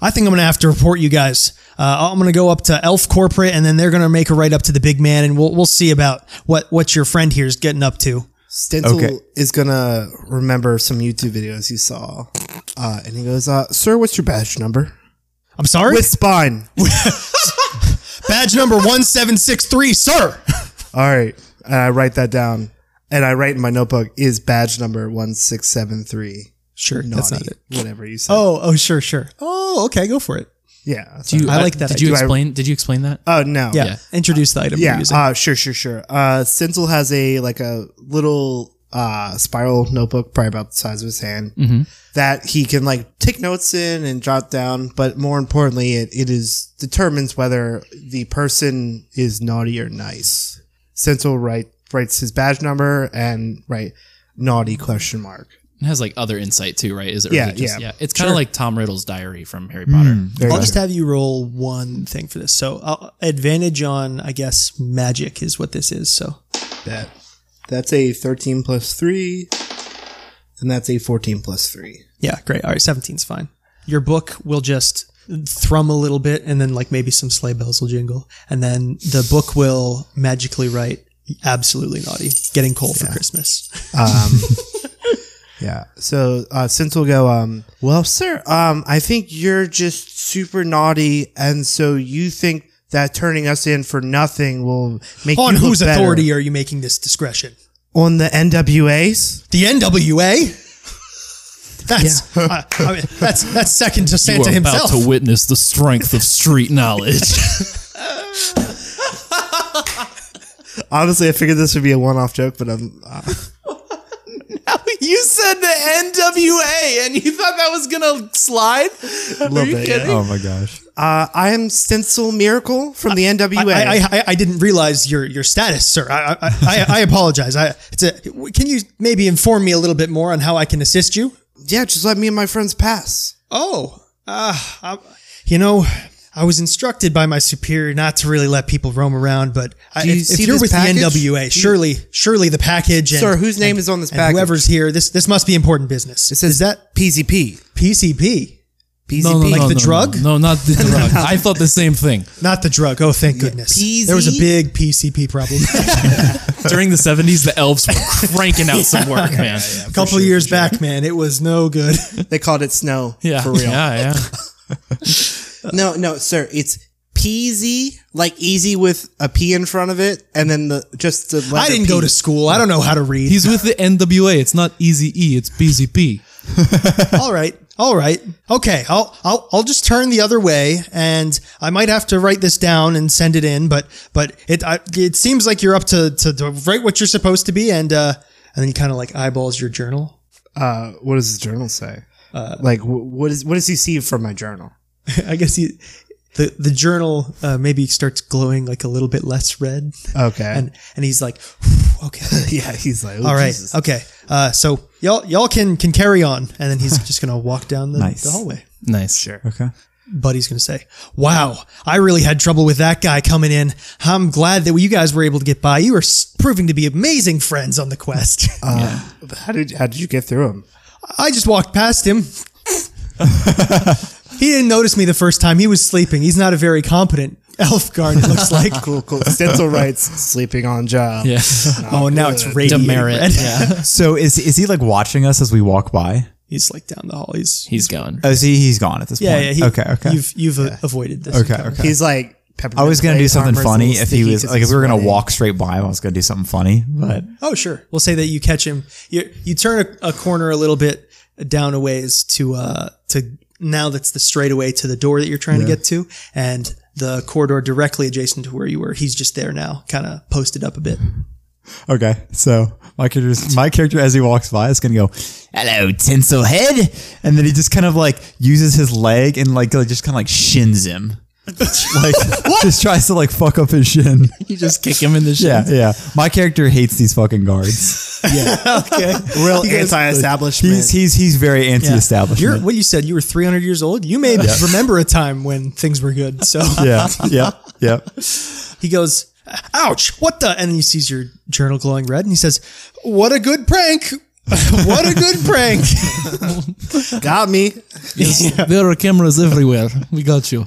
Speaker 1: I think I'm going to have to report you guys. Uh, I'm going to go up to Elf Corporate, and then they're going to make a right up to the big man, and we'll we'll see about what what your friend here is getting up to.
Speaker 3: Stencil
Speaker 4: Okay.
Speaker 3: is gonna remember some YouTube videos he saw, uh, and he goes, uh, "Sir, what's your badge number?"
Speaker 1: I'm sorry,
Speaker 3: With spine.
Speaker 1: badge number one seven six three, sir.
Speaker 3: All right, and I write that down, and I write in my notebook is badge number one six seven three.
Speaker 1: Sure,
Speaker 3: Naughty,
Speaker 1: that's not it.
Speaker 3: whatever you said.
Speaker 1: Oh, oh, sure, sure. Oh, okay, go for it.
Speaker 3: yeah.
Speaker 2: Do you,
Speaker 1: I like that
Speaker 2: Did
Speaker 1: idea.
Speaker 2: you
Speaker 3: Do I-
Speaker 2: explain? did you explain that?
Speaker 3: oh no.
Speaker 1: Yeah,
Speaker 2: Yeah.
Speaker 1: introduce the item.
Speaker 3: Yeah.
Speaker 1: you're using.
Speaker 3: Uh, sure. Sure. Sure. Uh, Stencil has a like a little uh spiral notebook, probably about the size of his hand, that he can like take notes in and jot down. But more importantly, it, it is determines whether the person is naughty or nice. Stencil write writes his badge number and write naughty question mark.
Speaker 2: It has like other insight too, right? Is it?
Speaker 3: Yeah,
Speaker 2: really just,
Speaker 3: yeah.
Speaker 2: It's kind of like Tom Riddle's diary from Harry Potter.
Speaker 1: I'll just have you roll one thing for this. So uh, advantage on, I guess, magic is what this is. So
Speaker 3: That that's a thirteen plus three, and that's a fourteen plus three.
Speaker 1: Yeah, great. All right, 17's fine. Your book will just thrum a little bit and then like maybe some sleigh bells will jingle and then the book will magically write absolutely naughty getting coal for christmas
Speaker 3: Um, Yeah. So uh, since we'll go, um, well, sir, um, I think you're just super naughty, and so you think that turning us in for nothing will make
Speaker 1: on
Speaker 3: you look
Speaker 1: whose
Speaker 3: better.
Speaker 1: authority are you making this discretion
Speaker 3: on the NWA's?
Speaker 1: the nwa that's I- I mean, that's that's second to santa himself
Speaker 2: witness the strength of street knowledge.
Speaker 3: Honestly, I figured this would be a one-off joke, but I'm uh,
Speaker 2: you said the NWA, and you thought that was gonna slide. Are you
Speaker 3: bit,
Speaker 2: kidding?
Speaker 4: Oh my gosh.
Speaker 3: uh, I am Stencil Miracle from the NWA.
Speaker 1: I, I, I, I didn't realize your, your status, sir. I, I, I, I apologize. I, it's a, can you maybe inform me a little bit more on how I can assist you?
Speaker 3: yeah, just let me and my friends pass.
Speaker 2: ah,
Speaker 1: Oh, uh, I'm- You know, I was instructed by my superior not to really let people roam around, but I,
Speaker 3: Do you
Speaker 1: if, if
Speaker 3: see
Speaker 1: you're
Speaker 3: this
Speaker 1: with
Speaker 3: package?
Speaker 1: the NWA,
Speaker 3: Do you-
Speaker 1: surely, surely the package and,
Speaker 3: Sir, whose name is on this
Speaker 1: and
Speaker 3: package?
Speaker 1: whoever's here, this this must be important business.
Speaker 3: It says
Speaker 1: is that
Speaker 3: PZP.
Speaker 1: PCP,
Speaker 3: PZP.
Speaker 1: Like the drug?
Speaker 2: No, not the drug. I thought the same thing.
Speaker 1: not the drug? Oh, thank goodness.
Speaker 3: PZ?
Speaker 1: There was a big PCP problem
Speaker 2: During the 70s, the elves were cranking out some work, man.
Speaker 1: a couple years back, man. It was no good.
Speaker 3: They called it snow.
Speaker 2: Yeah.
Speaker 3: For real.
Speaker 2: Yeah, yeah.
Speaker 3: No, no, sir. It's peasy, like easy with a P in front of it, and then the just the.
Speaker 1: I
Speaker 3: letter
Speaker 1: didn't
Speaker 3: P.
Speaker 1: go to school. I don't know how to read.
Speaker 2: He's with the NWA. It's not Easy E, it's BZP.
Speaker 1: all right. All right. Okay. I'll, I'll, I'll just turn the other way and I might have to write this down and send it in, but, but it, I, it seems like you're up to, to, to write what you're supposed to be. And, uh, and then he kind of like eyeballs your journal.
Speaker 3: Uh, what does the journal say? like, wh- what is what does he see from my journal?
Speaker 1: I guess he, the, the journal, uh, maybe starts glowing like a little bit less red
Speaker 3: Okay.
Speaker 1: and, and he's like, okay.
Speaker 3: yeah, he's like, "Oh,
Speaker 1: All right. Okay. Uh, so y'all, y'all can, can carry on. And then he's just going to walk down the,
Speaker 4: Nice.
Speaker 1: the hallway.
Speaker 2: Nice.
Speaker 3: Sure.
Speaker 4: Okay.
Speaker 1: Buddy's going to say, Wow, I really had trouble with that guy coming in. I'm glad that you guys were able to get by. You are s- proving to be amazing friends on the quest.
Speaker 4: Uh,
Speaker 3: How did how did you get through him?
Speaker 1: I just walked past him. he didn't notice me the first time. He was sleeping. He's not a very competent elf guard, it looks like.
Speaker 3: Cool, cool. Stencil writes sleeping on job.
Speaker 2: Yeah.
Speaker 1: oh, now it's radiant
Speaker 2: Demerit.
Speaker 1: red.
Speaker 2: Yeah.
Speaker 4: So is is he like watching us as we walk by?
Speaker 1: He's like down the hall. He's,
Speaker 2: He's going.
Speaker 4: Oh, see, he's gone at this
Speaker 1: yeah,
Speaker 4: point.
Speaker 1: yeah. He,
Speaker 4: okay. Okay.
Speaker 1: You've, you've uh, avoided this.
Speaker 4: okay.
Speaker 1: encounter.
Speaker 4: Okay.
Speaker 3: He's like. Peppermint
Speaker 4: I was gonna do
Speaker 3: Flake
Speaker 4: something
Speaker 3: armor's a
Speaker 4: funny
Speaker 3: little
Speaker 4: if he
Speaker 3: sticky
Speaker 4: was
Speaker 3: 'cause
Speaker 4: like if
Speaker 3: it's
Speaker 4: we were gonna
Speaker 3: sweaty.
Speaker 4: walk straight by him. I was gonna do something funny, but
Speaker 1: Oh, sure. We'll say that you catch him. You you turn a, a corner a little bit down a ways to uh to now that's the straightaway to the door that you're trying to get to, and the corridor directly adjacent to where you were. He's just there now, kind of posted up a bit.
Speaker 4: okay. So my character, my character, as he walks by, is gonna go, "Hello, tinsel head," and then he just kind of like uses his leg and like like, just kind of like shins him, like just tries to like fuck up his shin.
Speaker 2: You just kick him in the shit.
Speaker 4: Yeah, yeah. My character hates these fucking guards.
Speaker 1: Okay.
Speaker 3: real anti-establishment.
Speaker 4: He's he's he's very anti-establishment.
Speaker 1: You're what you said. You were 300 years old. You may remember a time when things were good. So
Speaker 4: yeah, yeah, yeah.
Speaker 1: he goes, "Ouch! What the?" And then he sees your journal glowing red, and he says, "What a good prank! what a good prank!"
Speaker 3: Got me.
Speaker 2: There are cameras everywhere. We got you.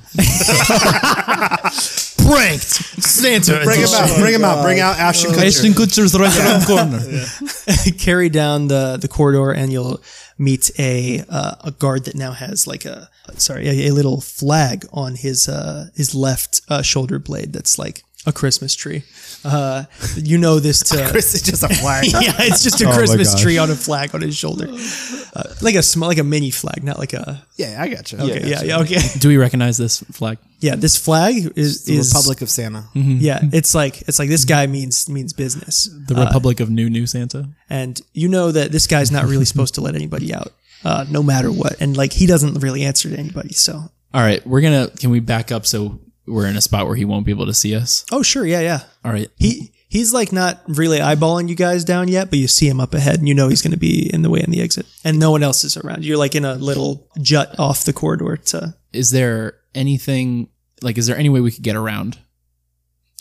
Speaker 1: Pranked Santa.
Speaker 3: Bring him out. Bring him out. Bring out Ashton Kutcher.
Speaker 2: Ashton Kutcher's right around the corner.
Speaker 1: carry down the the corridor and you'll meet a uh, a guard that now has like a sorry a, a little flag on his uh his left uh, shoulder blade that's like a Christmas tree. Uh, you know this to.
Speaker 3: Chris is just a flag.
Speaker 1: Yeah, it's just a
Speaker 4: Oh my
Speaker 1: Christmas
Speaker 4: gosh.
Speaker 1: tree on a flag on his shoulder, uh, like a small, like a mini flag, not like a.
Speaker 3: Yeah, I got you.
Speaker 1: Okay, yeah, yeah, okay,
Speaker 2: Do we recognize this flag?
Speaker 1: yeah. This flag is
Speaker 3: The
Speaker 1: is
Speaker 3: Republic of Santa.
Speaker 1: Yeah, it's like it's like this guy means means business.
Speaker 2: The Republic of New New Santa?
Speaker 1: and you know that this guy's not really supposed to let anybody out, uh, no matter what. And like he doesn't really answer to anybody. So,
Speaker 2: All right. We're going to. Can we back up so we're in a spot where he won't be able to see us?
Speaker 1: oh sure, yeah, yeah.
Speaker 2: All right.
Speaker 1: He he's like not really eyeballing you guys down yet, but you see him up ahead, and you know he's going to be in the way in the exit, and no one else is around. You're like in a little jut off the corridor to.
Speaker 2: Is there anything. Like, is there any way we could get around?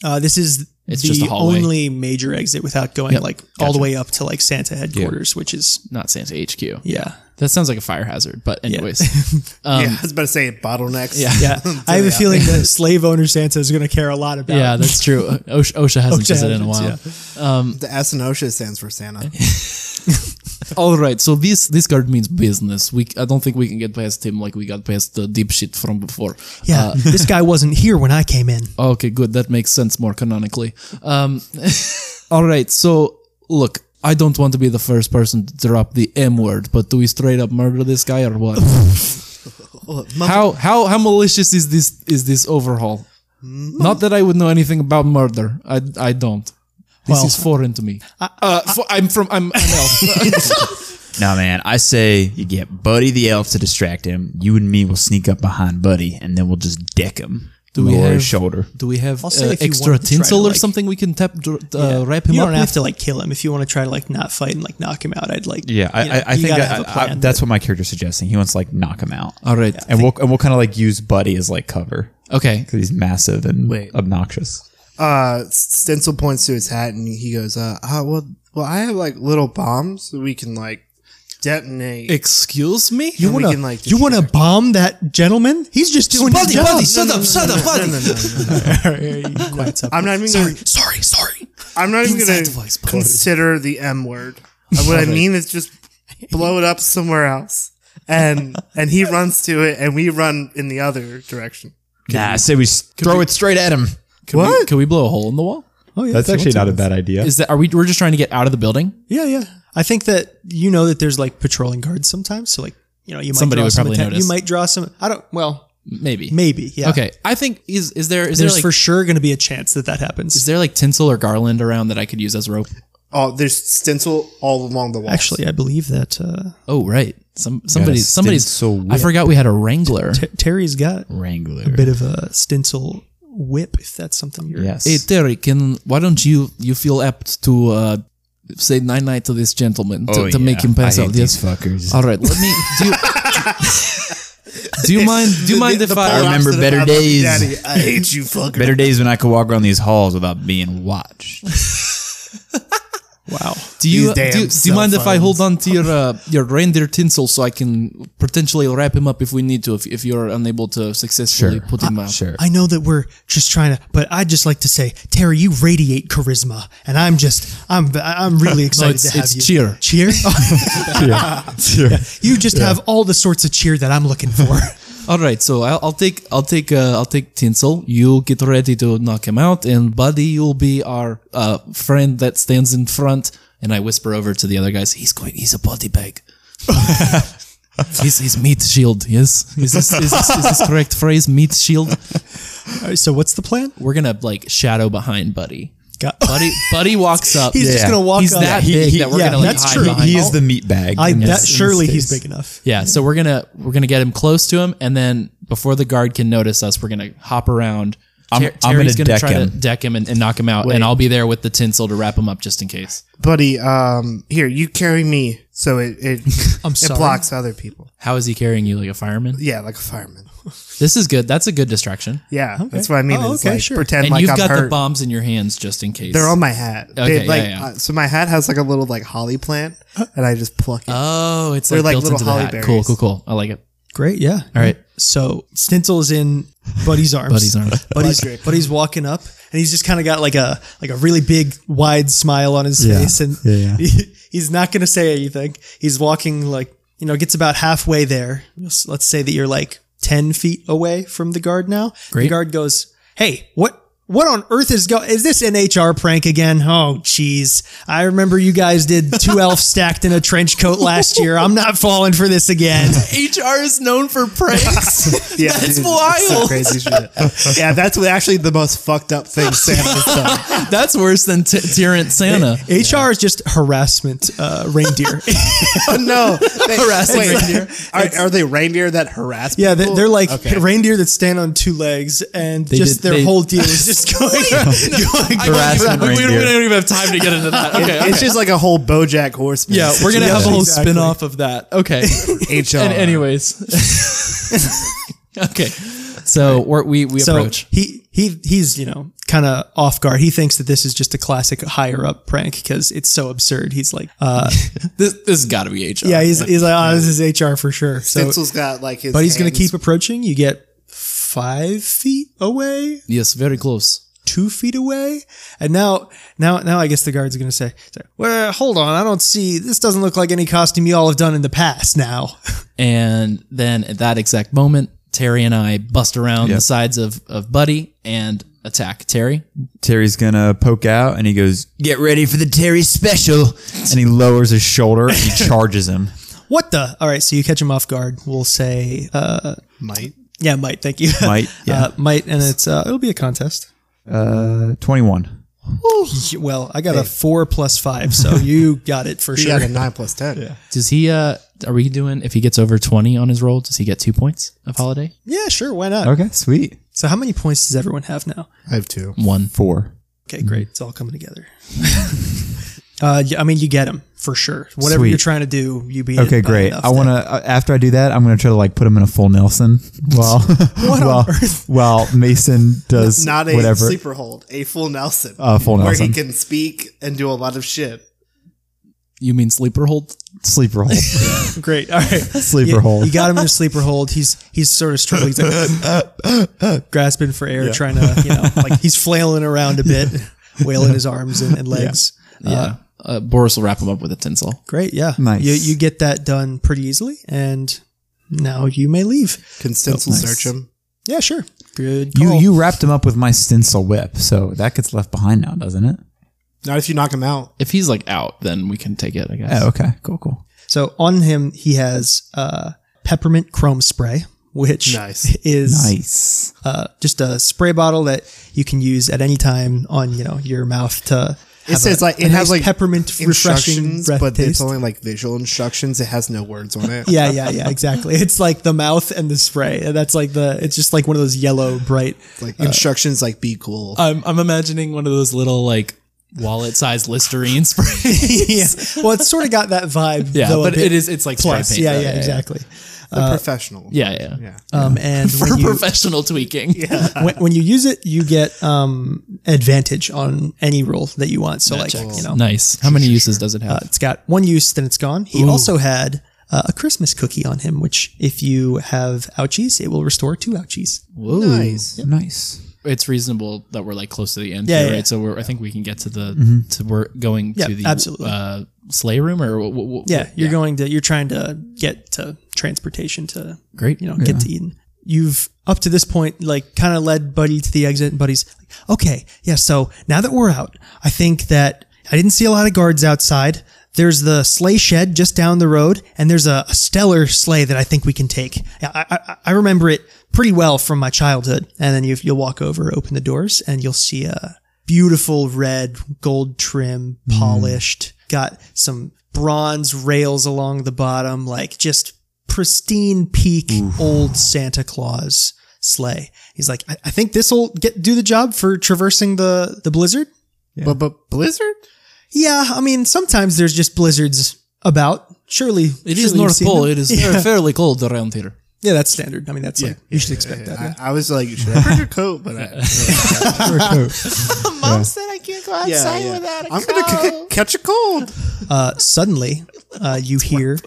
Speaker 1: Uh, this is
Speaker 2: It's
Speaker 1: the
Speaker 2: just a hallway.
Speaker 1: only major exit without going
Speaker 2: Yep,
Speaker 1: like all the
Speaker 2: gotcha.
Speaker 1: way up to like Santa headquarters, which is
Speaker 2: Not Santa HQ.
Speaker 1: yeah.
Speaker 2: That sounds like a fire hazard, but anyways.
Speaker 3: yeah, I was about to say bottlenecks. Yeah.
Speaker 1: Yeah, I have a feeling that slave owner Santa is going to care a lot about.
Speaker 2: yeah, that's true. OSHA, OSHA hasn't visited in a while.
Speaker 1: yeah.
Speaker 3: The S and OSHA stands for Santa.
Speaker 2: All right, so this this card means business. We I don't think we can get past him like we got past the deep shit from before. Uh,
Speaker 1: Yeah, this guy wasn't here when I came in.
Speaker 2: Okay, good. That makes sense more canonically. Um, all right, so look, I don't want to be the first person to drop the M word, but do we straight up murder this guy or what? how how how malicious is this is this overhaul? Not that I would know anything about murder. I I don't. This is foreign to me. uh, fo- I'm from I'm, I'm elf.
Speaker 8: No, man, I say you get Buddy the elf to distract him. You and me will sneak up behind Buddy, and then we'll just deck him.
Speaker 2: Do we
Speaker 4: Laura's
Speaker 2: have-
Speaker 4: shoulder.
Speaker 2: Do we have
Speaker 1: I'll say
Speaker 2: uh,
Speaker 1: if you
Speaker 2: extra
Speaker 1: want to try to,
Speaker 2: tinsel or
Speaker 1: like-
Speaker 2: something we can tap dr- uh, wrap him
Speaker 1: You
Speaker 2: up
Speaker 1: don't have to
Speaker 2: with?
Speaker 1: like kill him if you want to try to like not fight and like knock him out. I'd like
Speaker 4: Yeah, I,
Speaker 1: you
Speaker 4: I,
Speaker 1: know,
Speaker 4: I
Speaker 1: you
Speaker 4: think
Speaker 1: gotta
Speaker 4: I,
Speaker 1: have a
Speaker 4: I,
Speaker 1: plan.
Speaker 4: that's what my character's suggesting. He wants to like knock him out,
Speaker 2: All right.
Speaker 4: and we'll and we'll kind of like use Buddy as like cover
Speaker 2: Okay.
Speaker 4: because he's massive and
Speaker 2: Wait.
Speaker 4: obnoxious.
Speaker 3: uh stencil points to his hat and he goes uh, uh well well i have like little bombs that we can like detonate
Speaker 2: Excuse me.
Speaker 9: You
Speaker 3: And we
Speaker 9: want to
Speaker 3: can, like,
Speaker 9: you want to
Speaker 3: distract-
Speaker 9: bomb that gentleman? He's just doing his
Speaker 2: Buddy,
Speaker 9: job.
Speaker 2: buddy, shut up, shut up, buddy.
Speaker 3: No, no, no, no, no.
Speaker 1: quiets up.
Speaker 3: i'm not even gonna
Speaker 2: Sorry, sorry.
Speaker 3: i'm not even
Speaker 2: Inside
Speaker 3: gonna
Speaker 2: the voice box.
Speaker 3: consider the m word Uh, what i mean is just blow it up somewhere else and and he runs to it and we run in the other direction
Speaker 4: nah, I say we s- throw it straight at him.
Speaker 2: Can We, can we blow a hole in the wall?
Speaker 9: Oh, yeah, if
Speaker 4: That's
Speaker 9: you
Speaker 4: actually
Speaker 9: want
Speaker 4: not
Speaker 9: to.
Speaker 4: a bad idea.
Speaker 2: Is that are we? We're just trying to get out of the building.
Speaker 1: Yeah, yeah. I think that you know that there's like patrolling guards sometimes. So like you know you might
Speaker 2: Somebody
Speaker 1: draw
Speaker 2: would
Speaker 1: some
Speaker 2: probably
Speaker 1: atten-
Speaker 2: notice.
Speaker 1: You might draw some. I don't. Well,
Speaker 2: Maybe.
Speaker 1: maybe. Yeah.
Speaker 2: Okay. I think is is there
Speaker 1: There's
Speaker 2: is there like
Speaker 1: for sure going to be a chance that that happens.
Speaker 2: is there like tinsel or garland around that I could use as rope?
Speaker 3: oh there's stencil all along the wall
Speaker 1: Actually, I believe that uh,
Speaker 2: Oh right. Some somebody
Speaker 4: stinks
Speaker 2: somebody's.
Speaker 4: so
Speaker 2: I forgot we had a wrangler.
Speaker 1: Ter- Terry's got
Speaker 4: Wrangler.
Speaker 1: a bit of a stencil whip. If that's something you're.
Speaker 4: Yes.
Speaker 2: Hey Terry, can why don't you you feel apt to uh, say nine night to this gentleman to,
Speaker 4: Oh,
Speaker 2: to make
Speaker 4: yeah.
Speaker 2: him pass
Speaker 4: I
Speaker 2: out?
Speaker 4: hate
Speaker 2: Yes.
Speaker 4: these fuckers.
Speaker 2: All right. Let me. Do you, do you mind? Do you mind if I
Speaker 4: I remember
Speaker 3: Opposite
Speaker 4: better
Speaker 3: of I love
Speaker 4: days.
Speaker 3: you, Daddy. i hate you fucker
Speaker 4: Better days when I could walk around these halls without being watched.
Speaker 1: Wow.
Speaker 2: Do you
Speaker 3: These damn
Speaker 2: do, do you
Speaker 3: cell
Speaker 2: mind if I
Speaker 3: phones.
Speaker 2: hold on to your uh, your reindeer tinsel so I can potentially wrap him up if we need to if, if you're unable to successfully put him out?
Speaker 4: Sure.
Speaker 9: I know that we're just trying to, but I'd just like to say, Terry, you radiate charisma, and I'm just, I'm, I'm really excited
Speaker 2: it's-
Speaker 9: to have
Speaker 2: it's
Speaker 9: you. cheer,
Speaker 2: cheer.
Speaker 9: You just have all the sorts of cheer that I'm looking for.
Speaker 2: All right, so I'll, I'll take I'll take uh, I'll take tinsel. You get ready to knock him out, and Buddy, you'll be our uh, friend that stands in front. And I whisper over to the other guys, "He's going. He's a body bag. he's, he's meat shield. Yes, is this, is this is this correct phrase? Meat shield.
Speaker 1: All right, so what's the plan?
Speaker 2: We're gonna like shadow behind Buddy.
Speaker 1: Got.
Speaker 2: Buddy, Buddy walks up.
Speaker 1: He's just
Speaker 4: Yeah.
Speaker 1: gonna walk
Speaker 2: He's
Speaker 1: up.
Speaker 2: that big that we're gonna like hide behind.
Speaker 4: He is the meat bag.
Speaker 1: I
Speaker 4: in
Speaker 1: that
Speaker 4: this- in
Speaker 1: surely
Speaker 4: this
Speaker 1: he's
Speaker 4: case.
Speaker 1: big enough.
Speaker 2: Yeah, so we're gonna we're gonna get him close to him, and then before the guard can notice us, we're gonna hop around.
Speaker 4: I'm-
Speaker 2: Ter-
Speaker 4: I'm
Speaker 2: Terry's
Speaker 4: gonna
Speaker 2: gonna
Speaker 4: deck
Speaker 2: try to
Speaker 4: him.
Speaker 2: deck him and, and knock him out, and I'll be there with the tinsel to wrap him up just in case.
Speaker 3: buddy um here you carry me so it it, it
Speaker 1: sorry?
Speaker 3: blocks other people
Speaker 2: How is he carrying you like a fireman?
Speaker 3: yeah like a fireman
Speaker 2: This is good. That's a good distraction.
Speaker 3: yeah that's what i mean
Speaker 1: Oh,
Speaker 3: it's
Speaker 1: okay,
Speaker 3: like
Speaker 1: sure.
Speaker 3: pretend
Speaker 2: And
Speaker 3: like
Speaker 2: you've
Speaker 3: i'm
Speaker 2: got the
Speaker 3: hurt
Speaker 2: bombs in your hands just in case.
Speaker 3: they're on my hat
Speaker 2: Okay,
Speaker 3: They, like
Speaker 2: yeah, yeah.
Speaker 3: Uh, so my hat has like a little like holly plant and i just pluck it
Speaker 2: oh, it's
Speaker 3: They're
Speaker 2: like,
Speaker 3: like
Speaker 2: built
Speaker 3: little
Speaker 2: into the
Speaker 3: holly
Speaker 2: hat. Cool,
Speaker 3: berries.
Speaker 2: cool, cool. I like it.
Speaker 1: Great. Yeah.
Speaker 2: All right,
Speaker 1: So stencil is in Buddy's arms.
Speaker 2: Buddy's arms.
Speaker 1: Buddy's, Buddy's walking up, and he's just kind of got like a like a really big wide smile on his face, and
Speaker 4: Yeah, yeah.
Speaker 1: he- he's not gonna say anything. He's walking like you know gets about halfway there. Let's let's say that you're like ten feet away from the guard now. The guard goes, "Hey, what?" What on earth is go? Is this an HR prank again? Oh, jeez! I remember you guys did two elf stacked in a trench coat last year. I'm not falling for this again.
Speaker 2: HR is known for pranks.
Speaker 3: yeah,
Speaker 2: that's
Speaker 3: dude, it's some
Speaker 2: wild.
Speaker 3: crazy shit. yeah, that's actually the most fucked up thing Sam has done.
Speaker 2: that's worse than t- Tyrant Santa.
Speaker 1: HR is just harassment uh, reindeer.
Speaker 3: Oh, no, they,
Speaker 2: Harassing
Speaker 3: wait,
Speaker 2: reindeer.
Speaker 3: Are, are they reindeer that harass?
Speaker 1: yeah, they,
Speaker 3: people?
Speaker 1: they're like
Speaker 3: Okay.
Speaker 1: reindeer that stand on two legs, and just
Speaker 2: did-
Speaker 1: their
Speaker 2: they-
Speaker 1: whole deal is just going. going
Speaker 4: Harassment
Speaker 2: we, we
Speaker 4: reindeer.
Speaker 2: don't even have time to get into that. Okay,
Speaker 3: It's just like a whole BoJack Horseman.
Speaker 2: Yeah, we're gonna have a whole
Speaker 1: Exactly.
Speaker 2: spin-off of that. Okay.
Speaker 3: HR.
Speaker 2: and anyways. okay. So we're, we we
Speaker 1: so
Speaker 2: approach.
Speaker 1: he he he's you know kind of off guard. He thinks that this is just a classic higher up prank because it's so absurd. He's like, uh,
Speaker 2: This this has got to be HR.
Speaker 1: yeah, he's he's like, oh, this is HR for sure. So,
Speaker 3: Stencil's got like his.
Speaker 1: but he's gonna
Speaker 3: hands-
Speaker 1: keep approaching. You get five feet away,
Speaker 2: Yes, very close.
Speaker 1: two feet away. And now, now, now, I guess the guard's going to say, say, "Well, hold on, I don't see. This doesn't look like any costume you all have done in the past." Now,
Speaker 2: And then at that exact moment, Terry and I bust around the sides of of Buddy and attack Terry.
Speaker 4: Terry's gonna poke out, and he goes, "Get ready for the Terry special." And he lowers his shoulder and he charges him.
Speaker 1: what the? All right, so you catch him off guard. We'll say, uh,
Speaker 3: Might.
Speaker 1: "Yeah, might." Thank you,
Speaker 4: Might, yeah.
Speaker 1: uh, might, and it's uh, it'll be a contest.
Speaker 4: Uh, Twenty-one.
Speaker 1: Well, I got a four plus five, so you got it for
Speaker 3: He
Speaker 1: sure.
Speaker 3: got a nine plus ten.
Speaker 2: Does he uh Are we doing if he gets over twenty on his roll? Does he get two points of holiday?
Speaker 1: Yeah, sure. Why not?
Speaker 4: Okay, sweet.
Speaker 1: So, how many points does everyone have now?
Speaker 10: I have two.
Speaker 2: One.
Speaker 4: Four.
Speaker 1: Okay, great. It's all coming together. uh, yeah, I mean, you get them for sure. Whatever
Speaker 4: Sweet.
Speaker 1: you're trying to do, you beat.
Speaker 4: Okay, great. I want to. After I do that, I'm gonna try to like put him in a full Nelson while while, while Mason does
Speaker 3: Not a
Speaker 4: whatever.
Speaker 3: sleeper hold, a full Nelson.
Speaker 4: Uh, full
Speaker 3: where
Speaker 4: Nelson.
Speaker 3: he can speak and do a lot of shit.
Speaker 2: You mean sleeper hold?
Speaker 4: sleeper hold.
Speaker 1: to. Great. All right.
Speaker 4: sleeper
Speaker 1: You-
Speaker 4: hold.
Speaker 1: You got him in a sleeper hold. He's he's sort of struggling, he's like, grasping for air, trying to you know, like he's flailing around a bit, wailing his arms and, and legs.
Speaker 2: Yeah. Uh, Boris will wrap him up with a tinsel.
Speaker 1: Great, yeah,
Speaker 4: Nice.
Speaker 1: You you get that done pretty easily, and now you may leave.
Speaker 3: Can stencil search him.
Speaker 1: Yeah, sure. Good.
Speaker 4: you
Speaker 1: call.
Speaker 4: you wrapped him up with my stencil whip, so that gets left behind now, doesn't it?
Speaker 3: Not if you knock him out.
Speaker 2: If he's like out, then we can take it. I guess.
Speaker 4: Oh, okay, cool, cool.
Speaker 1: So on him, he has uh, peppermint chrome spray, which
Speaker 3: Nice.
Speaker 1: is
Speaker 4: Nice.
Speaker 1: uh, just a spray bottle that you can use at any time on you know your mouth to.
Speaker 3: It says like it
Speaker 1: a
Speaker 3: has
Speaker 1: nice
Speaker 3: like
Speaker 1: peppermint, refreshing
Speaker 3: instructions,
Speaker 1: breath
Speaker 3: but
Speaker 1: taste.
Speaker 3: it's only like visual instructions. It has no words on it.
Speaker 1: yeah, yeah, yeah, exactly. It's like the mouth and the spray. And that's like the. It's just like one of those yellow, bright.
Speaker 3: like instructions like be cool.
Speaker 2: I'm I'm imagining one of those little like wallet sized Listerine sprays.
Speaker 1: yeah. Well, it's sort of got that vibe.
Speaker 2: yeah,
Speaker 1: though a
Speaker 2: but
Speaker 1: bit
Speaker 2: it is it's like
Speaker 1: plus.
Speaker 2: spray paint.
Speaker 1: yeah,
Speaker 2: though.
Speaker 1: yeah, exactly.
Speaker 3: the professional.
Speaker 2: Yeah, yeah.
Speaker 1: Um, and
Speaker 2: For
Speaker 1: when you,
Speaker 2: professional tweaking. Yeah.
Speaker 1: when, when you use it, you get um, advantage on any roll that you want. So, like you know,
Speaker 2: Nice. How many uses does it have?
Speaker 1: Uh, it's got one use, then it's gone. He also had uh, a Christmas cookie on him, which if you have ouchies, it will restore two ouchies.
Speaker 3: Nice.
Speaker 4: Nice.
Speaker 2: it's reasonable that we're like close to the end
Speaker 1: Yeah,
Speaker 2: here,
Speaker 1: yeah, yeah.
Speaker 2: right? So we're, I think we can get to the to we're going
Speaker 1: Yeah,
Speaker 2: to the
Speaker 1: absolutely.
Speaker 2: uh sleigh room or w- w-
Speaker 1: Yeah, you're going to you're trying to get to transportation to
Speaker 2: Great.
Speaker 1: you know get to Eden. You've up to this point like kind of led Buddy to the exit, and Buddy's like, okay, yeah. So now that we're out, I think that I didn't see a lot of guards outside. There's the sleigh shed just down the road, and there's a, a stellar sleigh that I think we can take. Yeah, I, I, I remember it pretty well from my childhood. And then you, you'll walk over, open the doors, and you'll see a beautiful red, gold trim,
Speaker 2: Mm.
Speaker 1: polished, got some bronze rails along the bottom, like just pristine peak old Santa Claus sleigh. He's like, I, I think this will get do the job for traversing the the blizzard.
Speaker 3: But but Blizzard?
Speaker 1: Yeah, I mean sometimes there's just blizzards about. Surely
Speaker 2: It is
Speaker 1: surely you've
Speaker 2: North
Speaker 1: seen
Speaker 2: Pole.
Speaker 1: them.
Speaker 2: It is very- fairly cold around here.
Speaker 1: Yeah, that's standard. I mean that's like you should expect that. yeah.
Speaker 3: I, I was like, should I bring a coat? But I,
Speaker 4: Yeah.
Speaker 3: yeah, yeah. I'm gonna c- c- catch a cold.
Speaker 1: uh, suddenly uh, you hear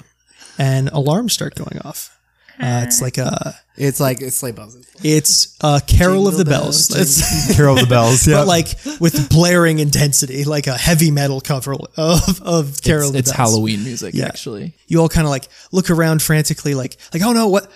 Speaker 1: an alarm start going off. Uh, it's like a
Speaker 3: It's like it's sleigh bells.
Speaker 1: it's a carol of the bells, It's-
Speaker 4: Carol of the Bells. Yeah.
Speaker 1: but like with blaring intensity, like a heavy metal cover of of carol.
Speaker 2: It's,
Speaker 1: of the
Speaker 2: it's
Speaker 1: bells.
Speaker 2: Halloween music, actually.
Speaker 1: You all kind of like look around frantically, like like oh no, what?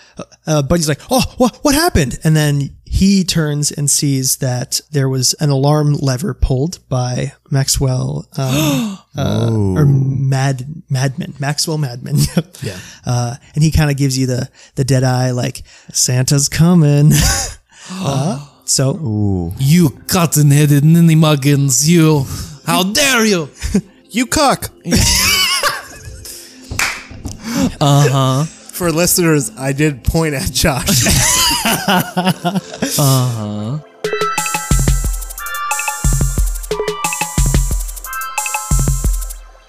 Speaker 1: Uh, Buddy's like oh what what happened? And then he turns and sees that there was an alarm lever pulled by Maxwell um, uh, or Mad Madman Maxwell Madman. yeah. Uh, and he kind of gives you the the dead eye, like Santa's coming. Uh, so
Speaker 2: You cotton headed ninny muggins, you. How dare you?
Speaker 3: You cock. uh huh. For listeners, I did point at Josh. Uh-huh.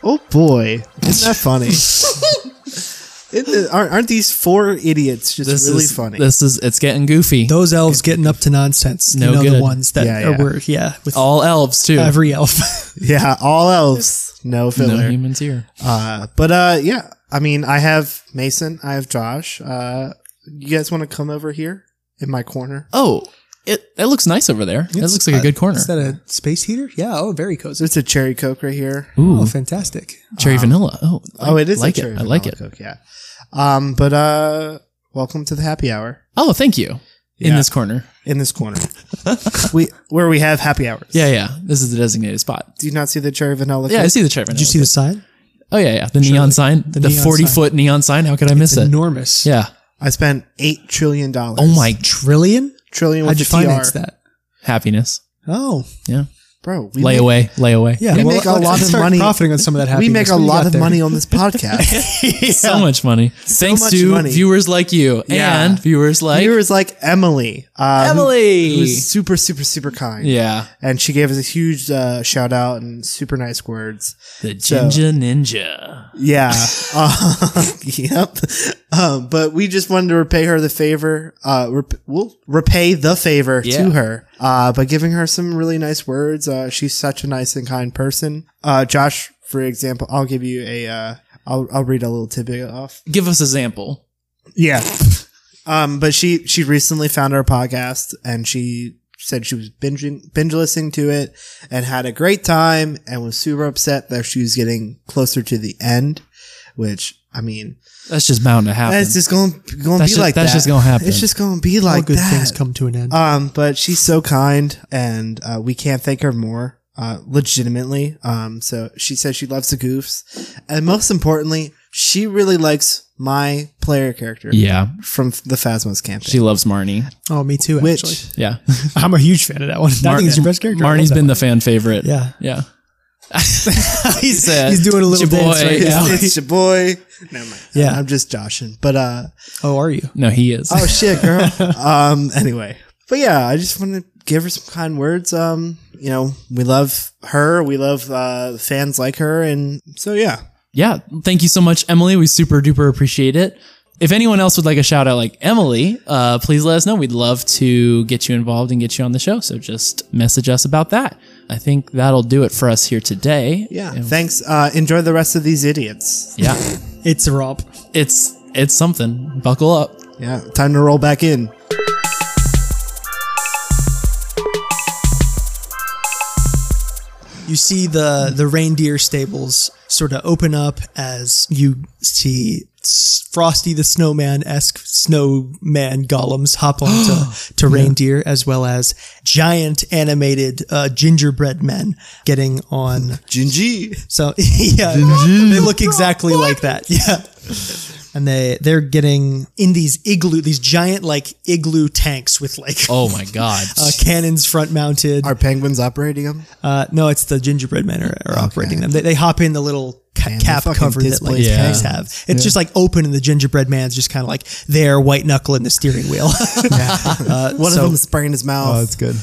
Speaker 3: Oh boy, isn't that funny? Isn't it- aren't, aren't these four idiots just
Speaker 2: This
Speaker 3: really
Speaker 2: is
Speaker 3: funny?
Speaker 2: This is it's getting goofy.
Speaker 1: those elves getting up to nonsense.
Speaker 2: No
Speaker 1: you know the
Speaker 2: good.
Speaker 1: ones that
Speaker 3: Yeah,
Speaker 1: are
Speaker 3: yeah.
Speaker 1: were yeah with
Speaker 2: All elves too.
Speaker 1: every elf.
Speaker 3: yeah, all elves, no
Speaker 2: no
Speaker 3: filler.
Speaker 2: humans here.
Speaker 3: Uh, but uh, yeah, I mean, I have Mason, I have Josh. Uh, you guys want to come over here in my corner?
Speaker 2: Oh, it it looks nice over there. That looks like a good corner.
Speaker 1: Is that a space heater? Yeah. Oh, very cozy.
Speaker 3: It's a cherry coke right here.
Speaker 1: Oh, fantastic.
Speaker 2: Cherry vanilla. Oh,
Speaker 3: oh, it is
Speaker 2: like
Speaker 3: a cherry
Speaker 2: it. I like it.
Speaker 3: vanilla Coke, yeah. Um, but uh, welcome to the happy hour
Speaker 2: Oh, thank you. In
Speaker 3: Yeah.
Speaker 2: this corner.
Speaker 3: in this corner. we where we have happy hours.
Speaker 2: Yeah, yeah. This is the designated spot.
Speaker 3: Do you not see the cherry vanilla?
Speaker 2: Yeah, I
Speaker 3: Coke?
Speaker 2: see the cherry vanilla.
Speaker 1: Did you see the sign?
Speaker 2: Oh yeah, yeah. The neon sign, the,
Speaker 1: neon
Speaker 2: forty
Speaker 1: sign.
Speaker 2: foot neon sign. How could I miss it?
Speaker 1: Enormous.
Speaker 2: yeah.
Speaker 3: I spent eight trillion dollars.
Speaker 2: Oh my
Speaker 1: Trillion?
Speaker 3: trillion
Speaker 1: How'd
Speaker 3: with
Speaker 1: you
Speaker 3: the TR.
Speaker 1: finance that?
Speaker 2: happiness.
Speaker 1: Oh.
Speaker 2: Yeah.
Speaker 3: bro. We make-
Speaker 2: Layaway, layaway.
Speaker 1: Yeah,
Speaker 3: we make a
Speaker 1: let's
Speaker 3: lot of
Speaker 1: start
Speaker 3: money.
Speaker 1: profiting on some of that
Speaker 3: we
Speaker 1: happiness.
Speaker 3: make a
Speaker 1: What do you
Speaker 3: lot
Speaker 1: got
Speaker 3: of
Speaker 1: there?
Speaker 3: money on this podcast.
Speaker 2: So much money. Thanks
Speaker 3: much
Speaker 2: to
Speaker 3: money.
Speaker 2: viewers like you
Speaker 3: Yeah.
Speaker 2: and viewers like
Speaker 3: Here is like Emily. Uh, who-
Speaker 2: Emily.
Speaker 3: who was super, super, super kind.
Speaker 2: yeah,
Speaker 3: And she gave us a huge uh, shout out and super nice words.
Speaker 2: the Ginger Ninja.
Speaker 3: Yeah. uh, yep. Um, but we just wanted to repay her the favor. Uh, rep- we'll repay the favor
Speaker 2: Yeah.
Speaker 3: to her uh, by giving her some really nice words. Uh, she's such a nice and kind person. Uh, Josh, for example, I'll give you a. Uh, I'll, I'll read a little tidbit off.
Speaker 2: Give us a sample.
Speaker 3: Yeah. Um, but she she recently found our podcast and she said she was binging binge listening to it and had a great time and was super upset that she was getting closer to the end, which I mean
Speaker 2: That's just bound to happen.
Speaker 3: that's just going going to be
Speaker 2: That's ju-
Speaker 3: like
Speaker 2: that's
Speaker 3: that.
Speaker 2: just gonna happen.
Speaker 3: It's just going to be
Speaker 1: All
Speaker 3: like
Speaker 1: good
Speaker 3: that.
Speaker 1: things come to an end.
Speaker 3: Um, but she's so kind, and uh, we can't thank her more. Uh, legitimately. Um, so she says she loves the goofs, and most importantly, she really likes my player character.
Speaker 2: yeah,
Speaker 3: from the Phasmos campaign.
Speaker 2: she loves Marnie.
Speaker 1: oh, me too.
Speaker 3: which
Speaker 1: actually,
Speaker 2: Yeah,
Speaker 1: I'm a huge fan of that one. I think it's your best character. I
Speaker 2: Marnie's
Speaker 1: love
Speaker 2: been the fan favorite.
Speaker 1: Yeah.
Speaker 2: yeah. he's uh,
Speaker 1: he's doing a little
Speaker 2: your
Speaker 1: dance right
Speaker 2: yeah.
Speaker 1: now.
Speaker 3: it's your boy. No, my,
Speaker 1: Yeah.
Speaker 3: I'm just joshing. But uh,
Speaker 1: that. Oh, are you?
Speaker 2: No, he is.
Speaker 3: oh shit, girl. um, anyway, but yeah, I just want to give her some kind words. Um, you know, we love her. We love uh, fans like her, and so yeah.
Speaker 2: yeah, thank you so much, Emily. We super duper appreciate it. If anyone else would like a shout out like Emily, uh, please let us know. We'd love to get you involved and get you on the show. So just message us about that. I think that'll do it for us here today.
Speaker 3: Yeah. Thanks. Uh, enjoy the rest of these idiots.
Speaker 2: Yeah.
Speaker 1: It's a romp.
Speaker 2: It's it's something. Buckle up.
Speaker 3: Yeah. Time to roll back in.
Speaker 1: You see the the reindeer stables sort of open up as you see s- Frosty the Snowman esque snowman golems hop onto to reindeer, as well as giant animated uh, gingerbread men getting on.
Speaker 3: Gingy.
Speaker 1: So yeah, they look exactly like that. Yeah. And they they're getting in these igloo these giant like igloo tanks with like
Speaker 2: Oh my god.
Speaker 1: uh, cannons front mounted.
Speaker 3: Are penguins operating them?
Speaker 1: Uh, no, it's the gingerbread men are, are operating them. They, they hop in the little ca-
Speaker 3: Man,
Speaker 1: cap
Speaker 3: they're fucking
Speaker 1: cover that like
Speaker 3: displaced
Speaker 2: Yeah.
Speaker 1: tanks have. It's just like open, and the gingerbread man's just kind of like there, white knuckling the steering wheel. uh,
Speaker 3: One
Speaker 1: so-
Speaker 3: of them is spraying his mouth.
Speaker 4: Oh, that's good.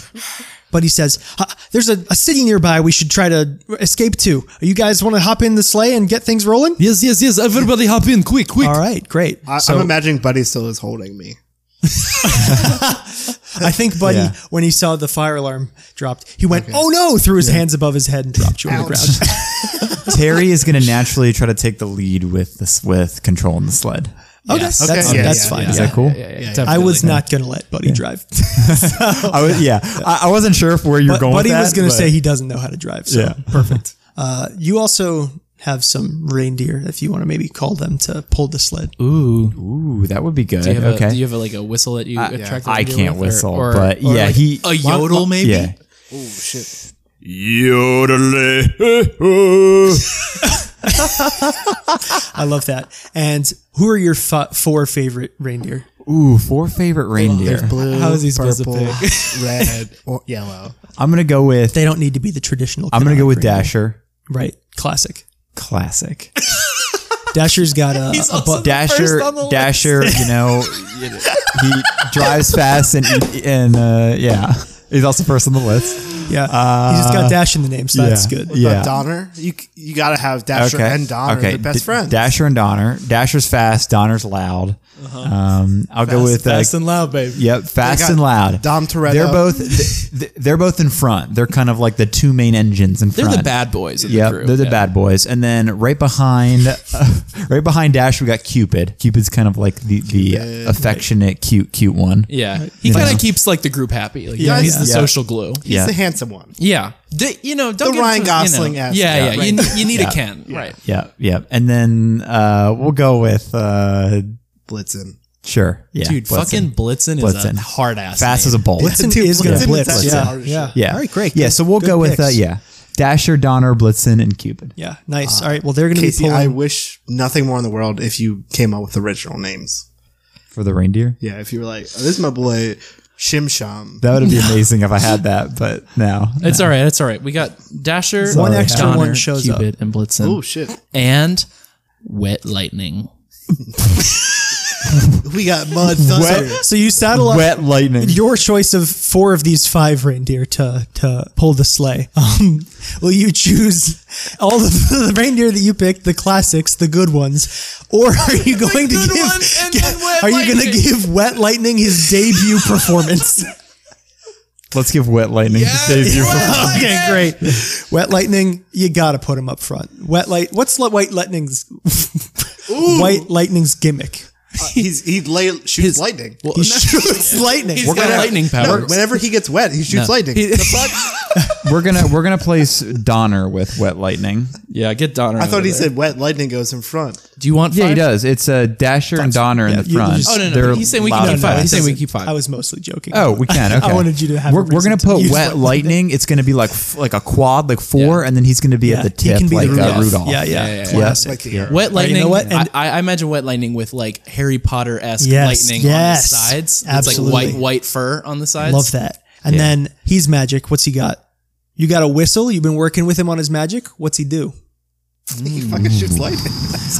Speaker 1: but he says, "Ha, "There's a, a city nearby. We should try to escape to. You guys want to hop in the sleigh and get things rolling?
Speaker 2: yes, yes, yes. Everybody hop in quick, quick.
Speaker 1: All right, great.
Speaker 3: I, I'm imagining Buddy still is holding me.
Speaker 1: I think Buddy,
Speaker 4: Yeah.
Speaker 1: when he saw the fire alarm dropped, he went, "Oh no!" threw his hands above his head and dropped you on the ground.
Speaker 4: Terry is going to naturally try to take the lead with this with controlling the sled.
Speaker 1: okay,
Speaker 2: Yes.
Speaker 1: that's,
Speaker 3: Okay, yeah,
Speaker 1: that's
Speaker 3: yeah,
Speaker 1: fine.
Speaker 4: Is that cool?
Speaker 1: I was not gonna let Buddy drive.
Speaker 4: I was, yeah, I, I wasn't sure if where you're
Speaker 1: But
Speaker 4: going.
Speaker 1: Buddy
Speaker 4: with that,
Speaker 1: was going to
Speaker 4: but-
Speaker 1: say he doesn't know how to drive. So
Speaker 4: Yeah.
Speaker 1: perfect. Uh, you also have some reindeer, if you want to maybe call them to pull the sled.
Speaker 2: Ooh.
Speaker 4: Ooh, that would be good.
Speaker 2: Do you have,
Speaker 4: okay,
Speaker 2: a, do you have a, like a whistle that you attract?
Speaker 4: I
Speaker 2: reindeer
Speaker 4: can't
Speaker 2: with, or-
Speaker 4: whistle,
Speaker 2: or-
Speaker 4: but
Speaker 2: or
Speaker 4: yeah,
Speaker 2: like
Speaker 4: he
Speaker 2: a yodel maybe.
Speaker 4: Yeah,
Speaker 1: I love that. And who are your fo- four favorite reindeer?
Speaker 4: ooh, four favorite reindeer.
Speaker 3: Blue,
Speaker 2: How is he supposed to
Speaker 3: red, or yellow.
Speaker 4: I'm gonna go with
Speaker 1: They don't need to be the traditional.
Speaker 4: I'm gonna go with
Speaker 1: canine
Speaker 4: Dasher.
Speaker 1: reindeer. Right, classic.
Speaker 4: Classic.
Speaker 1: Dasher's got a, a bu-
Speaker 4: Dasher, Dasher, you know, he drives fast and and uh, yeah, he's also first on the list.
Speaker 1: yeah. he just got Dash in the name, so that's
Speaker 4: Uh, yeah.
Speaker 1: good.
Speaker 4: Yeah.
Speaker 3: But Donner, you you gotta have Dasher and Donner, they're best
Speaker 4: D-
Speaker 3: friends.
Speaker 4: Dasher and Donner. Dasher's fast. Donner's loud. Um, I'll go with uh,
Speaker 2: Uh-huh. Fast and loud, baby.
Speaker 4: Yep, fast
Speaker 3: got
Speaker 4: and loud.
Speaker 3: Dom Toretto.
Speaker 4: They're both th- th- they're both in front. They're kind of like the two main engines in
Speaker 2: They're
Speaker 4: front.
Speaker 2: the bad boys. Of
Speaker 4: Yep,
Speaker 2: the crew.
Speaker 4: they're the
Speaker 2: Yeah.
Speaker 4: bad boys. And then right behind, right behind Dash, we got Cupid. Cupid's kind of like the the affectionate, cute, cute one.
Speaker 2: Yeah, he kind of keeps like the group happy. Like,
Speaker 3: Yeah.
Speaker 2: he's the
Speaker 4: Yeah.
Speaker 2: social glue.
Speaker 3: He's
Speaker 4: Yeah.
Speaker 3: the handsome one.
Speaker 2: Yeah, D- you know, don't
Speaker 3: The
Speaker 2: get
Speaker 3: Ryan
Speaker 2: twisted,
Speaker 3: Gosling
Speaker 2: You know.
Speaker 3: aspect.
Speaker 2: Yeah, yeah.
Speaker 3: Yeah.
Speaker 2: You, you need a Ken, right?
Speaker 4: Yeah, yeah. And then uh, we'll go with uh,
Speaker 3: Blitzen.
Speaker 4: sure, yeah,
Speaker 2: Dude, fucking Blitzen is
Speaker 4: Blitzen.
Speaker 2: a hard ass.
Speaker 4: fast
Speaker 2: name.
Speaker 4: as a bolt.
Speaker 1: Blitzen
Speaker 3: Dude,
Speaker 1: is going to
Speaker 3: Blitzen's
Speaker 1: blitz.
Speaker 3: actually
Speaker 1: Yeah,
Speaker 3: hard as
Speaker 1: yeah,
Speaker 3: shit.
Speaker 4: Yeah.
Speaker 1: All right, great.
Speaker 4: Yeah,
Speaker 1: Good-
Speaker 4: so we'll
Speaker 1: good
Speaker 4: go with uh,
Speaker 1: picks.
Speaker 4: yeah, Dasher, Donner, Blitzen, and Cupid.
Speaker 1: yeah. Nice. All right. Well, they're going to be
Speaker 3: Casey,
Speaker 1: pulling.
Speaker 3: I wish nothing more in the world if you came up with original names.
Speaker 4: For the reindeer,
Speaker 3: Yeah, if you were like, oh, this is my boy Shimsham.
Speaker 4: That would be amazing if I had that, but no.
Speaker 2: It's all right. It's all right. We got Dasher,
Speaker 1: One extra
Speaker 2: Donner,
Speaker 1: one shows up.
Speaker 2: Cupid, and Blitzen,
Speaker 3: Oh shit.
Speaker 2: and Wet Lightning.
Speaker 3: We got mud thunder.
Speaker 1: So you saddle up
Speaker 4: Wet lightning.
Speaker 1: your choice of four of these five reindeer to to pull the sleigh. Um, will you choose all of the reindeer that you picked, the classics, the good ones, or are you going to
Speaker 2: good
Speaker 1: give?
Speaker 2: one and then Wet
Speaker 1: are you going to
Speaker 2: Lightning.
Speaker 1: give Wet Lightning his debut performance?
Speaker 4: Let's give wet lightning to save you. from-
Speaker 1: okay, great. Wet Lightning, you got to put him up front. Wet light. What's li- White Lightning's White Lightning's gimmick?
Speaker 3: Uh, He's he lay, shoots lightning.
Speaker 1: He shoots lightning.
Speaker 2: He's got lightning
Speaker 3: No,
Speaker 2: powers.
Speaker 3: whenever he gets wet, he shoots lightning. The fuck?
Speaker 4: We're gonna we're gonna place Donner with wet lightning.
Speaker 2: yeah, get Donner.
Speaker 3: I thought he said wet lightning goes in front.
Speaker 2: "Do you want?"
Speaker 4: Yeah,
Speaker 2: Five?
Speaker 4: he does. It's a Dasher and Donner in the
Speaker 1: you
Speaker 4: front.
Speaker 1: just-
Speaker 2: Oh no, no.
Speaker 4: They're
Speaker 2: he's saying we can
Speaker 4: loud
Speaker 2: keep five.
Speaker 4: enough.
Speaker 2: He's saying we can keep five.
Speaker 1: I was mostly joking.
Speaker 4: Oh, we can. Okay.
Speaker 1: I wanted you to have a
Speaker 4: We're, we're
Speaker 1: reason
Speaker 4: gonna
Speaker 1: to
Speaker 4: put
Speaker 1: use
Speaker 4: wet
Speaker 1: wet
Speaker 4: lightning. It's gonna be like f- like a quad, like four, and then he's gonna be at the
Speaker 1: he
Speaker 4: tip,
Speaker 1: can be
Speaker 4: like
Speaker 1: the
Speaker 4: uh,
Speaker 1: Rudolph.
Speaker 4: Rudolph.
Speaker 1: Yeah, yeah,
Speaker 2: yeah, yeah.
Speaker 1: Classic.
Speaker 3: Like the
Speaker 2: Wet lightning.
Speaker 1: you know what? And-
Speaker 2: I, I imagine wet lightning with like Harry Potter esque
Speaker 1: Yes,
Speaker 2: lightning
Speaker 1: yes,
Speaker 2: on the sides.
Speaker 1: absolutely.
Speaker 2: It's like white white fur on the sides.
Speaker 1: Love that. And then he's magic. What's he got? You got a whistle. You've been working with him on his magic. What's he do?
Speaker 3: He fucking
Speaker 4: Mm.
Speaker 3: shoots lightning.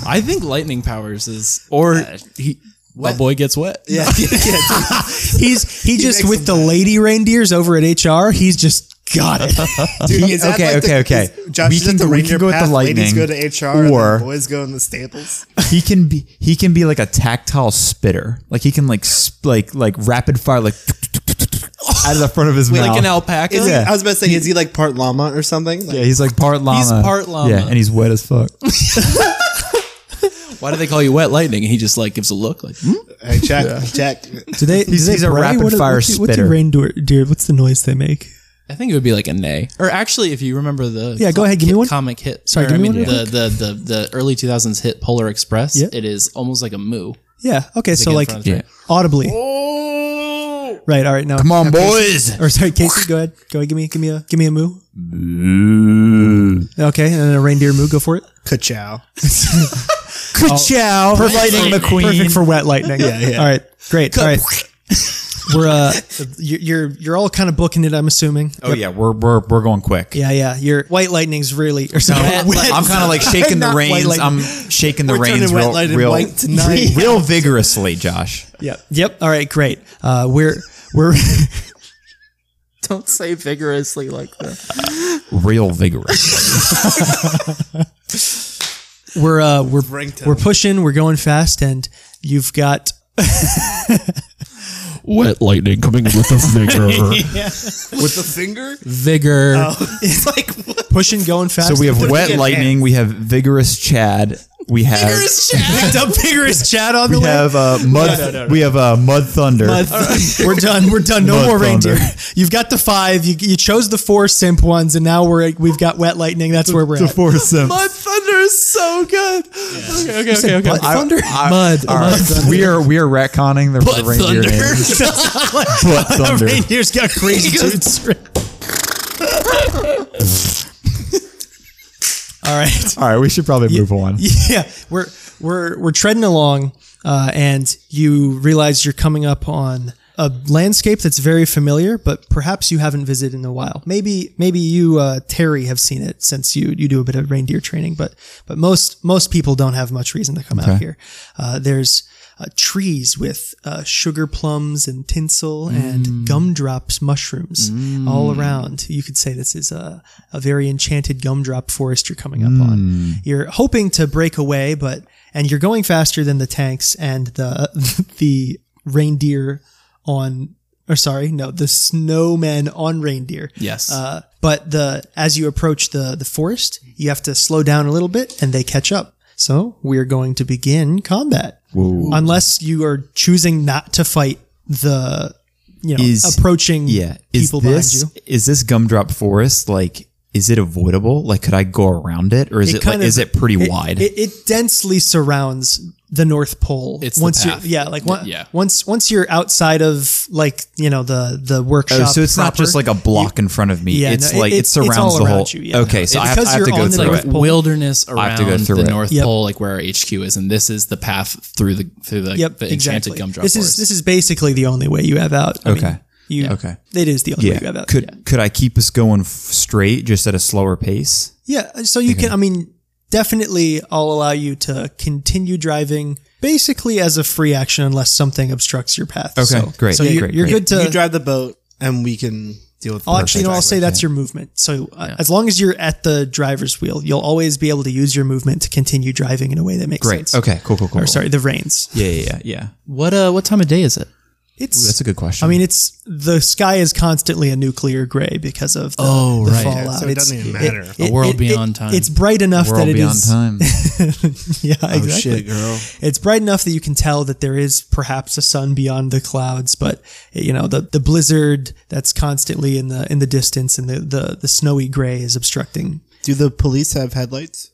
Speaker 2: I think lightning powers is or he. My boy gets wet.
Speaker 3: Yeah, yeah, yeah.
Speaker 1: He's he, just
Speaker 3: makes
Speaker 1: with the lady reindeers over at HR. He's just got it.
Speaker 3: Dude, is that
Speaker 4: Uh, Okay,
Speaker 3: like the-
Speaker 4: okay, okay.
Speaker 3: is- Josh,
Speaker 4: We
Speaker 3: is
Speaker 4: can
Speaker 3: that
Speaker 4: go-
Speaker 3: the
Speaker 4: we can
Speaker 3: reindeer
Speaker 4: go with the
Speaker 3: path, Ladies
Speaker 4: lightning,
Speaker 3: go to HR,
Speaker 4: or-
Speaker 3: or boys go in the stables.
Speaker 4: he can be he can be like a tactile spitter. Like he can like sp- like like rapid fire like out of the front of his mouth.
Speaker 2: Like an alpaca.
Speaker 4: Is Yeah.
Speaker 3: I was about to say, is he like part llama or something? Like,
Speaker 4: yeah, he's like part llama.
Speaker 2: part llama.
Speaker 4: Yeah, and he's wet as fuck.
Speaker 2: Why do they call you wet lightning? And he just like gives a look like, "Hmm?"
Speaker 3: Hey, Jack, Jack,
Speaker 1: Do they?
Speaker 4: He's-
Speaker 1: do they
Speaker 4: he's a
Speaker 1: bray?
Speaker 4: rapid
Speaker 1: What-
Speaker 4: fire
Speaker 1: what's the- What's the
Speaker 4: spitter.
Speaker 1: reindeer? deer- What's the noise they make?
Speaker 2: I think it would be like a nay. Or actually, if you remember the
Speaker 1: Yeah, go ahead, give me
Speaker 2: hit-
Speaker 1: one.
Speaker 2: comic hit.
Speaker 1: Sorry,
Speaker 2: or,
Speaker 1: give
Speaker 2: I
Speaker 1: me
Speaker 2: mean,
Speaker 1: one real
Speaker 2: the, the the the early two thousands hit Polar Express.
Speaker 1: Yeah.
Speaker 2: It is almost like a moo.
Speaker 1: Yeah. Okay. So
Speaker 2: get in
Speaker 1: like
Speaker 2: front of the train.
Speaker 1: audibly. Right. All right. Now
Speaker 4: Come on, boys.
Speaker 1: Or sorry, Casey. Go ahead. Go ahead. Give me. Give me a. Give me a moo. Okay, and then a reindeer moo. Go for it.
Speaker 3: ka-chow.
Speaker 1: Ka-chow.
Speaker 4: For Lightning McQueen.
Speaker 1: Oh, Perfect for wet lightning. yeah, yeah. All right, great. All right, we're uh, you're you're, you're all kind of booking it. I'm assuming.
Speaker 4: Oh yeah, we're we're we're going quick.
Speaker 1: Yeah, yeah. Your white lightning's really or something.
Speaker 4: I'm kind of like shaking the
Speaker 1: Not white
Speaker 4: reins.
Speaker 1: lightning.
Speaker 4: I'm shaking the
Speaker 3: We're turning
Speaker 4: reins
Speaker 3: wet
Speaker 4: real,
Speaker 3: lightning
Speaker 4: real,
Speaker 3: white tonight.
Speaker 4: real vigorously, Josh.
Speaker 1: Yep. Yep. All right, great. Uh, we're we're
Speaker 2: Don't say vigorously like that.
Speaker 4: Real vigorous.
Speaker 1: we're uh, we're
Speaker 3: Ringtone.
Speaker 1: we're pushing. We're going fast, and you've got
Speaker 2: Wet lightning coming with a vigor.
Speaker 3: With the finger?
Speaker 2: vigor.
Speaker 1: Oh.
Speaker 3: It's like, what?
Speaker 1: pushing, going fast.
Speaker 4: so we have
Speaker 3: What do we
Speaker 4: wet
Speaker 3: get?
Speaker 4: lightning. We have vigorous Chad. We have
Speaker 1: picked up vigorous chat on the
Speaker 4: we
Speaker 1: way.
Speaker 4: have uh, mud. We have uh, mud thunder.
Speaker 1: we're done. We're done. No
Speaker 4: Mud
Speaker 1: more
Speaker 4: thunder.
Speaker 1: reindeer. You've got the five. You, you chose the four simp ones, and now we're we've got wet lightning. That's where we're at.
Speaker 4: Force them.
Speaker 2: Mud thunder is so good. Okay, okay, okay, okay.
Speaker 1: Butt thunder.
Speaker 4: mud. We are we are retconning the, the reindeer names. Butt thunder.
Speaker 1: Reindeer's got crazy toots. All right.
Speaker 4: All right, we should probably move on.
Speaker 1: yeah, we're we're we're treading along, uh, and you realize you're coming up on a landscape that's very familiar, but perhaps you haven't visited in a while. Maybe maybe you uh, Terry have seen it since you you do a bit of reindeer training, but but most most people don't have much reason to come out here. Uh, there's uh, trees with uh, sugar plums and tinsel and gumdrops mushrooms all around. You could say this is a, a very enchanted gumdrop forest you're coming up on. You're hoping to break away, but and you're going faster than the tanks and the the reindeer on or sorry, no, the snowmen on reindeer.
Speaker 2: Yes.
Speaker 1: Uh, but the as you approach the the forest, you have to slow down a little bit, and they catch up. So we're going to begin combat, unless you are choosing not to fight the you know
Speaker 4: Is-
Speaker 1: approaching
Speaker 4: Yeah. Is
Speaker 1: people
Speaker 4: this
Speaker 1: behind you.
Speaker 4: is this gumdrop forest like? Is it avoidable? Like, could I go around it, or is it, like?
Speaker 1: kind of-
Speaker 4: is it pretty wide?
Speaker 1: It, it densely surrounds the North Pole.
Speaker 2: It's the
Speaker 1: once
Speaker 2: path.
Speaker 1: you're yeah, like one,
Speaker 2: yeah.
Speaker 1: once once you're outside of like you know the the workshop.
Speaker 4: Oh, so it's not
Speaker 1: proper,
Speaker 4: just like a block in front of me.
Speaker 1: Yeah,
Speaker 4: it's
Speaker 1: no, it-
Speaker 4: like
Speaker 1: it-
Speaker 4: it,
Speaker 1: it's
Speaker 4: surrounds
Speaker 1: all
Speaker 4: the whole.
Speaker 1: around you, yeah.
Speaker 4: Okay, so
Speaker 1: It's
Speaker 4: I have,
Speaker 1: because
Speaker 4: I have to
Speaker 1: you're
Speaker 4: go
Speaker 1: on the
Speaker 4: through
Speaker 1: North
Speaker 4: it.
Speaker 1: Pole.
Speaker 2: wilderness around
Speaker 4: have to go through
Speaker 2: the
Speaker 4: it.
Speaker 2: North
Speaker 1: Yep.
Speaker 2: Pole, like where our HQ is, and this is the path through the through the,
Speaker 1: Yep,
Speaker 2: the enchanted
Speaker 1: exactly.
Speaker 2: gumdrop
Speaker 1: This
Speaker 2: forest.
Speaker 1: is this is basically the only way you have out. I mean,
Speaker 4: Okay.
Speaker 1: You,
Speaker 4: Okay.
Speaker 1: It is the only way you have that.
Speaker 4: Could
Speaker 1: yeah.
Speaker 4: could I keep us going f- straight just at a slower pace?
Speaker 1: Yeah, so you can. I mean, definitely, I'll allow you to continue driving basically as a free action unless something obstructs your path.
Speaker 4: Okay,
Speaker 1: so,
Speaker 4: great,
Speaker 1: So you're,
Speaker 4: great,
Speaker 1: you're
Speaker 4: great.
Speaker 1: good to.
Speaker 3: you drive the boat, and we can deal with.
Speaker 1: I'll
Speaker 3: the-
Speaker 1: actually, you know, I'll say that's your movement. So uh, as long as you're at the driver's wheel, you'll always be able to use your movement to continue driving in a way that makes
Speaker 4: Great.
Speaker 1: sense.
Speaker 4: Okay. Cool. Cool. Cool.
Speaker 1: Or sorry, the reins.
Speaker 4: Yeah. Yeah. Yeah. yeah.
Speaker 2: What uh? What time of day is it?
Speaker 1: It's.
Speaker 4: Ooh, that's a good question.
Speaker 1: I mean, it's the sky is constantly a nuclear gray because of the,
Speaker 2: Oh,
Speaker 1: the
Speaker 2: right.
Speaker 1: fallout.
Speaker 3: So it doesn't
Speaker 1: It's-
Speaker 3: even matter.
Speaker 1: it-
Speaker 2: A world
Speaker 1: it-
Speaker 2: beyond
Speaker 1: it-
Speaker 2: time.
Speaker 1: It's bright enough
Speaker 4: we're all
Speaker 1: that it
Speaker 4: beyond
Speaker 1: is.
Speaker 4: time.
Speaker 1: Yeah,
Speaker 2: Oh,
Speaker 1: exactly.
Speaker 3: shit, girl.
Speaker 1: It's bright enough that you can tell that there is perhaps a sun beyond the clouds, but you know the the blizzard that's constantly in the in the distance and the the, the snowy gray is obstructing.
Speaker 3: Do the police have headlights?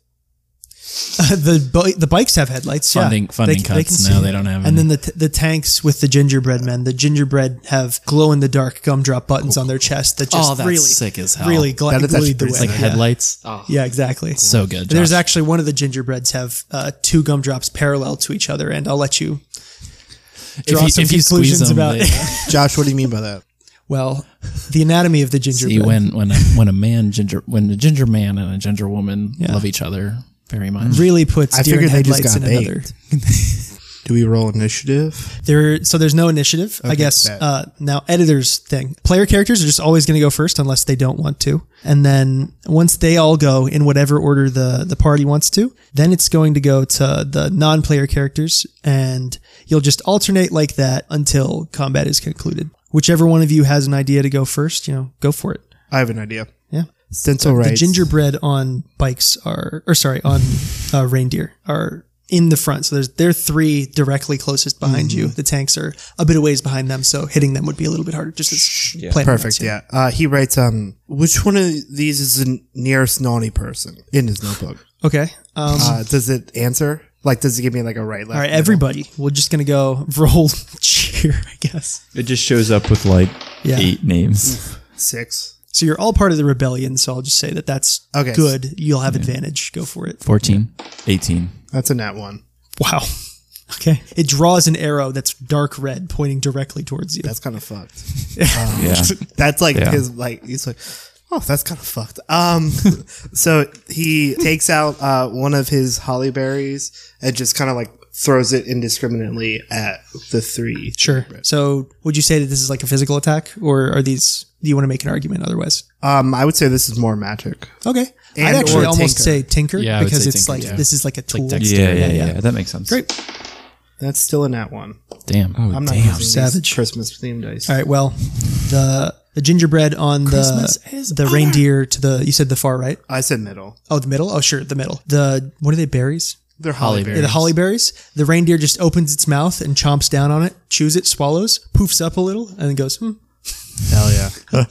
Speaker 1: the bi- the bikes have headlights.
Speaker 2: Funding-
Speaker 1: yeah.
Speaker 2: funding
Speaker 1: c-
Speaker 2: cuts.
Speaker 1: can
Speaker 2: No,
Speaker 1: see.
Speaker 2: they don't have
Speaker 1: And
Speaker 2: any.
Speaker 1: then the t- the tanks with the gingerbread men. The gingerbread have glow in the dark gumdrop buttons on their chest that just
Speaker 2: Oh, that's
Speaker 1: really
Speaker 2: sick as hell.
Speaker 1: Really gla-
Speaker 3: That is actually
Speaker 1: glued the
Speaker 3: pretty
Speaker 1: way.
Speaker 2: Like
Speaker 3: sick.
Speaker 1: yeah.
Speaker 2: headlights. Oh,
Speaker 1: yeah, exactly.
Speaker 2: so good.
Speaker 1: There's
Speaker 2: Josh.
Speaker 1: actually one of the gingerbreads have uh, two gumdrops parallel to each other, and I'll let you draw some conclusions about
Speaker 2: they-
Speaker 3: Josh, what do you mean by that?
Speaker 1: well, the anatomy of the
Speaker 2: See,
Speaker 1: gingerbread.
Speaker 2: when when a, when a man ginger when a ginger man and a ginger woman love each other very much.
Speaker 1: really puts
Speaker 3: I
Speaker 1: deer in
Speaker 3: figured they just
Speaker 1: headlights in
Speaker 3: got
Speaker 1: another.
Speaker 3: Do we roll initiative?
Speaker 1: There, so there's no initiative, I guess.
Speaker 3: bad.
Speaker 1: Uh, now, editors thing. Player characters are just always going to go first unless they don't want to, and then once they all go in whatever order the the party wants to, then it's going to go to the non-player characters, and you'll just alternate like that until combat is concluded. Whichever one of you has an idea to go first, you know, go for it.
Speaker 3: I have an idea.
Speaker 1: Yeah.
Speaker 3: Stencil right.
Speaker 1: The gingerbread on bikes are, or sorry, on uh, reindeer are in the front. So there's they're three directly closest behind
Speaker 3: Mm-hmm.
Speaker 1: you. The tanks are a bit of ways behind them, so hitting them would be a little bit harder. Just as plan
Speaker 3: Perfect. Yeah. Uh, he writes, um, which one of these is the nearest naughty person in his notebook?
Speaker 1: Okay. Um,
Speaker 3: Uh, does it answer? Like, does it give me like a right, left?
Speaker 1: all right, everybody. We're just gonna go roll cheer, I guess.
Speaker 4: it just shows up with like
Speaker 1: Yeah.
Speaker 4: eight names.
Speaker 3: six?
Speaker 1: So you're all part of the rebellion. So I'll just say that that's
Speaker 3: Okay.
Speaker 1: good. You'll have advantage. Go for it.
Speaker 4: Fourteen. Eighteen.
Speaker 3: That's a nat one.
Speaker 1: Wow. Okay. It draws an arrow that's dark red, pointing directly towards you.
Speaker 3: That's kind of fucked.
Speaker 4: Yeah.
Speaker 3: That's like his like he's like, oh, that's kind of fucked. Um, so he takes out uh, one of his holly berries and just kind of like throws it indiscriminately at the three.
Speaker 1: Sure. So, would you say that this is like a physical attack, or are these? Do you want to make an argument otherwise?
Speaker 3: Um, I would say this is more magic.
Speaker 1: Okay. I'd
Speaker 3: And
Speaker 1: actually
Speaker 3: or
Speaker 1: almost
Speaker 3: tinker.
Speaker 1: say tinker
Speaker 2: Yeah, I would
Speaker 1: because
Speaker 2: say
Speaker 1: it's
Speaker 2: tinker,
Speaker 1: like
Speaker 2: yeah.
Speaker 1: this is like a tool.
Speaker 4: Yeah, yeah, yeah. That makes sense.
Speaker 1: Great.
Speaker 3: That's still a nat one.
Speaker 2: Oh, Damn.
Speaker 3: I'm not using these
Speaker 1: savage.
Speaker 3: Christmas themed dice.
Speaker 1: All right. Well, the the gingerbread on the the reindeer to the you said the far right.
Speaker 3: I said middle.
Speaker 1: Oh, the middle. Oh, sure, the middle. The what are they berries?
Speaker 3: They're holly,
Speaker 1: Yeah,
Speaker 3: berries.
Speaker 1: the holly berries. The reindeer just opens its mouth and chomps down on it, chews it, swallows, poofs up a little, and then goes. Hmm.
Speaker 3: Hell yeah.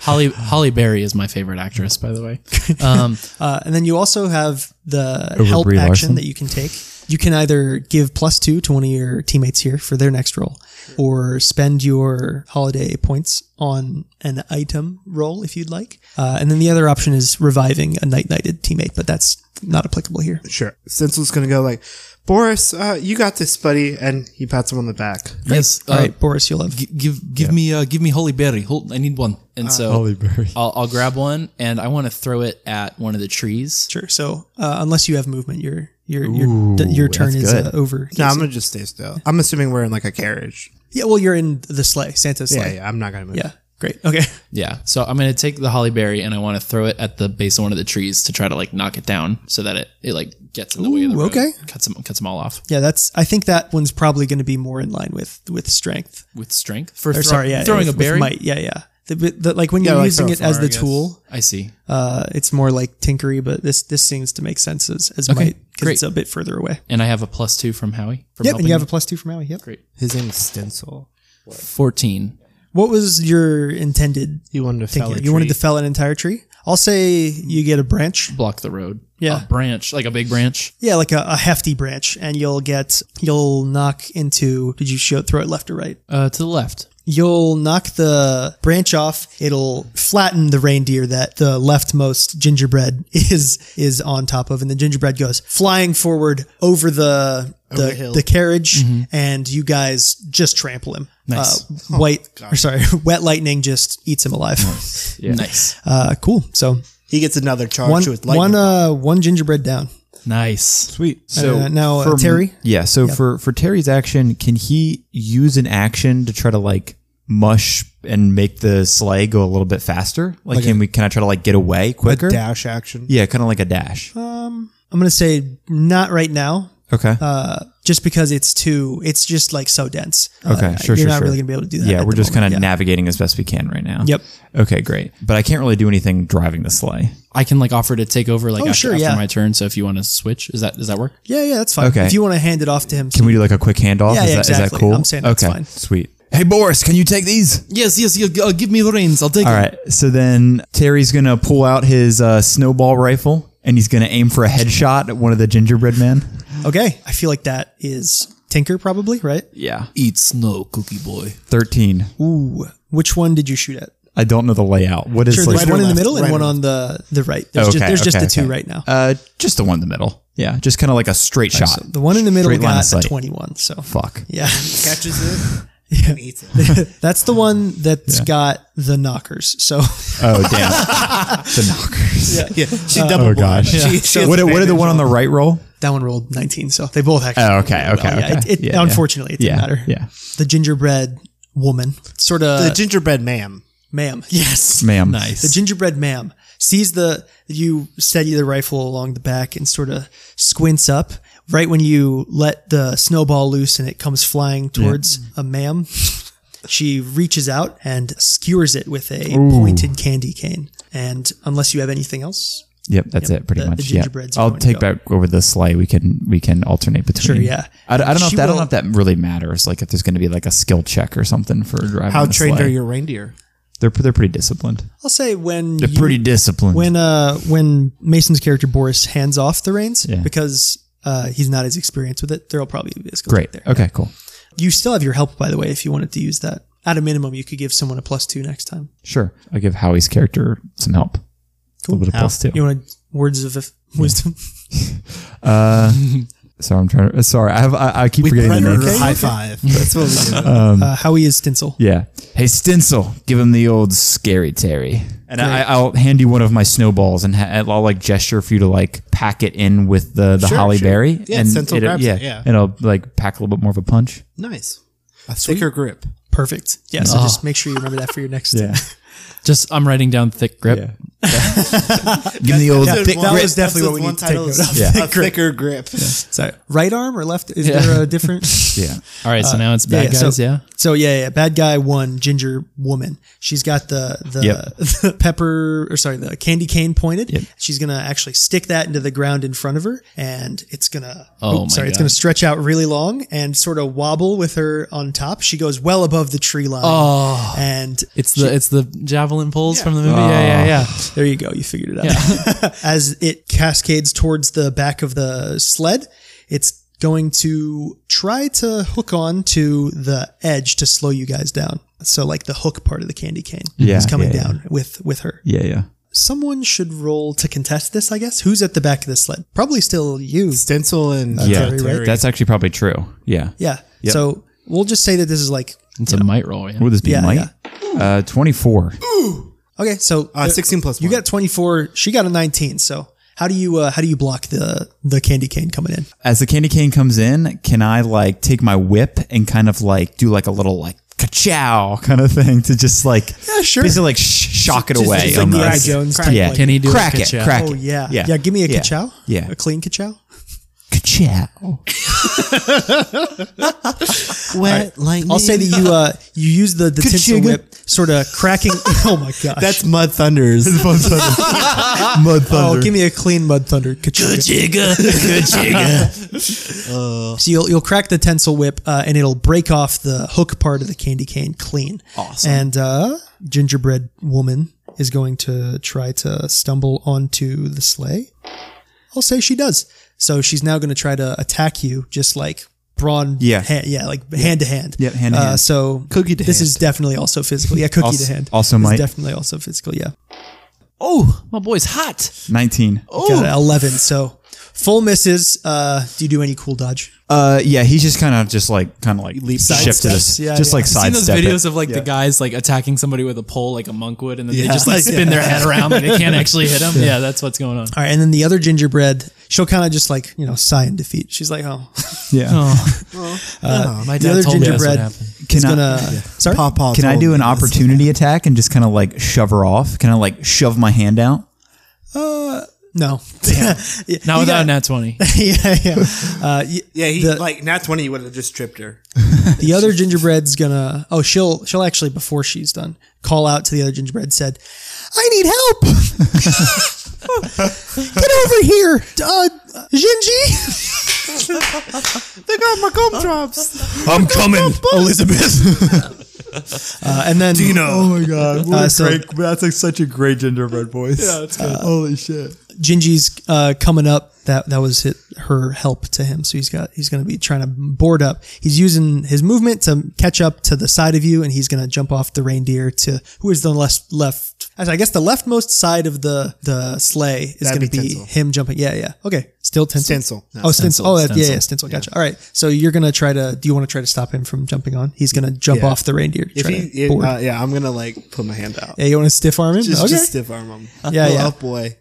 Speaker 2: Holly Holly Berry is my favorite actress, by the way. Um,
Speaker 1: Uh, and then you also have the
Speaker 4: Over
Speaker 1: help
Speaker 4: Brie
Speaker 1: action
Speaker 4: Larson?
Speaker 1: that you can take. You can either give plus two to one of your teammates here for their next roll, or spend your holiday points on an item roll if you'd like. Uh, and then the other option is reviving a night knighted teammate, but that's not applicable here.
Speaker 3: Sure. Stencil's gonna go like, Boris, uh, you got this, buddy, and he pats him on the back.
Speaker 2: yes. Uh,
Speaker 1: All right, Boris, you'll have.
Speaker 2: g- give give me uh, give me Holly Berry. Hold, I need one. And
Speaker 1: Ah,
Speaker 2: so I'll, I'll grab one and I want to throw it at one of the trees.
Speaker 1: Sure. So uh, unless you have movement, your your your, your turn
Speaker 4: that's
Speaker 1: is uh,
Speaker 4: good.
Speaker 1: over.
Speaker 3: No, I'm gonna just stay still. I'm assuming we're in like a carriage.
Speaker 1: yeah. Well, you're in the sleigh, Santa's
Speaker 3: Yeah,
Speaker 1: sleigh.
Speaker 3: yeah. I'm not gonna move.
Speaker 1: yeah. Great. Okay.
Speaker 2: Yeah. So I'm gonna take the Holly Berry and I want to throw it at the base of one of the trees to try to like knock it down so that it it like gets in the way of the road.
Speaker 1: okay.
Speaker 2: Cuts them cuts them all off
Speaker 1: Yeah, that's. I think that one's probably going to be more in line with with strength.
Speaker 2: with strength for
Speaker 1: Or
Speaker 2: thro-
Speaker 1: sorry, yeah,
Speaker 2: throwing
Speaker 1: with-
Speaker 2: a
Speaker 1: with
Speaker 2: berry.
Speaker 1: might. Yeah, yeah. The, the, like when
Speaker 3: Yeah,
Speaker 1: you're
Speaker 3: like
Speaker 1: using
Speaker 3: throw
Speaker 1: it as the
Speaker 3: far, I guess.
Speaker 1: tool,
Speaker 2: I see.
Speaker 1: uh, it's more like tinkery. But this this seems to make sense as, as might because
Speaker 2: great.
Speaker 1: it's a bit further away.
Speaker 2: And I have a plus two from Howie. From
Speaker 1: Yep, and
Speaker 2: helping
Speaker 1: you have a
Speaker 2: me.
Speaker 1: plus two from Maui. Yep.
Speaker 3: His name is Stencil.
Speaker 2: fourteen.
Speaker 1: What was your intended
Speaker 3: You wanted to
Speaker 1: thinking?
Speaker 3: fell a
Speaker 1: You wanted
Speaker 3: tree.
Speaker 1: to fell an entire tree. I'll say you get a branch.
Speaker 2: Block the road.
Speaker 1: Yeah.
Speaker 2: A branch, like a big branch.
Speaker 1: Yeah, like a, a hefty branch, and you'll get you'll knock into. Did you show throw it left or right?
Speaker 2: Uh, to the left.
Speaker 1: You'll knock the branch off. It'll flatten the reindeer that the leftmost gingerbread is is on top of, and the gingerbread goes flying forward over the the,
Speaker 3: the hill.
Speaker 1: the carriage, and you guys just trample him.
Speaker 2: Nice.
Speaker 1: Uh, white, or sorry, wet lightning just eats him alive.
Speaker 2: Nice.
Speaker 1: Uh, cool. So
Speaker 3: He gets another charge
Speaker 1: one,
Speaker 3: with lightning.
Speaker 1: one, uh, one gingerbread down.
Speaker 2: Nice.
Speaker 4: Sweet. So
Speaker 1: Uh, now, uh,
Speaker 4: for-
Speaker 1: Terry?
Speaker 4: Yeah. So for for Terry's action, can he use an action to try to like mush and make the sleigh go a little bit faster? Like, can we can I try to like get away quicker?
Speaker 3: dash action.
Speaker 4: yeah, kind of like a dash.
Speaker 1: Uh, I'm gonna say not right now,
Speaker 4: okay.
Speaker 1: uh, just because it's too. It's just like so dense. Uh,
Speaker 4: okay. Sure.
Speaker 1: You're
Speaker 4: sure.
Speaker 1: not
Speaker 4: sure.
Speaker 1: really gonna be able to do that.
Speaker 4: Yeah,
Speaker 1: at
Speaker 4: we're
Speaker 1: the
Speaker 4: just kind
Speaker 1: moment.
Speaker 4: of navigating as best we can right now.
Speaker 1: Yep.
Speaker 4: Okay, great. But I can't really do anything driving the sleigh.
Speaker 2: I can like offer to take over like after,
Speaker 1: sure,
Speaker 2: after
Speaker 1: yeah.
Speaker 2: my turn. So if you want to switch, is that does that work?
Speaker 1: Yeah, yeah, that's fine.
Speaker 4: Okay.
Speaker 1: If you want to hand it off to him,
Speaker 4: Can we do like a quick handoff?
Speaker 1: Yeah,
Speaker 4: is,
Speaker 1: yeah,
Speaker 4: that, is that
Speaker 1: exactly.
Speaker 4: cool?
Speaker 1: I'm saying that's
Speaker 4: okay,
Speaker 1: fine.
Speaker 4: Sweet. Hey Boris, can you take these?
Speaker 2: Yes, yes. yes uh, give me the reins. I'll take
Speaker 4: All right. So then Terry's gonna pull out his uh, snowball rifle and he's gonna aim for a headshot at one of the gingerbread men.
Speaker 1: okay. I feel like that is Tinker, probably right.
Speaker 4: Yeah.
Speaker 2: Eat snow, cookie boy.
Speaker 4: Thirteen.
Speaker 1: Ooh, which one did you shoot at?
Speaker 4: I don't know the layout. What is
Speaker 1: Sure,
Speaker 4: like
Speaker 1: there's one in the
Speaker 3: left?
Speaker 1: middle
Speaker 3: Right
Speaker 1: and one
Speaker 3: or
Speaker 1: on the the right. There's
Speaker 4: Okay,
Speaker 1: just there's just
Speaker 4: okay,
Speaker 1: the two
Speaker 4: okay.
Speaker 1: right now.
Speaker 4: uh, just the one in the middle. Yeah, just kind of like a straight shot.
Speaker 1: the one in the middle
Speaker 4: straight line of
Speaker 1: got a
Speaker 4: sight.
Speaker 1: 21. So
Speaker 4: Fuck.
Speaker 1: yeah,
Speaker 3: Catches it and eats it.
Speaker 1: that's the one that's got the knockers. So
Speaker 4: Oh damn. the knockers.
Speaker 3: yeah, she double.
Speaker 4: Oh gosh.
Speaker 3: She, she has
Speaker 4: What, did- what did the one on the right roll?
Speaker 1: that one rolled 19. So they both actually.
Speaker 4: Oh, okay, okay,
Speaker 1: yeah,
Speaker 4: okay.
Speaker 1: it- it-
Speaker 4: Yeah, yeah.
Speaker 1: unfortunately, it didn't matter.
Speaker 4: Yeah.
Speaker 1: The gingerbread woman, sort of
Speaker 3: the gingerbread ma'am.
Speaker 1: ma'am. Yes,
Speaker 4: Ma'am.
Speaker 2: Nice.
Speaker 1: The gingerbread ma'am sees the you steady the rifle along the back and sort of squints up right when you let the snowball loose and it comes flying towards a ma'am. She reaches out and skewers it with a pointed candy cane. And unless you have anything else,
Speaker 4: Yep, that's it pretty
Speaker 1: the-
Speaker 4: much.
Speaker 1: the
Speaker 4: yeah.
Speaker 1: gingerbread's
Speaker 4: I'll
Speaker 1: going
Speaker 4: take
Speaker 1: to
Speaker 4: back over the sleigh. We can we can alternate between.
Speaker 1: Sure, yeah.
Speaker 4: I, I don't know
Speaker 1: She
Speaker 4: if that, I don't
Speaker 1: will-
Speaker 4: know if that really matters. Like if there's going to be like a skill check or something for driving.
Speaker 3: How
Speaker 4: the
Speaker 3: trained
Speaker 4: sleigh.
Speaker 3: are your reindeer?
Speaker 4: They're they're pretty disciplined.
Speaker 1: I'll say when
Speaker 4: They're
Speaker 1: you-
Speaker 4: pretty disciplined.
Speaker 1: when uh when Mason's character Boris hands off the reins
Speaker 4: Yeah.
Speaker 1: because uh, he's not as experienced with it, there'll probably be a skill check
Speaker 4: Great.
Speaker 1: there.
Speaker 4: Okay. Cool.
Speaker 1: You still have your help, by the way, if you wanted to use that. At a minimum, you could give someone a plus two next time.
Speaker 4: Sure. I give Howie's character some help. A little bit of plus two.
Speaker 1: You want words of if- wisdom?
Speaker 4: sorry, I'm trying. To, sorry, I have. I, I keep forgetting the name.
Speaker 3: high five. That's what we do.
Speaker 1: uh, Howie is Stencil.
Speaker 4: Um, Yeah. Hey, Stencil, give him the old scary Terry. And I, I'll hand you one of my snowballs, and ha- I'll like gesture for you to like pack it in with the the holly berry.
Speaker 3: Yeah,
Speaker 4: and
Speaker 3: Stencil
Speaker 4: it'll-
Speaker 3: grabs
Speaker 4: yeah,
Speaker 3: it, yeah.
Speaker 4: and I'll like pack a little bit more of a punch.
Speaker 3: nice. A thicker grip.
Speaker 1: Perfect. Yeah,
Speaker 4: Ah.
Speaker 1: so just make sure you remember that for your next.
Speaker 2: Just I'm writing down thick grip.
Speaker 4: give him the old
Speaker 1: That,
Speaker 4: thick
Speaker 1: that
Speaker 4: grip.
Speaker 1: was definitely what we need to take note of.
Speaker 4: Yeah.
Speaker 3: A thicker grip.
Speaker 1: Sorry. Right arm or left? Is
Speaker 2: Yeah.
Speaker 1: there a different?
Speaker 4: Yeah.
Speaker 2: All right. So now it's bad guys.
Speaker 1: so,
Speaker 2: Uh, yeah.
Speaker 1: So yeah, yeah. Bad guy one, ginger woman. She's got the the,
Speaker 4: Yep.
Speaker 1: the pepper or sorry, the candy cane pointed.
Speaker 4: Yep.
Speaker 1: She's gonna actually stick that into the ground in front of her, and it's gonna
Speaker 2: Oh
Speaker 1: oop,
Speaker 2: my
Speaker 1: sorry, it's
Speaker 2: God.
Speaker 1: gonna stretch out really long and sort of wobble with her on top. She goes well above the tree line.
Speaker 2: Oh.
Speaker 1: And
Speaker 2: It's the it's the javelin pulls from the movie. Yeah, yeah, yeah.
Speaker 1: there you go. You figured it out. As it cascades towards the back of the sled, it's going to try to hook on to the edge to slow you guys down. So like the hook part of the candy cane
Speaker 4: Yeah,
Speaker 1: is coming
Speaker 4: yeah, yeah.
Speaker 1: down with with her.
Speaker 4: Yeah. Yeah.
Speaker 1: Someone should roll to contest this, I guess. Who's at the back of the sled? Probably still you.
Speaker 3: Stencil and uh,
Speaker 4: Yeah.
Speaker 1: Terry, right?
Speaker 4: That's actually probably true. Yeah.
Speaker 1: Yeah. So we'll just say that this is like
Speaker 2: It's a might roll. Yeah.
Speaker 4: Would this be
Speaker 1: Yeah,
Speaker 4: Mike? Uh, twenty four.
Speaker 1: okay. So
Speaker 3: uh, sixteen plus
Speaker 1: you
Speaker 3: one.
Speaker 1: got twenty four. She got a nineteen. So how do you uh, how do you block the the candy cane coming in?
Speaker 4: as the candy cane comes in, can I like take my whip and kind of like do like a little like ka-chow kind of thing to just like yeah,
Speaker 1: sure.
Speaker 4: basically like sh- shock it
Speaker 1: Just-
Speaker 4: away
Speaker 1: just like
Speaker 4: almost.
Speaker 1: G.I. Jones type,
Speaker 4: yeah.
Speaker 1: like-
Speaker 2: Can he do a
Speaker 4: crack it?
Speaker 2: ka-chow?
Speaker 4: Crack
Speaker 1: Oh
Speaker 4: it.
Speaker 1: yeah. yeah, Give me a
Speaker 4: Yeah.
Speaker 1: ka-chow.
Speaker 4: Yeah.
Speaker 1: a Oh. clean ka-chow.
Speaker 4: Ka-chow.
Speaker 3: wet lightning.
Speaker 1: I'll say that you uh you use the the tinsel
Speaker 4: Ka-ching.
Speaker 1: whip, sort of cracking. oh my gosh,
Speaker 3: that's mud thunders.
Speaker 4: Mud thunder. Mud
Speaker 1: oh, give me a clean mud thunder ka-ching. Uh, So you'll you'll crack the tinsel whip, uh, and it'll break off the hook part of the candy cane clean. Awesome. And uh, gingerbread woman is going to try to stumble onto the sleigh. I'll say she does. So she's now going to try to attack you, just like brawn.
Speaker 4: Yeah.
Speaker 1: hand, yeah, like hand to hand.
Speaker 4: Yep, hand to
Speaker 1: uh,
Speaker 4: hand.
Speaker 1: So
Speaker 9: Cookie to
Speaker 1: This
Speaker 9: hand.
Speaker 1: is definitely also physical. Yeah, cookie
Speaker 4: Also-
Speaker 1: to hand.
Speaker 4: also
Speaker 1: This is
Speaker 4: might-
Speaker 1: definitely also physical. Yeah,
Speaker 2: Oh, my boy's hot.
Speaker 4: 19.
Speaker 1: got an eleven. So full misses. Uh, do you do any cool dodge?
Speaker 4: Uh, yeah, he's just kind of just like kind of like leap shifted us,
Speaker 1: steps. Yeah,
Speaker 4: just
Speaker 1: yeah.
Speaker 4: like
Speaker 2: Seen those
Speaker 4: sidestep
Speaker 2: videos
Speaker 4: it.
Speaker 2: of like the guys like attacking somebody with a pole like a monk would, and then they
Speaker 1: Yeah.
Speaker 2: just like spin their head around, but they can't actually hit him. Yeah, that's what's going on.
Speaker 1: All right, and then the other gingerbread, she'll kind of just like you know sigh in defeat. She's like, oh,
Speaker 4: Yeah.
Speaker 2: Oh, my
Speaker 1: the
Speaker 2: dad
Speaker 1: other
Speaker 2: told me that's what
Speaker 1: gingerbread
Speaker 2: happened.
Speaker 1: is
Speaker 4: Can I-
Speaker 1: gonna. Sorry,
Speaker 3: Pawpaw
Speaker 4: Can I
Speaker 3: told
Speaker 4: do
Speaker 3: me
Speaker 4: an
Speaker 3: this.
Speaker 4: opportunity attack and just kind of like shove her off? Can I like shove my hand out?
Speaker 1: no, yeah,
Speaker 2: Not
Speaker 1: you
Speaker 2: without
Speaker 1: got-
Speaker 2: a nat twenty.
Speaker 1: yeah, yeah. Uh, y-
Speaker 3: Yeah, he
Speaker 1: The-
Speaker 3: like not twenty would have just tripped her.
Speaker 1: the other gingerbread's gonna oh she'll she'll actually before she's done call out to the other gingerbread said i need help get over here uh Gingy.
Speaker 3: They got my gum drops.
Speaker 4: I'm coming, Elizabeth.
Speaker 1: uh, and then
Speaker 4: oh my god,
Speaker 1: Uh, so- Uh,
Speaker 4: that's like such a great gingerbread voice. Yeah, it's good. holy shit.
Speaker 1: Gingy's uh, coming up. That that was hit, her help to him. So he's got he's going to be trying to board up. He's using his movement to catch up to the side of you, and he's going to jump off the reindeer to who is the less left. I guess the leftmost side of the the sleigh is
Speaker 3: That'd
Speaker 1: going to
Speaker 3: be
Speaker 1: be,
Speaker 3: tinsel.
Speaker 1: him jumping. Yeah, yeah. Okay, still tinsel.
Speaker 3: Stencil. No,
Speaker 1: oh, stencil. Oh, that- yeah,
Speaker 2: stencil.
Speaker 1: yeah, stencil. Gotcha. All right. So you're going to try to. Do you want to try to stop him from jumping on? He's going to jump
Speaker 3: Yeah.
Speaker 1: off the reindeer. To
Speaker 3: If
Speaker 1: try
Speaker 3: he,
Speaker 1: to
Speaker 3: if-
Speaker 1: board.
Speaker 3: uh, yeah, I'm gonna like put my hand out.
Speaker 1: yeah, you want to stiff arm him?
Speaker 3: Just,
Speaker 1: okay.
Speaker 3: just stiff arm him.
Speaker 1: Yeah,
Speaker 3: oh,
Speaker 1: yeah. Uh,
Speaker 3: oh, boy.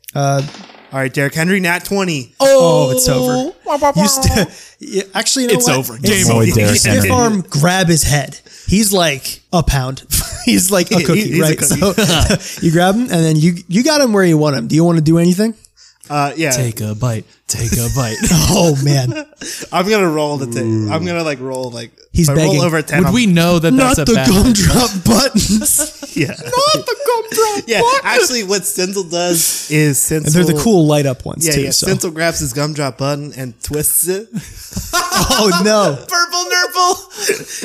Speaker 3: All right, Derek Henry, not twenty.
Speaker 1: Oh, it's over. You st- Yeah, actually, you know
Speaker 2: It's
Speaker 1: what?
Speaker 2: over. Game
Speaker 4: over.
Speaker 1: You
Speaker 4: Derek
Speaker 1: stiff
Speaker 4: Henry.
Speaker 1: arm, grab his head. He's like a pound. he's like a
Speaker 3: He-
Speaker 1: cookie,
Speaker 3: he's a
Speaker 1: right? So you grab him, and then you you got him where you want him. Do you want to do anything?
Speaker 3: Uh, yeah,
Speaker 2: Take a bite. Take a bite.
Speaker 1: Oh man,
Speaker 3: I'm gonna roll the. T- I'm gonna like roll like.
Speaker 1: He's
Speaker 3: if I roll
Speaker 1: begging.
Speaker 3: over a ten.
Speaker 2: Would
Speaker 3: I'm-
Speaker 2: we know that
Speaker 1: not
Speaker 2: that's a
Speaker 1: the
Speaker 2: bad?
Speaker 1: gumdrop buttons.
Speaker 3: Yeah.
Speaker 1: not the gumdrop.
Speaker 3: yeah. Actually, what Stencil does is Stencil.
Speaker 1: And they're the cool light up ones
Speaker 3: Yeah,
Speaker 1: too.
Speaker 3: yeah.
Speaker 1: so.
Speaker 3: Stencil grabs his gumdrop button and twists it.
Speaker 1: oh no,
Speaker 3: purple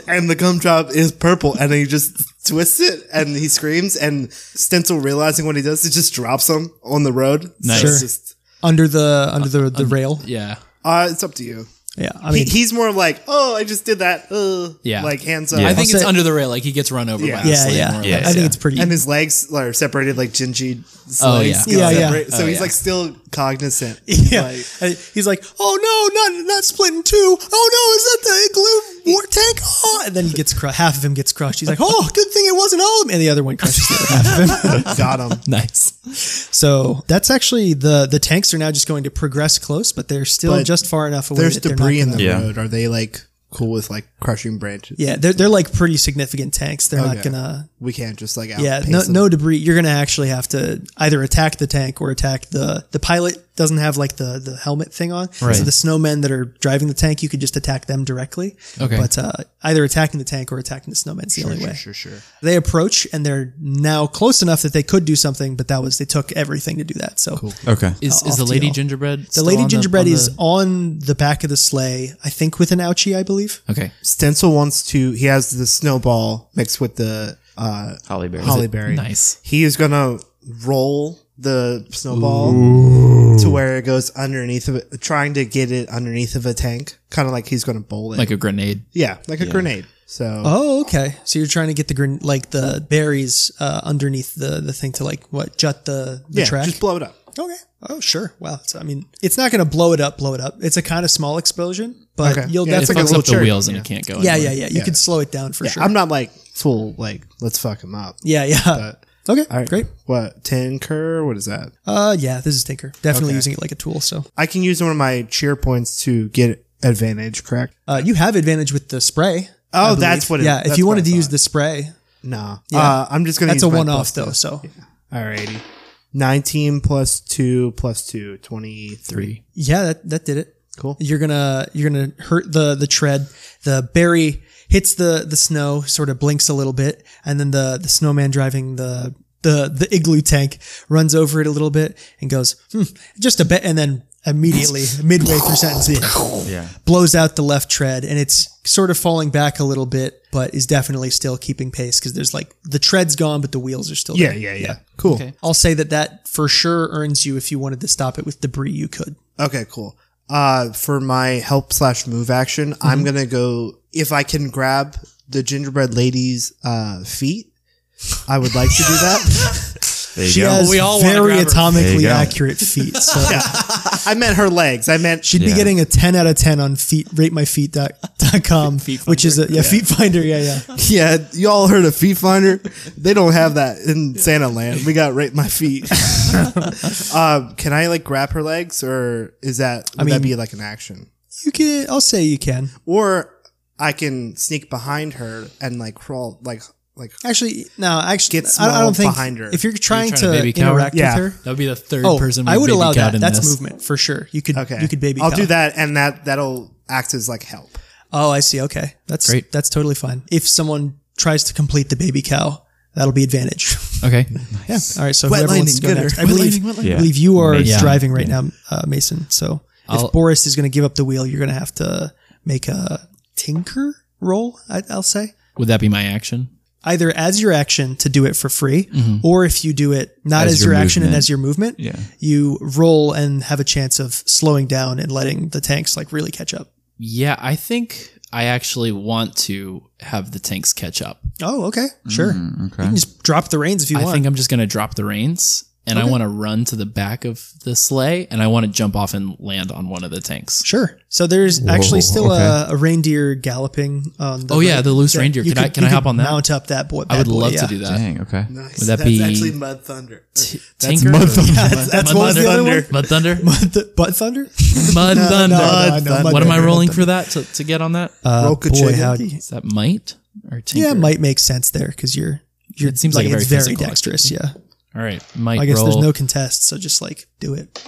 Speaker 3: nurple. And the gumdrop is purple, and then he just twists it, and he screams. And Stencil, realizing what he does, it just drops him on the road.
Speaker 2: Nice.
Speaker 3: So
Speaker 2: Sure.
Speaker 3: it's just,
Speaker 1: under the under the, the rail.
Speaker 2: Yeah.
Speaker 3: uh, it's up to you.
Speaker 1: Yeah, I mean,
Speaker 3: he, he's more like, oh, I just did that. Uh,
Speaker 2: Yeah.
Speaker 3: Like hands up.
Speaker 2: I think
Speaker 1: I'll
Speaker 2: it's
Speaker 1: say-
Speaker 2: under the rail. Like he gets run over.
Speaker 3: Yeah.
Speaker 2: by a
Speaker 1: yeah,
Speaker 2: sleigh
Speaker 1: yeah,
Speaker 2: more or
Speaker 1: I
Speaker 2: less,
Speaker 1: think
Speaker 2: yeah.
Speaker 1: it's pretty.
Speaker 3: and his legs are separated like Gingy.
Speaker 2: Oh, yeah.
Speaker 3: legs get
Speaker 1: Yeah, yeah.
Speaker 3: separate- So
Speaker 2: Oh,
Speaker 3: he's
Speaker 2: yeah.
Speaker 3: like still cognizant.
Speaker 1: Yeah.
Speaker 3: Like,
Speaker 1: And he's like, oh no, not not split in two. Oh no, is that the igloo war tank? Oh, and then he gets crushed. Half of him gets crushed. He's like, oh, good thing it wasn't all of me. And the other one crushes the other half.
Speaker 3: got him.
Speaker 2: nice.
Speaker 1: So that's actually the the tanks are now just going to progress close, but they're still
Speaker 3: But
Speaker 1: just far enough away.
Speaker 3: There's
Speaker 1: that they're
Speaker 3: debris
Speaker 1: not
Speaker 3: in
Speaker 1: gonna-
Speaker 3: the
Speaker 4: Yeah.
Speaker 3: road. Are they like cool with like crushing branches?
Speaker 1: Yeah, they're they're like pretty significant tanks. They're not
Speaker 3: Okay.
Speaker 1: gonna.
Speaker 3: We can't just like
Speaker 1: Yeah,
Speaker 3: outpace
Speaker 1: no,
Speaker 3: them.
Speaker 1: no debris. You're gonna actually have to either attack the tank or attack the the pilot. Doesn't have like the the helmet thing on. So the snowmen that are driving the tank, you could just attack them directly.
Speaker 2: Okay.
Speaker 1: But uh, either attacking the tank or attacking the snowmen is the only way.
Speaker 3: Sure, sure.
Speaker 1: They approach and they're now close enough that they could do something, but that was they took everything to do that. So
Speaker 4: Okay.
Speaker 2: Is is the
Speaker 1: off to
Speaker 2: lady
Speaker 1: you.
Speaker 2: gingerbread?
Speaker 1: the lady gingerbread is on the back of the sleigh, I think, with an ouchie, I believe.
Speaker 2: okay.
Speaker 3: Stencil wants to. He has the snowball mixed with the uh,
Speaker 11: Holly Berry.
Speaker 3: holly berry.
Speaker 2: Nice.
Speaker 3: He is gonna roll the snowball to where it goes underneath of it, trying to get it underneath of a tank, kind of like he's gonna bowl it.
Speaker 2: Like a grenade.
Speaker 3: yeah, like a grenade. So
Speaker 1: Oh, okay. So you're trying to get the green, like the berries uh, underneath the the thing to like what jut the, the
Speaker 3: yeah,
Speaker 1: track.
Speaker 3: just blow it up.
Speaker 1: Okay. Oh, sure. Wow. So, I mean, it's not going to blow it up, blow it up. It's a kind of small explosion, but
Speaker 3: Okay.
Speaker 1: you'll
Speaker 3: Yeah,
Speaker 2: It
Speaker 3: It's
Speaker 1: definitely.
Speaker 2: fucks
Speaker 3: like a little
Speaker 2: up the
Speaker 3: cherry,
Speaker 2: wheels and
Speaker 3: yeah.
Speaker 2: it can't go.
Speaker 1: Yeah, yeah,
Speaker 2: anywhere.
Speaker 1: yeah. You could slow it down for
Speaker 3: Yeah,
Speaker 1: sure.
Speaker 3: I'm not like full like let's fuck him up.
Speaker 1: yeah, yeah. okay.
Speaker 3: All right,
Speaker 1: Great.
Speaker 3: What tinker? What is that?
Speaker 1: Uh, yeah. This is Tinker. Definitely using it like a tool. So,
Speaker 3: I can use one of my cheer points to get advantage. Correct.
Speaker 1: uh, you have advantage with the spray.
Speaker 3: Oh, that's what. It,
Speaker 1: yeah. If
Speaker 3: that's
Speaker 1: you
Speaker 3: what
Speaker 1: wanted
Speaker 3: I
Speaker 1: to use
Speaker 3: thought.
Speaker 1: the spray,
Speaker 3: Nah.
Speaker 1: Yeah.
Speaker 3: Uh, I'm just going to
Speaker 1: that's a one off though. So,
Speaker 3: Alrighty. 19 plus 2 plus 2, 23.
Speaker 1: yeah, that that did it.
Speaker 3: Cool.
Speaker 1: You're gonna you're gonna hurt the the tread. The berry hits the the snow, sort of blinks a little bit, and then the the snowman driving the the the igloo tank runs over it a little bit and goes hmm, just a bit, and then immediately midway through sentence, it blows out the left tread, and it's sort of falling back a little bit, but is definitely still keeping pace because there's like the tread's gone, but the wheels are still
Speaker 3: Yeah,
Speaker 1: there.
Speaker 3: yeah, yeah. Cool. Okay.
Speaker 1: I'll say that that for sure earns you if you wanted to stop it with debris, you could.
Speaker 3: cool. uh, for my help slash move action, I'm gonna go if I can grab the gingerbread lady's uh, feet. I would like to do that.
Speaker 4: There you
Speaker 1: She
Speaker 4: go.
Speaker 1: has
Speaker 2: We all wanna
Speaker 1: very
Speaker 2: grab her.
Speaker 4: There you
Speaker 1: atomically
Speaker 4: go.
Speaker 1: accurate feet. So
Speaker 3: I meant her legs. I meant
Speaker 1: she'd be getting a 10 out of 10 on feet, ratemyfeet.com, which is a yeah, feet finder. Yeah, yeah.
Speaker 3: Yeah, y'all heard of Feet Finder? They don't have that in Santa Land. We got right my feet. um, can I like grab her legs, or is that would that
Speaker 1: mean-
Speaker 3: be like an action?
Speaker 1: You can, I'll say you can.
Speaker 3: Or I can sneak behind her and like crawl, like like
Speaker 1: Actually, no, actually,
Speaker 3: Get
Speaker 1: I, I
Speaker 3: small
Speaker 1: don't think
Speaker 3: behind her.
Speaker 1: if you're trying,
Speaker 2: trying to baby
Speaker 1: to
Speaker 2: cow her?
Speaker 1: interact
Speaker 3: Yeah.
Speaker 1: with her,
Speaker 2: That would be the third
Speaker 1: oh,
Speaker 2: person.
Speaker 1: I
Speaker 2: we've
Speaker 1: would
Speaker 2: baby
Speaker 1: allow
Speaker 2: cowed
Speaker 1: that.
Speaker 2: in
Speaker 1: That's
Speaker 2: this.
Speaker 1: movement for sure. You could,
Speaker 3: okay,
Speaker 1: you could baby.
Speaker 3: I'll
Speaker 1: cow.
Speaker 3: do that, and that that'll act as like help.
Speaker 1: Oh, I see. Okay, that's
Speaker 2: Great.
Speaker 1: That's totally fine. If someone tries to complete the baby cow, that'll be advantage.
Speaker 2: Okay.
Speaker 1: yeah. All right. So
Speaker 3: Wet
Speaker 1: whoever wants
Speaker 3: lightning,
Speaker 1: to go
Speaker 3: get her.
Speaker 1: next, I
Speaker 3: Wet
Speaker 1: believe,
Speaker 3: lightning, wet lightning.
Speaker 1: I believe you are
Speaker 2: Mason.
Speaker 1: driving right now, uh, Mason. So
Speaker 2: I'll-
Speaker 1: if Boris is going to give up the wheel, you're going to have to make a tinker roll. I, I'll say
Speaker 2: Would that be my action?
Speaker 1: either as your action to do it for free,
Speaker 2: Mm-hmm.
Speaker 1: or if you do it not as,
Speaker 11: As
Speaker 1: your,
Speaker 11: your
Speaker 1: action and
Speaker 11: movement.
Speaker 1: as your movement,
Speaker 11: Yeah.
Speaker 1: you roll and have a chance of slowing down and letting the tanks like really catch up.
Speaker 2: Yeah, I think I actually want to have the tanks catch up.
Speaker 1: Oh, okay, sure. You can just drop the reins if you
Speaker 2: I
Speaker 1: want.
Speaker 2: think I'm just going to drop the reins and I want to run to the back of the sleigh and I want to jump off and land on one of the tanks.
Speaker 1: Sure. So there's actually still a, a reindeer galloping on. The
Speaker 2: Oh, yeah,
Speaker 1: road
Speaker 2: the loose
Speaker 1: that
Speaker 2: reindeer.
Speaker 1: you
Speaker 2: Can I- can
Speaker 1: you
Speaker 2: I hop on that?
Speaker 1: Mount up that boy.
Speaker 2: I
Speaker 1: bad
Speaker 2: would
Speaker 1: boy,
Speaker 2: love
Speaker 1: yeah.
Speaker 2: to do that.
Speaker 11: Dang. Okay.
Speaker 3: Nice.
Speaker 2: Would that That's be- actually
Speaker 3: mud thunder?
Speaker 2: Tinker? Mud Thunder.
Speaker 1: that's what was the other one?
Speaker 2: Mud Thunder. Mud Thunder.
Speaker 1: Mud th- butt thunder.
Speaker 2: Mud Thunder.
Speaker 1: no, no, Mud
Speaker 2: what am I
Speaker 1: Thunder,
Speaker 2: rolling for that to, to get on that?
Speaker 1: Uh,
Speaker 3: Roca
Speaker 1: boy,
Speaker 3: chicken.
Speaker 1: howdy.
Speaker 2: Is that might or tinker?
Speaker 1: Yeah, it might make sense there because you're. You're,
Speaker 2: It seems like a very
Speaker 1: it's very
Speaker 2: physical
Speaker 1: dexterous. Yeah,
Speaker 2: All right. Might
Speaker 1: I guess
Speaker 2: roll.
Speaker 1: there's no contest, so just like do it.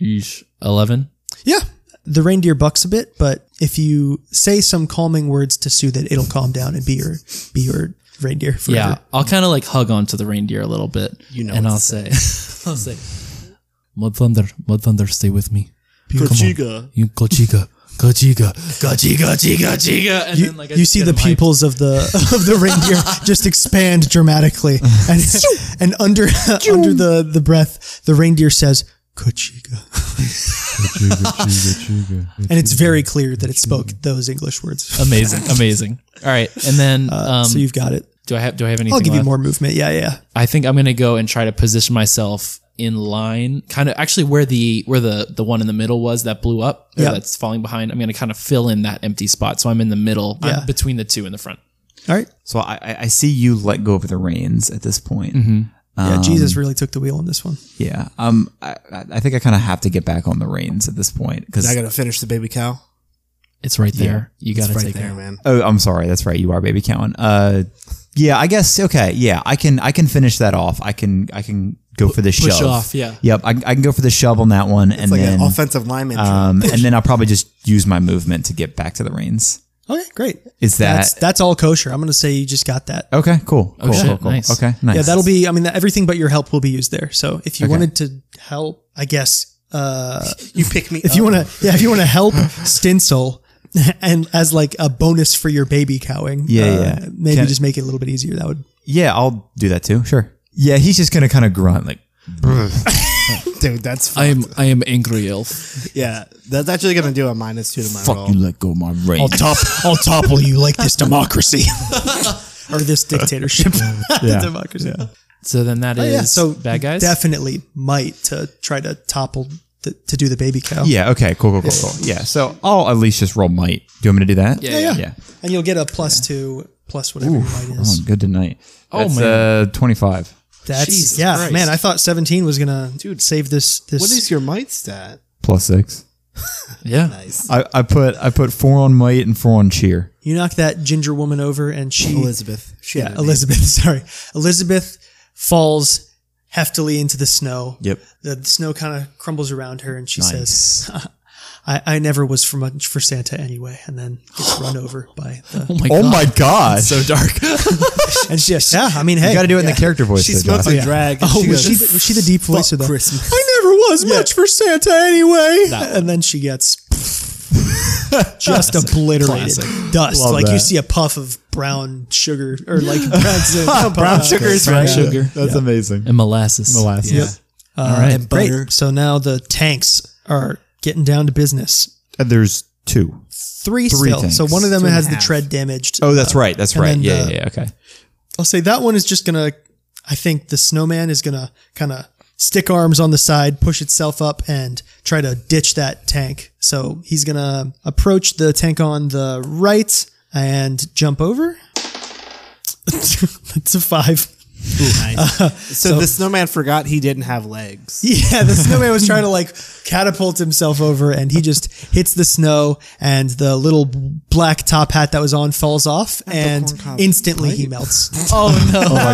Speaker 2: Yeesh. 11.
Speaker 1: Yeah, the reindeer bucks a bit, but if you say some calming words to soothe it, it'll calm down and be your be your reindeer. Forever.
Speaker 2: Yeah, I'll kind of like hug onto the reindeer a little bit. You know, and I'll say, I'll say, Mud Thunder, Mud Thunder, stay with me. Come on. you Kochiga, Kochiga, Kochiga, Chiga, Chiga. And
Speaker 1: you,
Speaker 2: then like I
Speaker 1: you
Speaker 2: just
Speaker 1: see
Speaker 2: get
Speaker 1: the
Speaker 2: him hyped.
Speaker 1: pupils of the of the reindeer just expand dramatically, and and under under the the breath, the reindeer says "kuchiga," and it's very clear that it spoke those English words.
Speaker 2: Amazing, amazing. All right, and then um,
Speaker 1: Uh, so you've got it.
Speaker 2: do I have do I have anything?
Speaker 1: I'll give you
Speaker 2: left?
Speaker 1: more movement. Yeah, yeah.
Speaker 2: I think I'm gonna go and try to position myself in line, kind of actually where the where the the one in the middle was that blew up, or
Speaker 1: Yeah.
Speaker 2: that's falling behind. I'm gonna kind of fill in that empty spot, so I'm in the middle, I'm
Speaker 1: Yeah.
Speaker 2: between the two in the front.
Speaker 1: All right.
Speaker 4: So I, I- I see you let go of the reins at this point.
Speaker 1: Yeah,
Speaker 4: Um,
Speaker 1: Jesus really took the wheel on this one.
Speaker 4: Yeah. Um. I, I I think I kind of have to get back on the reins at this point because.
Speaker 3: I gotta finish the baby cow.
Speaker 2: It's right there. You gotta
Speaker 3: Right
Speaker 2: take
Speaker 3: there,
Speaker 2: there.
Speaker 3: man.
Speaker 4: Oh, I'm sorry. That's right. You are baby Cowan. Uh. Yeah. I guess. Okay. Yeah. I can. I can finish that off. I can. I can go for the
Speaker 2: push
Speaker 4: shove.
Speaker 2: off, yeah.
Speaker 4: Yep. I, I can go for the shove on that one, and
Speaker 3: It's like
Speaker 4: then
Speaker 3: an offensive lineman.
Speaker 4: um, and then I'll probably just use my movement to get back to the reins.
Speaker 1: Okay, great.
Speaker 4: Is that
Speaker 1: That's that's all kosher. I'm gonna say you just got that.
Speaker 4: okay? Cool. Cool.
Speaker 2: shit,
Speaker 4: cool. Cool.
Speaker 2: nice.
Speaker 4: Okay. Nice.
Speaker 1: Yeah, that'll be. I mean, everything but your help will be used there. So if you wanted to help, I guess. Uh,
Speaker 3: you pick me.
Speaker 4: Oh.
Speaker 1: if you want to, yeah, if you want to help Stencil and as like a bonus for your baby cowing, uh,
Speaker 4: Yeah, yeah.
Speaker 1: maybe
Speaker 4: Can-
Speaker 1: just make it a little bit easier. That would
Speaker 4: Yeah, I'll do that too. Sure. Yeah, he's just gonna kind of grunt like.
Speaker 3: to, dude, that's
Speaker 2: I am I am angry elf.
Speaker 3: yeah. That's actually gonna do a minus two to my roll.
Speaker 11: You let go of my reins.
Speaker 1: top, I'll topple you like this democracy or this dictatorship. yeah. democracy. Yeah.
Speaker 2: So then that is
Speaker 1: Oh, yeah, so
Speaker 2: bad guys.
Speaker 1: Definitely might to try to topple the, to do the baby cow.
Speaker 4: Yeah. Okay. Cool. Cool. Cool. Cool. Yeah. So I'll at least just roll might. Do you want me to do that?
Speaker 2: Yeah, yeah.
Speaker 4: Yeah.
Speaker 1: and you'll get a plus two, plus whatever your might
Speaker 4: Oh,
Speaker 1: is.
Speaker 4: good tonight.
Speaker 2: Oh,
Speaker 4: That's, Uh, Twenty-five.
Speaker 1: That's
Speaker 2: Jesus
Speaker 1: yeah,
Speaker 2: Christ.
Speaker 1: man. I thought seventeen was gonna Dude, save this. This
Speaker 3: What is your might stat?
Speaker 4: Plus six.
Speaker 2: yeah.
Speaker 4: I, I put I put four on might and four on cheer.
Speaker 1: you knock that ginger woman over, and she
Speaker 3: Elizabeth. She had a name.
Speaker 1: Elizabeth, sorry. Elizabeth falls heftily into the snow.
Speaker 4: Yep.
Speaker 1: The, the snow kind of crumbles around her and she says, I, I never was for, much for Santa anyway. And then gets run over by the.
Speaker 2: my
Speaker 4: Oh my god. So dark.
Speaker 1: And she, yeah, I mean, hey.
Speaker 4: You got to do it in the character voice.
Speaker 3: She
Speaker 4: though,
Speaker 3: smokes
Speaker 4: Josh.
Speaker 3: a drag. and
Speaker 1: Oh,
Speaker 3: she
Speaker 1: was,
Speaker 3: goes,
Speaker 1: she the, was she the deep voice of the.
Speaker 3: Christmas.
Speaker 1: I never was much for Santa anyway. And then she gets just obliterated. Dust. like you
Speaker 4: that.
Speaker 1: see a puff of brown sugar or like brown, Uh, brown
Speaker 3: sugar is
Speaker 2: brown
Speaker 3: right.
Speaker 2: sugar
Speaker 4: That's amazing.
Speaker 1: uh,
Speaker 2: and molasses. Molasses.
Speaker 1: All
Speaker 2: right.
Speaker 1: Great. So now the tanks are Getting down to business.
Speaker 4: Uh, There's two.
Speaker 1: Three,
Speaker 4: Three
Speaker 1: still. So
Speaker 4: things.
Speaker 1: one of them
Speaker 3: Two and
Speaker 1: has
Speaker 3: a
Speaker 1: the
Speaker 3: half.
Speaker 1: tread damaged.
Speaker 4: Oh, that's right. That's
Speaker 1: and
Speaker 4: right.
Speaker 1: then
Speaker 4: Yeah,
Speaker 1: the-
Speaker 4: yeah, yeah. Okay.
Speaker 1: I'll say that one is just gonna. I think the snowman is gonna kind of stick arms on the side, push itself up, and try to ditch that tank. So he's gonna approach the tank on the right and jump over. That's a five.
Speaker 3: So, the snowman forgot he didn't have legs.
Speaker 1: Yeah, the snowman was trying to like catapult himself over, and he just hits the snow, and the little black top hat that was on falls off, and instantly he melts. Oh no!
Speaker 4: Oh my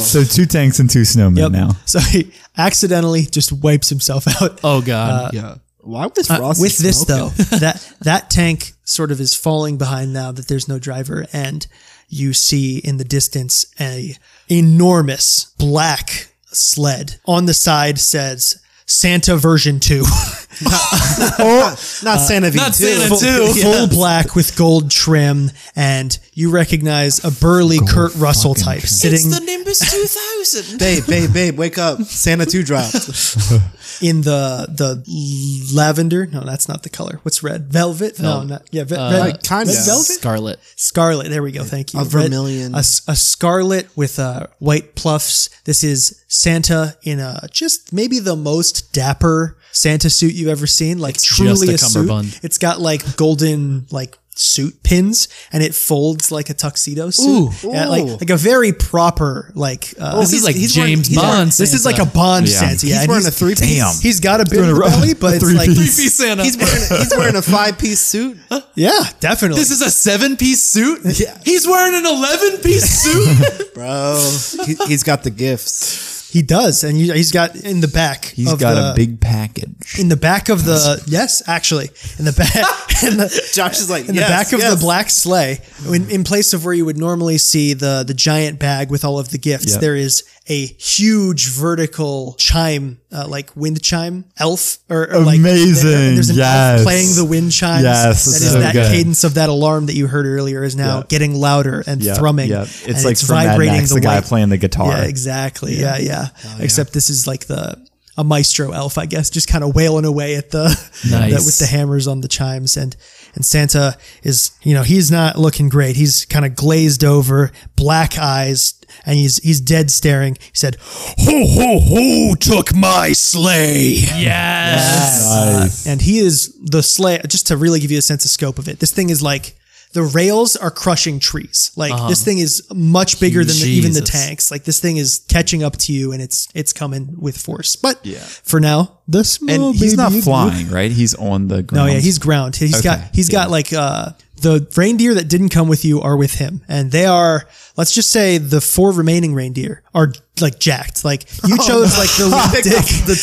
Speaker 4: gosh. So two tanks and two snowmen now.
Speaker 1: So he accidentally just wipes himself out.
Speaker 2: Oh god.
Speaker 1: Uh,
Speaker 3: Yeah. Why was Ross
Speaker 1: With this though, that that tank sort of is falling behind now that there's no driver, and you see in the distance a enormous black sled on the side says Santa version two,
Speaker 3: Not Santa V.
Speaker 2: Not
Speaker 3: too.
Speaker 2: Santa
Speaker 1: full,
Speaker 2: too.
Speaker 1: full black with gold trim, and you recognize a burly Kurt Russell type sitting
Speaker 2: Nimbus 2000.
Speaker 3: Babe, babe, babe, wake up. Santa 2 dropped.
Speaker 1: in the the lavender. No, that's not the color. What's red? Velvet? No, not yeah, ve- red.
Speaker 3: kind of.
Speaker 1: red velvet.
Speaker 2: Scarlet.
Speaker 1: Scarlet. There we go. Thank you.
Speaker 3: A
Speaker 1: Red-
Speaker 3: vermilion.
Speaker 1: A, s- a scarlet with uh, white pluffs. This is Santa in a just maybe the most dapper Santa suit you've ever seen. Like
Speaker 2: just
Speaker 1: truly
Speaker 2: a
Speaker 1: a,
Speaker 2: cummerbund.
Speaker 1: suit. It's got like golden like suit pins and it folds like a tuxedo suit. Yeah,
Speaker 3: Ooh.
Speaker 1: like like a very proper like. Uh,
Speaker 2: This is like
Speaker 3: he's wearing-
Speaker 2: James
Speaker 3: he's wearing-
Speaker 2: Bond.
Speaker 1: this is like a
Speaker 2: Santa.
Speaker 1: Bond
Speaker 4: Yeah.
Speaker 1: Santa. Yeah,
Speaker 3: He's
Speaker 1: and
Speaker 3: wearing a three piece.
Speaker 4: Damn.
Speaker 1: He's got a bit of a belly, but it's like
Speaker 2: Creepy Santa.
Speaker 3: He's wearing, he's wearing a five piece suit.
Speaker 1: yeah, definitely.
Speaker 2: this is a seven piece suit. He's wearing an eleven piece suit.
Speaker 3: Bro, he, he's got the gifts.
Speaker 1: he does, and you, he's got in the back.
Speaker 4: He's
Speaker 1: of
Speaker 4: got
Speaker 1: the,
Speaker 4: a big package.
Speaker 1: in the back of the uh, yes, actually in the back in the,
Speaker 3: Josh is like,
Speaker 1: in the back of the black sleigh, in, in place of where you would normally see the the giant bag with all of the gifts,
Speaker 4: Yep.
Speaker 1: there is a huge vertical chime, uh, like wind chime, elf or, or like
Speaker 4: Amazing,
Speaker 1: there- and there's an
Speaker 4: yes.
Speaker 1: elf playing the wind chimes.
Speaker 4: Yes,
Speaker 1: that
Speaker 4: it's
Speaker 1: is
Speaker 4: so
Speaker 1: that
Speaker 4: good.
Speaker 1: cadence of that alarm that you heard earlier is now
Speaker 4: Yep.
Speaker 1: getting louder and
Speaker 4: Yeah,
Speaker 1: thrumming.
Speaker 4: yeah. It's
Speaker 1: and
Speaker 4: like from Mad Max, the, guy
Speaker 1: white-
Speaker 4: playing the guitar.
Speaker 1: yeah, exactly. Yeah, yeah. Except this is like the a maestro elf, I guess, just kind of wailing away at the,
Speaker 2: Nice.
Speaker 1: the- with the hammers on the chimes and and Santa is you know he's not looking great. He's kind of glazed over, black eyes, and he's he's dead staring. He said, "Ho ho ho! Took my sleigh."
Speaker 2: yes.
Speaker 4: Nice.
Speaker 1: and he is the sleigh. Just to really give you a sense of scope of it, this thing is like the rails are crushing trees. Like this thing is much bigger than the, even the
Speaker 2: Uh-huh. Jesus.
Speaker 1: tanks. Like this thing is catching up to you, and it's it's coming with force. But for now, the
Speaker 4: and
Speaker 1: small
Speaker 2: Oh,
Speaker 1: Oh,
Speaker 4: he's
Speaker 1: baby
Speaker 4: not
Speaker 1: igloo-
Speaker 4: flying, right? He's on the
Speaker 1: No,
Speaker 4: ground.
Speaker 1: yeah, he's ground. He's got he's got like uh the reindeer that didn't come with you are with him, and they are. Let's just say the four remaining reindeer are like jacked. Like you
Speaker 4: Oh,
Speaker 1: chose like the little dick,
Speaker 3: The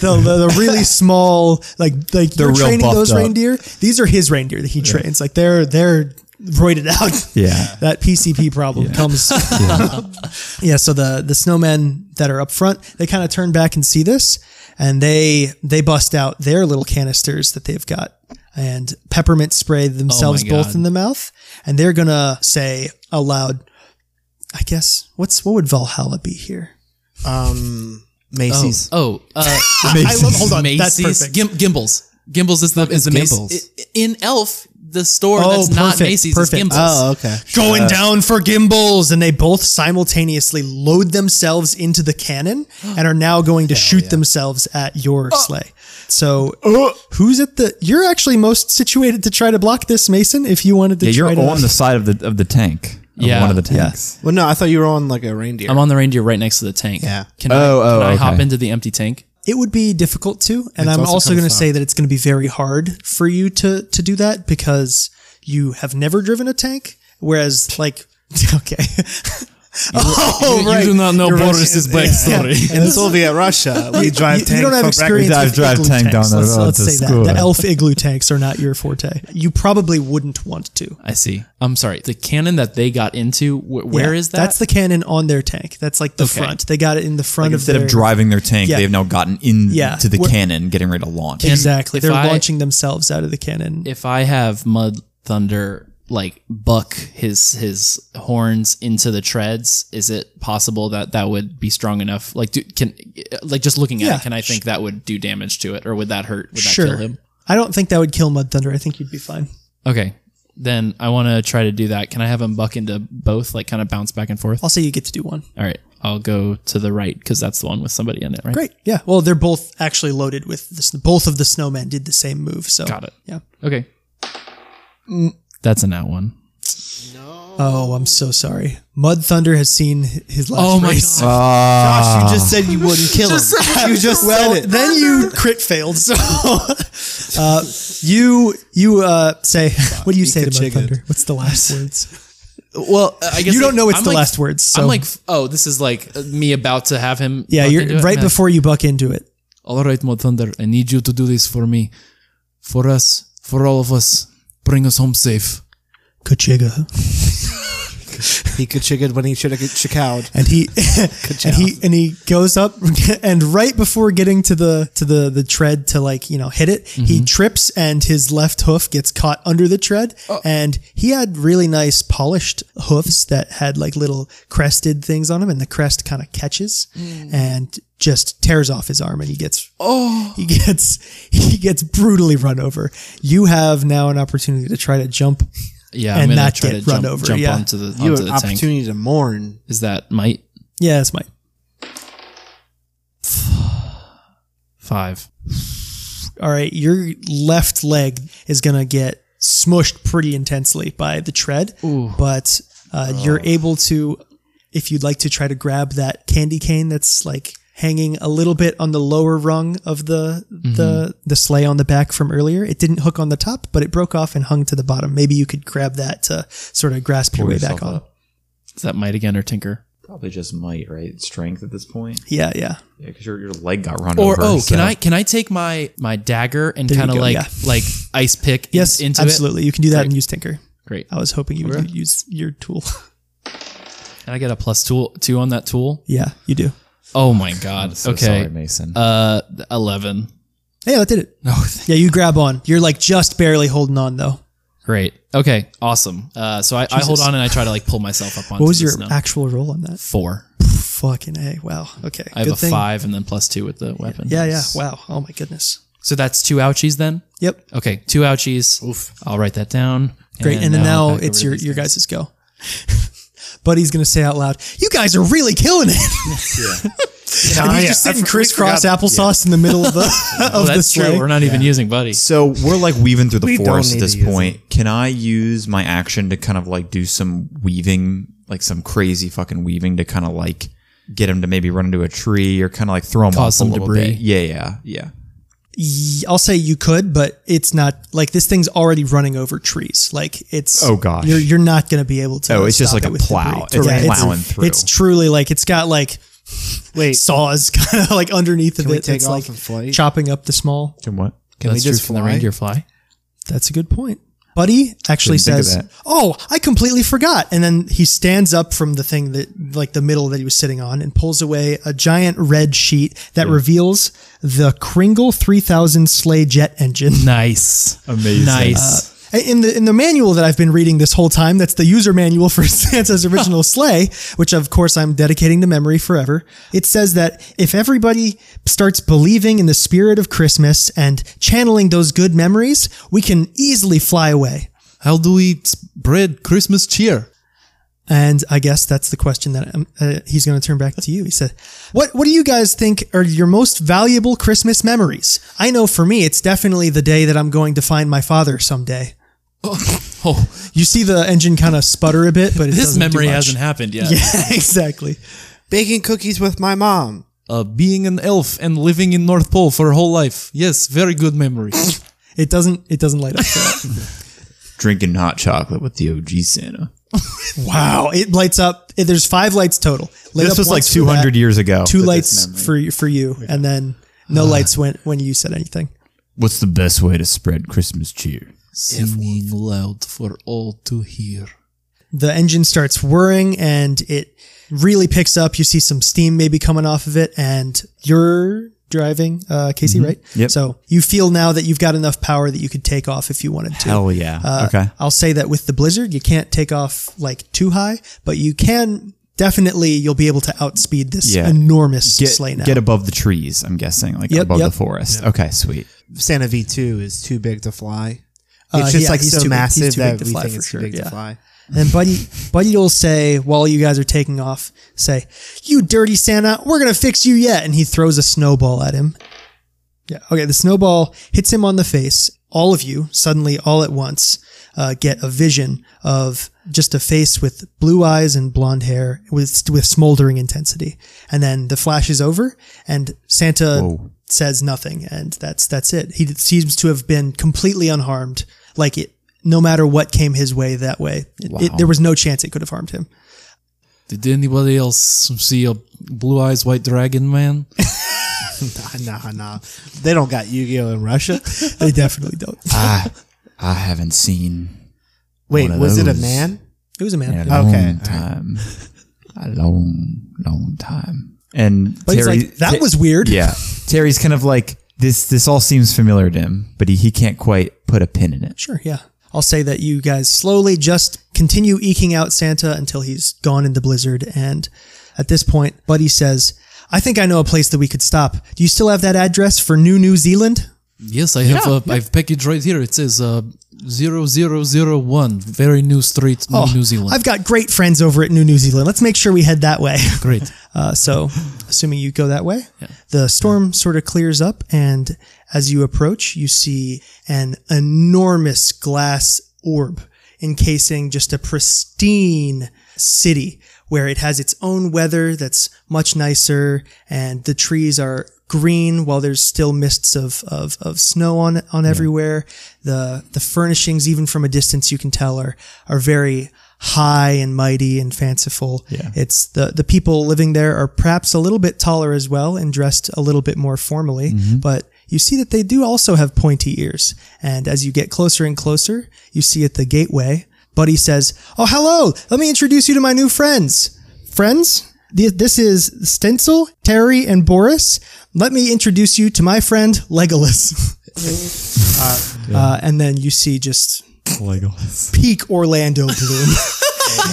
Speaker 1: the, the, the really small like like you're
Speaker 4: real
Speaker 1: training
Speaker 4: buffed
Speaker 1: those
Speaker 4: up.
Speaker 1: reindeer. These are his reindeer that he trains. Like they're they're roided out.
Speaker 4: Yeah.
Speaker 1: that PCP problem comes. yeah. so the the snowmen that are up front, they kind of turn back and see this, and they they bust out their little canisters that they've got and peppermint spray themselves both
Speaker 2: God.
Speaker 1: in the mouth, and they're gonna say aloud. I guess what's what would Valhalla be here?
Speaker 3: Um, Macy's.
Speaker 2: Oh, uh,
Speaker 1: I love. Hold on, that's
Speaker 2: Macy's.
Speaker 1: perfect.
Speaker 2: Gim- Gimbals. Gimbals is the is the
Speaker 11: Gimbals.
Speaker 2: Macy's in Elf. The store
Speaker 1: Oh,
Speaker 2: that's not
Speaker 1: perfect,
Speaker 2: Macy's
Speaker 1: perfect.
Speaker 2: is Gimbals.
Speaker 3: Oh, okay.
Speaker 1: going down for gimbals and they both simultaneously load themselves into the cannon and are now going to shoot themselves at your
Speaker 2: Oh.
Speaker 1: sleigh so who's at the you're actually most situated to try to block this mason if you wanted to
Speaker 11: Yeah, you're
Speaker 1: try to
Speaker 11: on the side of the of the tank. Of
Speaker 2: Yeah.
Speaker 11: one of the tanks.
Speaker 3: Oh. Well, no, I thought you were on like a reindeer.
Speaker 2: I'm on the reindeer right next to the tank.
Speaker 3: Yeah.
Speaker 2: Can I,
Speaker 11: Oh, oh,
Speaker 2: can I
Speaker 11: okay.
Speaker 2: hop into the empty tank?
Speaker 1: it would be difficult to and i'm
Speaker 3: also
Speaker 1: also,
Speaker 3: kinda
Speaker 1: going to
Speaker 3: fun.
Speaker 1: say that it's going to be very hard for you to to do that because you have never driven a tank whereas like okay oh right
Speaker 2: not know Boris's backstory.
Speaker 3: in Soviet Russia, we drive
Speaker 1: you,
Speaker 3: tank
Speaker 1: you don't have
Speaker 3: for
Speaker 1: experience
Speaker 4: Drive-
Speaker 1: with
Speaker 4: drive
Speaker 1: igloo
Speaker 4: tank
Speaker 1: tanks.
Speaker 4: down the
Speaker 1: let's,
Speaker 4: road
Speaker 1: let's
Speaker 4: to
Speaker 1: say
Speaker 4: school.
Speaker 1: that the elf igloo tanks are not your forte. You probably wouldn't want to.
Speaker 2: I see. I'm sorry. The cannon that they got into, wh- where
Speaker 1: Yeah,
Speaker 2: is that?
Speaker 1: That's the cannon on their tank. That's like the front. They got it in the front of
Speaker 4: Instead
Speaker 1: their
Speaker 4: of driving their tank,
Speaker 1: Yeah.
Speaker 4: they have now gotten into
Speaker 1: Yeah.
Speaker 4: the
Speaker 1: We're-
Speaker 4: cannon, getting ready to launch.
Speaker 1: Exactly.
Speaker 2: if
Speaker 1: They're
Speaker 2: I-
Speaker 1: launching themselves out of the cannon.
Speaker 2: if I have mud thunder like buck his his horns into the treads, is it possible that that would be strong enough? Like, do, can like just looking at
Speaker 1: Yeah.
Speaker 2: it, can I think that would do damage to it, or would that hurt? Would that
Speaker 1: sure.
Speaker 2: kill him?
Speaker 1: I don't think that would kill Mud Thunder. I think you'd be fine.
Speaker 2: Okay, then I want to try to do that. Can I have him buck into both, like kind of bounce back and forth?
Speaker 1: I'll say you get to do one.
Speaker 2: All right, I'll go to the right because that's the one with somebody in it, right?
Speaker 1: Great. Yeah. Well, they're both actually loaded with this. Both of the snowmen did the same move. So
Speaker 2: Got it.
Speaker 1: Yeah.
Speaker 2: Okay,
Speaker 1: Mm.
Speaker 2: that's an out one.
Speaker 1: Oh, I'm so sorry. Mud Thunder has seen his last.
Speaker 2: Oh my
Speaker 1: race.
Speaker 2: God.
Speaker 1: Gosh, you just said you wouldn't kill him. you Ah. just well, said it. Then you crit failed. So uh, you you uh, say what do you say to Mud
Speaker 4: chicken.
Speaker 1: Thunder? What's the last words?
Speaker 2: Well, I guess
Speaker 1: You don't know it's
Speaker 2: I'm
Speaker 1: the
Speaker 2: like-
Speaker 1: last words. So
Speaker 2: I'm like, f- oh, this is like uh, me about to have him.
Speaker 1: yeah,
Speaker 2: fucking do
Speaker 1: you're
Speaker 2: it?
Speaker 1: right
Speaker 2: Man.
Speaker 1: before you buck into it.
Speaker 2: All right, Mod Thunder, I need you to do this for me, for us, for all of us. Bring us home safe.
Speaker 1: Kachiga.
Speaker 3: He could chicken when he should have chicowed.
Speaker 1: and he and he and he goes up and right before getting to the to the the tread to like you know hit it he trips and his left hoof gets caught under the tread and he had really nice polished hoofs that had like little crested things on them and the crest kind of catches and just tears off his arm and he gets oh he gets he gets brutally run over you have now an opportunity to try to jump
Speaker 2: Yeah,
Speaker 1: And
Speaker 2: I'm gonna
Speaker 1: not
Speaker 2: try
Speaker 1: get
Speaker 2: to
Speaker 1: run
Speaker 2: jump,
Speaker 1: over,
Speaker 2: jump
Speaker 1: yeah.
Speaker 2: onto the onto
Speaker 3: You have an
Speaker 2: the tank.
Speaker 3: opportunity to mourn.
Speaker 2: Is that might
Speaker 1: yeah that's my
Speaker 2: five?
Speaker 1: all right, your left leg is going to get smushed pretty intensely by the tread, but uh, you're able to, if you'd like to try to grab that candy cane that's like hanging a little bit on the lower rung of the the the sleigh on the back from earlier. It didn't hook on the top, but it broke off and hung to the bottom. Maybe you could grab that to sort of grasp your way back on.
Speaker 2: Is that might again or tinker?
Speaker 4: Probably just might, right? Strength at this point.
Speaker 1: Yeah, yeah.
Speaker 4: Yeah, because your, your leg got run
Speaker 2: Or
Speaker 4: over.
Speaker 2: oh,
Speaker 4: so-
Speaker 2: can I can I take my my dagger and
Speaker 1: you
Speaker 2: kind of
Speaker 1: go,
Speaker 2: like
Speaker 1: yeah.
Speaker 2: like ice pick in-
Speaker 1: Yes, Oh.
Speaker 2: into
Speaker 1: absolutely. You can do that and use Tinker.
Speaker 2: it? Great.
Speaker 1: I was hoping you would use your tool.
Speaker 2: And I get a plus tool two on that tool.
Speaker 1: yeah, you do.
Speaker 2: Oh my god.
Speaker 4: So
Speaker 2: okay.
Speaker 4: sorry, Mason.
Speaker 2: Uh, eleven.
Speaker 1: Hey, that did it. yeah, you grab on. You're like just barely holding on though.
Speaker 2: Great. Okay. Awesome. Uh, so I, I hold on and I try to like pull myself up onto
Speaker 1: What was
Speaker 2: the
Speaker 1: your
Speaker 2: snow.
Speaker 1: actual roll on that?
Speaker 2: four?
Speaker 1: Fucking A. Wow. Okay.
Speaker 2: I have a five and then plus two with the weapon.
Speaker 1: Yeah, yeah. Wow. Oh my goodness.
Speaker 2: So that's two ouchies then.
Speaker 1: Yep.
Speaker 2: Okay, two ouchies. Oof. I'll write that down.
Speaker 1: Great. And, then now,
Speaker 2: back
Speaker 1: it's
Speaker 2: over
Speaker 1: your
Speaker 2: to these
Speaker 1: your
Speaker 2: guys.
Speaker 1: guys' go. Buddy's gonna say out loud, "You guys are really killing it." and
Speaker 4: Oh,
Speaker 1: he's just sitting crisscross applesauce in the middle of the of
Speaker 2: Oh,
Speaker 1: the
Speaker 2: that's true.
Speaker 1: sleigh.
Speaker 2: We're not even using buddy.
Speaker 4: So we're like weaving through the
Speaker 3: don't
Speaker 4: forest at
Speaker 3: need
Speaker 4: this
Speaker 3: to use
Speaker 4: point. Can I use my action to kind of like do some weaving, like some crazy fucking weaving to kind of like get him to maybe run into a tree or kind of like throw him
Speaker 2: Cause
Speaker 4: off
Speaker 2: some
Speaker 4: a little
Speaker 2: debris.
Speaker 4: bit? Yeah, yeah, yeah.
Speaker 1: Y- I'll say you could, but it's not like this thing's already running over trees. Like it's
Speaker 4: Oh, gosh.
Speaker 1: you're you're not gonna be able to.
Speaker 4: Oh, it's just
Speaker 1: stop
Speaker 4: like
Speaker 1: it
Speaker 4: a
Speaker 1: with debris.
Speaker 4: plow. It's like
Speaker 1: it's-
Speaker 4: plowing through.
Speaker 1: It's truly like it's got like
Speaker 3: Wait,
Speaker 1: saws kind of like underneath of
Speaker 3: we
Speaker 1: it.
Speaker 3: take
Speaker 1: It's
Speaker 3: off
Speaker 1: like
Speaker 3: and fly?
Speaker 1: chopping up the small.
Speaker 4: Can what?
Speaker 2: Can
Speaker 3: we just
Speaker 2: Can the
Speaker 3: fly?
Speaker 2: reindeer fly?
Speaker 1: That's a good point. Buddy actually
Speaker 4: Didn't think of
Speaker 1: says,
Speaker 4: that.
Speaker 1: "Oh, I completely forgot." And then he stands up from the thing that, like the middle that he was sitting on, and pulls away a giant red sheet that reveals the Kringle 3000 sleigh jet engine.
Speaker 2: Nice.
Speaker 4: Amazing.
Speaker 2: Nice.
Speaker 1: In the in the manual that I've been reading this whole time, that's the user manual for Santa's original sleigh, which of course I'm dedicating to memory forever. It says that if everybody starts believing in the spirit of Christmas and channeling those good memories, we can easily fly away.
Speaker 2: How do we spread Christmas cheer?
Speaker 1: And I guess that's the question that um, uh, he's going to turn back to you. He said, "What what do you guys think are your most valuable Christmas memories? I know for me, it's definitely the day that I'm going to find my father someday."
Speaker 2: Oh,
Speaker 1: You see the engine kind of sputter a bit, but it
Speaker 2: this
Speaker 1: doesn't do
Speaker 2: memory
Speaker 1: much.
Speaker 2: hasn't happened yet.
Speaker 1: Yeah, exactly.
Speaker 3: baking cookies with my mom.
Speaker 2: Uh, being an elf and living in North Pole for her whole life. Yes, very good memory.
Speaker 1: It doesn't. It doesn't light up. for that.
Speaker 4: Drinking hot chocolate with the OG Santa.
Speaker 1: wow! It lights up. it- there's five lights total. Lit
Speaker 4: This
Speaker 1: up
Speaker 4: was like
Speaker 1: once for
Speaker 4: 200
Speaker 1: that,
Speaker 4: years ago.
Speaker 1: Two
Speaker 4: that
Speaker 1: lights
Speaker 4: this memory-
Speaker 1: for for you, and then no lights when when you said anything.
Speaker 4: What's the best way to spread Christmas cheer?
Speaker 2: Singing loud for all to hear.
Speaker 1: The engine starts whirring, and it really picks up. You see some steam maybe coming off of it, and your driving uh, Casey, right?
Speaker 4: Mm-hmm. Yep.
Speaker 1: So you feel now that you've got enough power that you could take off if you wanted to.
Speaker 4: Hell yeah.
Speaker 1: Uh,
Speaker 4: okay.
Speaker 1: I'll say that with the blizzard, you can't take off like too high, but you can definitely you'll be able to outspeed this
Speaker 4: Yeah.
Speaker 1: enormous
Speaker 4: Get,
Speaker 1: sleigh now.
Speaker 4: get above the trees, I'm guessing, like
Speaker 1: Yep,
Speaker 4: above
Speaker 1: yep.
Speaker 4: the forest. Okay, sweet.
Speaker 3: Santa V2 is too big to fly.
Speaker 1: Uh,
Speaker 3: It's just
Speaker 1: yeah,
Speaker 3: like
Speaker 1: he's
Speaker 3: so
Speaker 1: too big- he's
Speaker 3: massive
Speaker 1: too big
Speaker 3: that
Speaker 1: to
Speaker 3: we
Speaker 1: fly
Speaker 3: think
Speaker 1: for
Speaker 3: it's
Speaker 1: sure,
Speaker 3: too big
Speaker 1: yeah.
Speaker 3: to fly.
Speaker 1: And Buddy, Buddy will say while you guys are taking off, say, "You dirty Santa, we're gonna fix you yet!" And he throws a snowball at him. Yeah. Okay. The snowball hits him on the face. All of you suddenly, all at once, uh, get a vision of just a face with blue eyes and blonde hair with with smoldering intensity. And then the flash is over, and Santa
Speaker 4: Whoa.
Speaker 1: says nothing, and that's that's it. He seems to have been completely unharmed. Like it, no matter what came his way that way, it- it- there was no chance it could have harmed him.
Speaker 12: Did anybody else see a blue eyes white dragon man?
Speaker 3: Nah, nah, nah. They don't got Yu Gi Oh in Russia.
Speaker 1: They definitely don't.
Speaker 4: I, I haven't seen
Speaker 3: Wait,
Speaker 4: One of
Speaker 3: was it a
Speaker 4: those.
Speaker 3: man?
Speaker 1: It was a man.
Speaker 4: in a long
Speaker 3: Okay, all right.
Speaker 4: time. A long, long time. And
Speaker 1: But he's
Speaker 4: Terry,
Speaker 1: like, that
Speaker 4: Ta-
Speaker 1: was weird.
Speaker 4: yeah. Terry's kind of like this. This all seems familiar to him, but he, he can't quite put a pin in it.
Speaker 1: Sure, yeah. I'll say that you guys slowly just continue eking out Santa until he's gone in the blizzard. And at this point, Buddy says, I think I know a place that we could stop. Do you still have that address for New New Zealand?
Speaker 12: Yes, I have a I've package right here. It says uh, 0001, very new street,
Speaker 3: Oh,
Speaker 12: New, New Zealand.
Speaker 1: I've got great friends over at New New Zealand. Let's make sure we head that way.
Speaker 12: Great.
Speaker 1: Uh, so, assuming you go that way, the storm sort of clears up, and as you approach, you see an enormous glass orb encasing just a pristine city where it has its own weather that's much nicer, and the trees are green while there's still mists of, of, of snow on on everywhere. The the furnishings, even from a distance, you can tell are are very high and mighty and fanciful. Yeah. It's the, the people living there are perhaps a little bit taller as well and dressed a little bit more formally, but you see that they do also have pointy ears. And as you get closer and closer, you see at the gateway, Buddy says, Oh, hello. Let me introduce you to my new friends. Friends? Th- This is Stencil, Terry, and Boris. Let me introduce you to my friend Legolas. uh, uh, and then you see just peak Orlando bloom.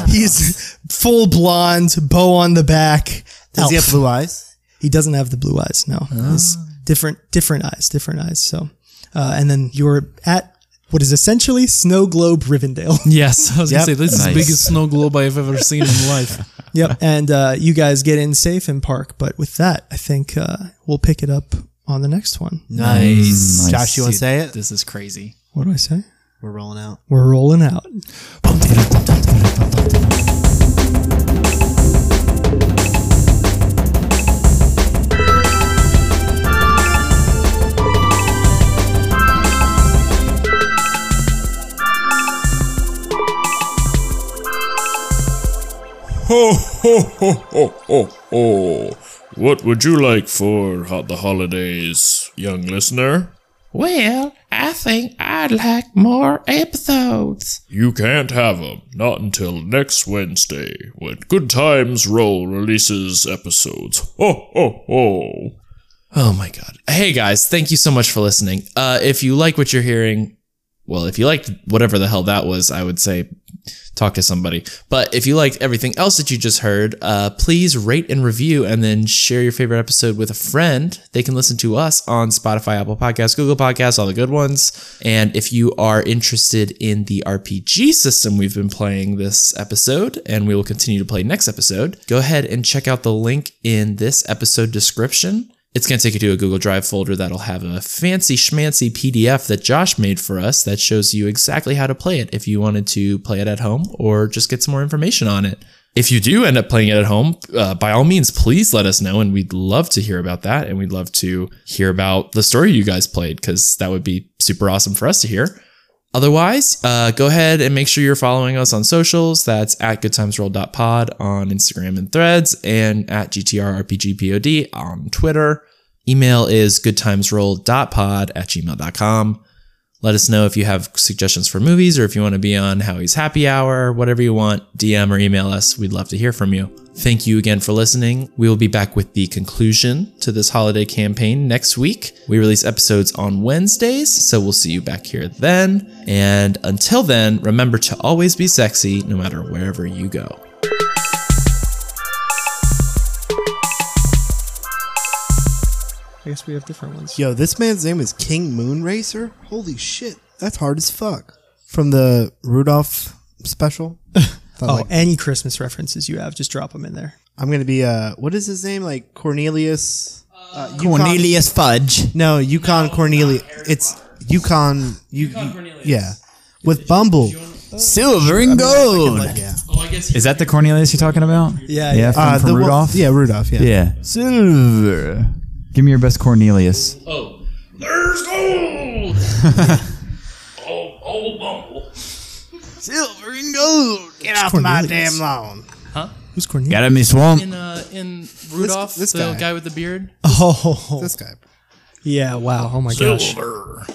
Speaker 1: He's full blonde, bow on the back.
Speaker 3: Does he
Speaker 1: elf.
Speaker 3: have blue eyes?
Speaker 1: He doesn't have the blue eyes. No, He's different, different eyes, different eyes. So, uh, and then you're at what is essentially Snow Globe Rivendell.
Speaker 12: yes, I was
Speaker 3: Yep.
Speaker 12: gonna say this is
Speaker 4: Nice.
Speaker 12: the biggest snow globe I've ever seen in life.
Speaker 1: yep. And uh, you guys get in safe and park. But with that, I think uh, we'll pick it up on the next one.
Speaker 12: Nice.
Speaker 3: Josh, you want to say it?
Speaker 12: This is crazy.
Speaker 1: What do I say?
Speaker 3: We're rolling out.
Speaker 1: We're rolling out.
Speaker 10: Ho, ho, ho, ho, ho, ho. What would you like for ho- the holidays, young listener?
Speaker 2: Well, I think I'd like more episodes.
Speaker 10: You can't have 'em not until next Wednesday, when Good Times Roll releases episodes. Ho, ho, ho.
Speaker 2: Oh my god. Hey guys, thank you so much for listening. Uh if you like what you're hearing, well, if you liked whatever the hell that was, I would say talk to somebody. But if you liked everything else that you just heard, uh please rate and review and then share your favorite episode with a friend. They can listen to us on Spotify, Apple Podcasts, Google Podcasts, all the good ones. And if you are interested in the RPG system we've been playing this episode and we will continue to play next episode, go ahead and check out the link in this episode description. It's going to take you to a Google Drive folder that'll have a fancy schmancy PDF that Josh made for us that shows you exactly how to play it if you wanted to play it at home or just get some more information on it. If you do end up playing it at home, uh, by all means, please let us know. And we'd love to hear about that. And we'd love to hear about the story you guys played because that would be super awesome for us to hear. Otherwise, uh, go ahead and make sure you're following us on socials. That's at goodtimesroll.pod on Instagram and threads and at GTRRPGPOD on Twitter. Email is goodtimesroll.pod at gmail.com. Let us know if you have suggestions for movies or if you want to be on Howie's Happy Hour, whatever you want, DM or email us. We'd love to hear from you.
Speaker 13: Thank you again for listening. We will be back with the conclusion to this holiday campaign next week. We release episodes on Wednesdays, so we'll see you back here then. And until then, remember to always be sexy no matter wherever you go.
Speaker 1: I guess we have different ones.
Speaker 3: Yo, this man's name is King Moonracer. Holy shit, that's hard as fuck. From the Rudolph special. Thought,
Speaker 1: Oh,
Speaker 3: like,
Speaker 1: any Christmas references you have, just drop them in there.
Speaker 3: I'm gonna be uh, what is his name? Like Cornelius. Uh, Yukon-
Speaker 4: Cornelius Fudge.
Speaker 3: No, Yukon Cornelius. It's Yukon. You. Cornelius. Yeah, with Bumble.
Speaker 4: Silver and gold.
Speaker 3: Yeah.
Speaker 4: Is that the Cornelius you're talking about?
Speaker 1: Yeah,
Speaker 4: Yeah,
Speaker 1: yeah.
Speaker 4: from,
Speaker 3: Uh,
Speaker 4: from
Speaker 3: the one-
Speaker 4: Rudolph?
Speaker 3: yeah, Rudolph. Yeah.
Speaker 4: Yeah. Silver. Give me your best Cornelius.
Speaker 10: There's gold! oh, old Bumble.
Speaker 3: Silver and gold. Get off my damn lawn.
Speaker 1: Who's Cornelius?
Speaker 4: Got him, swamp.
Speaker 2: in uh, in Rudolph,
Speaker 3: this
Speaker 2: the
Speaker 3: guy.
Speaker 2: guy. with the beard.
Speaker 1: Oh,
Speaker 3: This guy.
Speaker 1: yeah. Wow. Oh my gosh.
Speaker 10: Silver.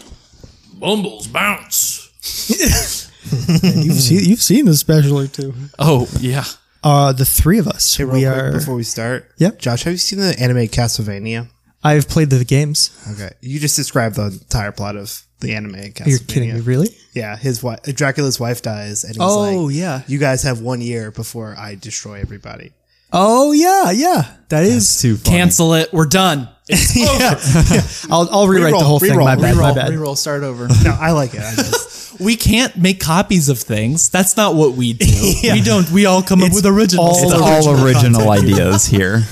Speaker 10: Bumbles bounce.
Speaker 1: You've seen, you've seen this special or two.
Speaker 2: Oh yeah,
Speaker 1: Uh, the three of us.
Speaker 3: Hey, real
Speaker 1: we
Speaker 3: quick
Speaker 1: are.
Speaker 3: before we start.
Speaker 1: Yep.
Speaker 3: Josh, have you seen the anime Castlevania?
Speaker 1: I've played the games.
Speaker 3: Okay. You just described the entire plot of the anime Castlevania.
Speaker 1: You're kidding me, really?
Speaker 3: Yeah, his wife, Dracula's wife dies, and he's
Speaker 1: Oh,
Speaker 3: like,
Speaker 1: yeah.
Speaker 3: you guys have one year before I destroy everybody."
Speaker 1: Oh yeah, yeah. That is.
Speaker 4: Too funny.
Speaker 2: cancel it. We're done.
Speaker 1: I'll, I'll rewrite the
Speaker 3: Reroll,
Speaker 1: whole thing.
Speaker 3: reroll,
Speaker 1: My bad. My
Speaker 3: reroll,
Speaker 1: bad.
Speaker 2: Reroll, start over.
Speaker 3: No, I like it. I just,
Speaker 2: we can't make copies of things. That's not what we do. We don't. We all come up with original
Speaker 4: It's
Speaker 2: stuff.
Speaker 4: all original ideas here.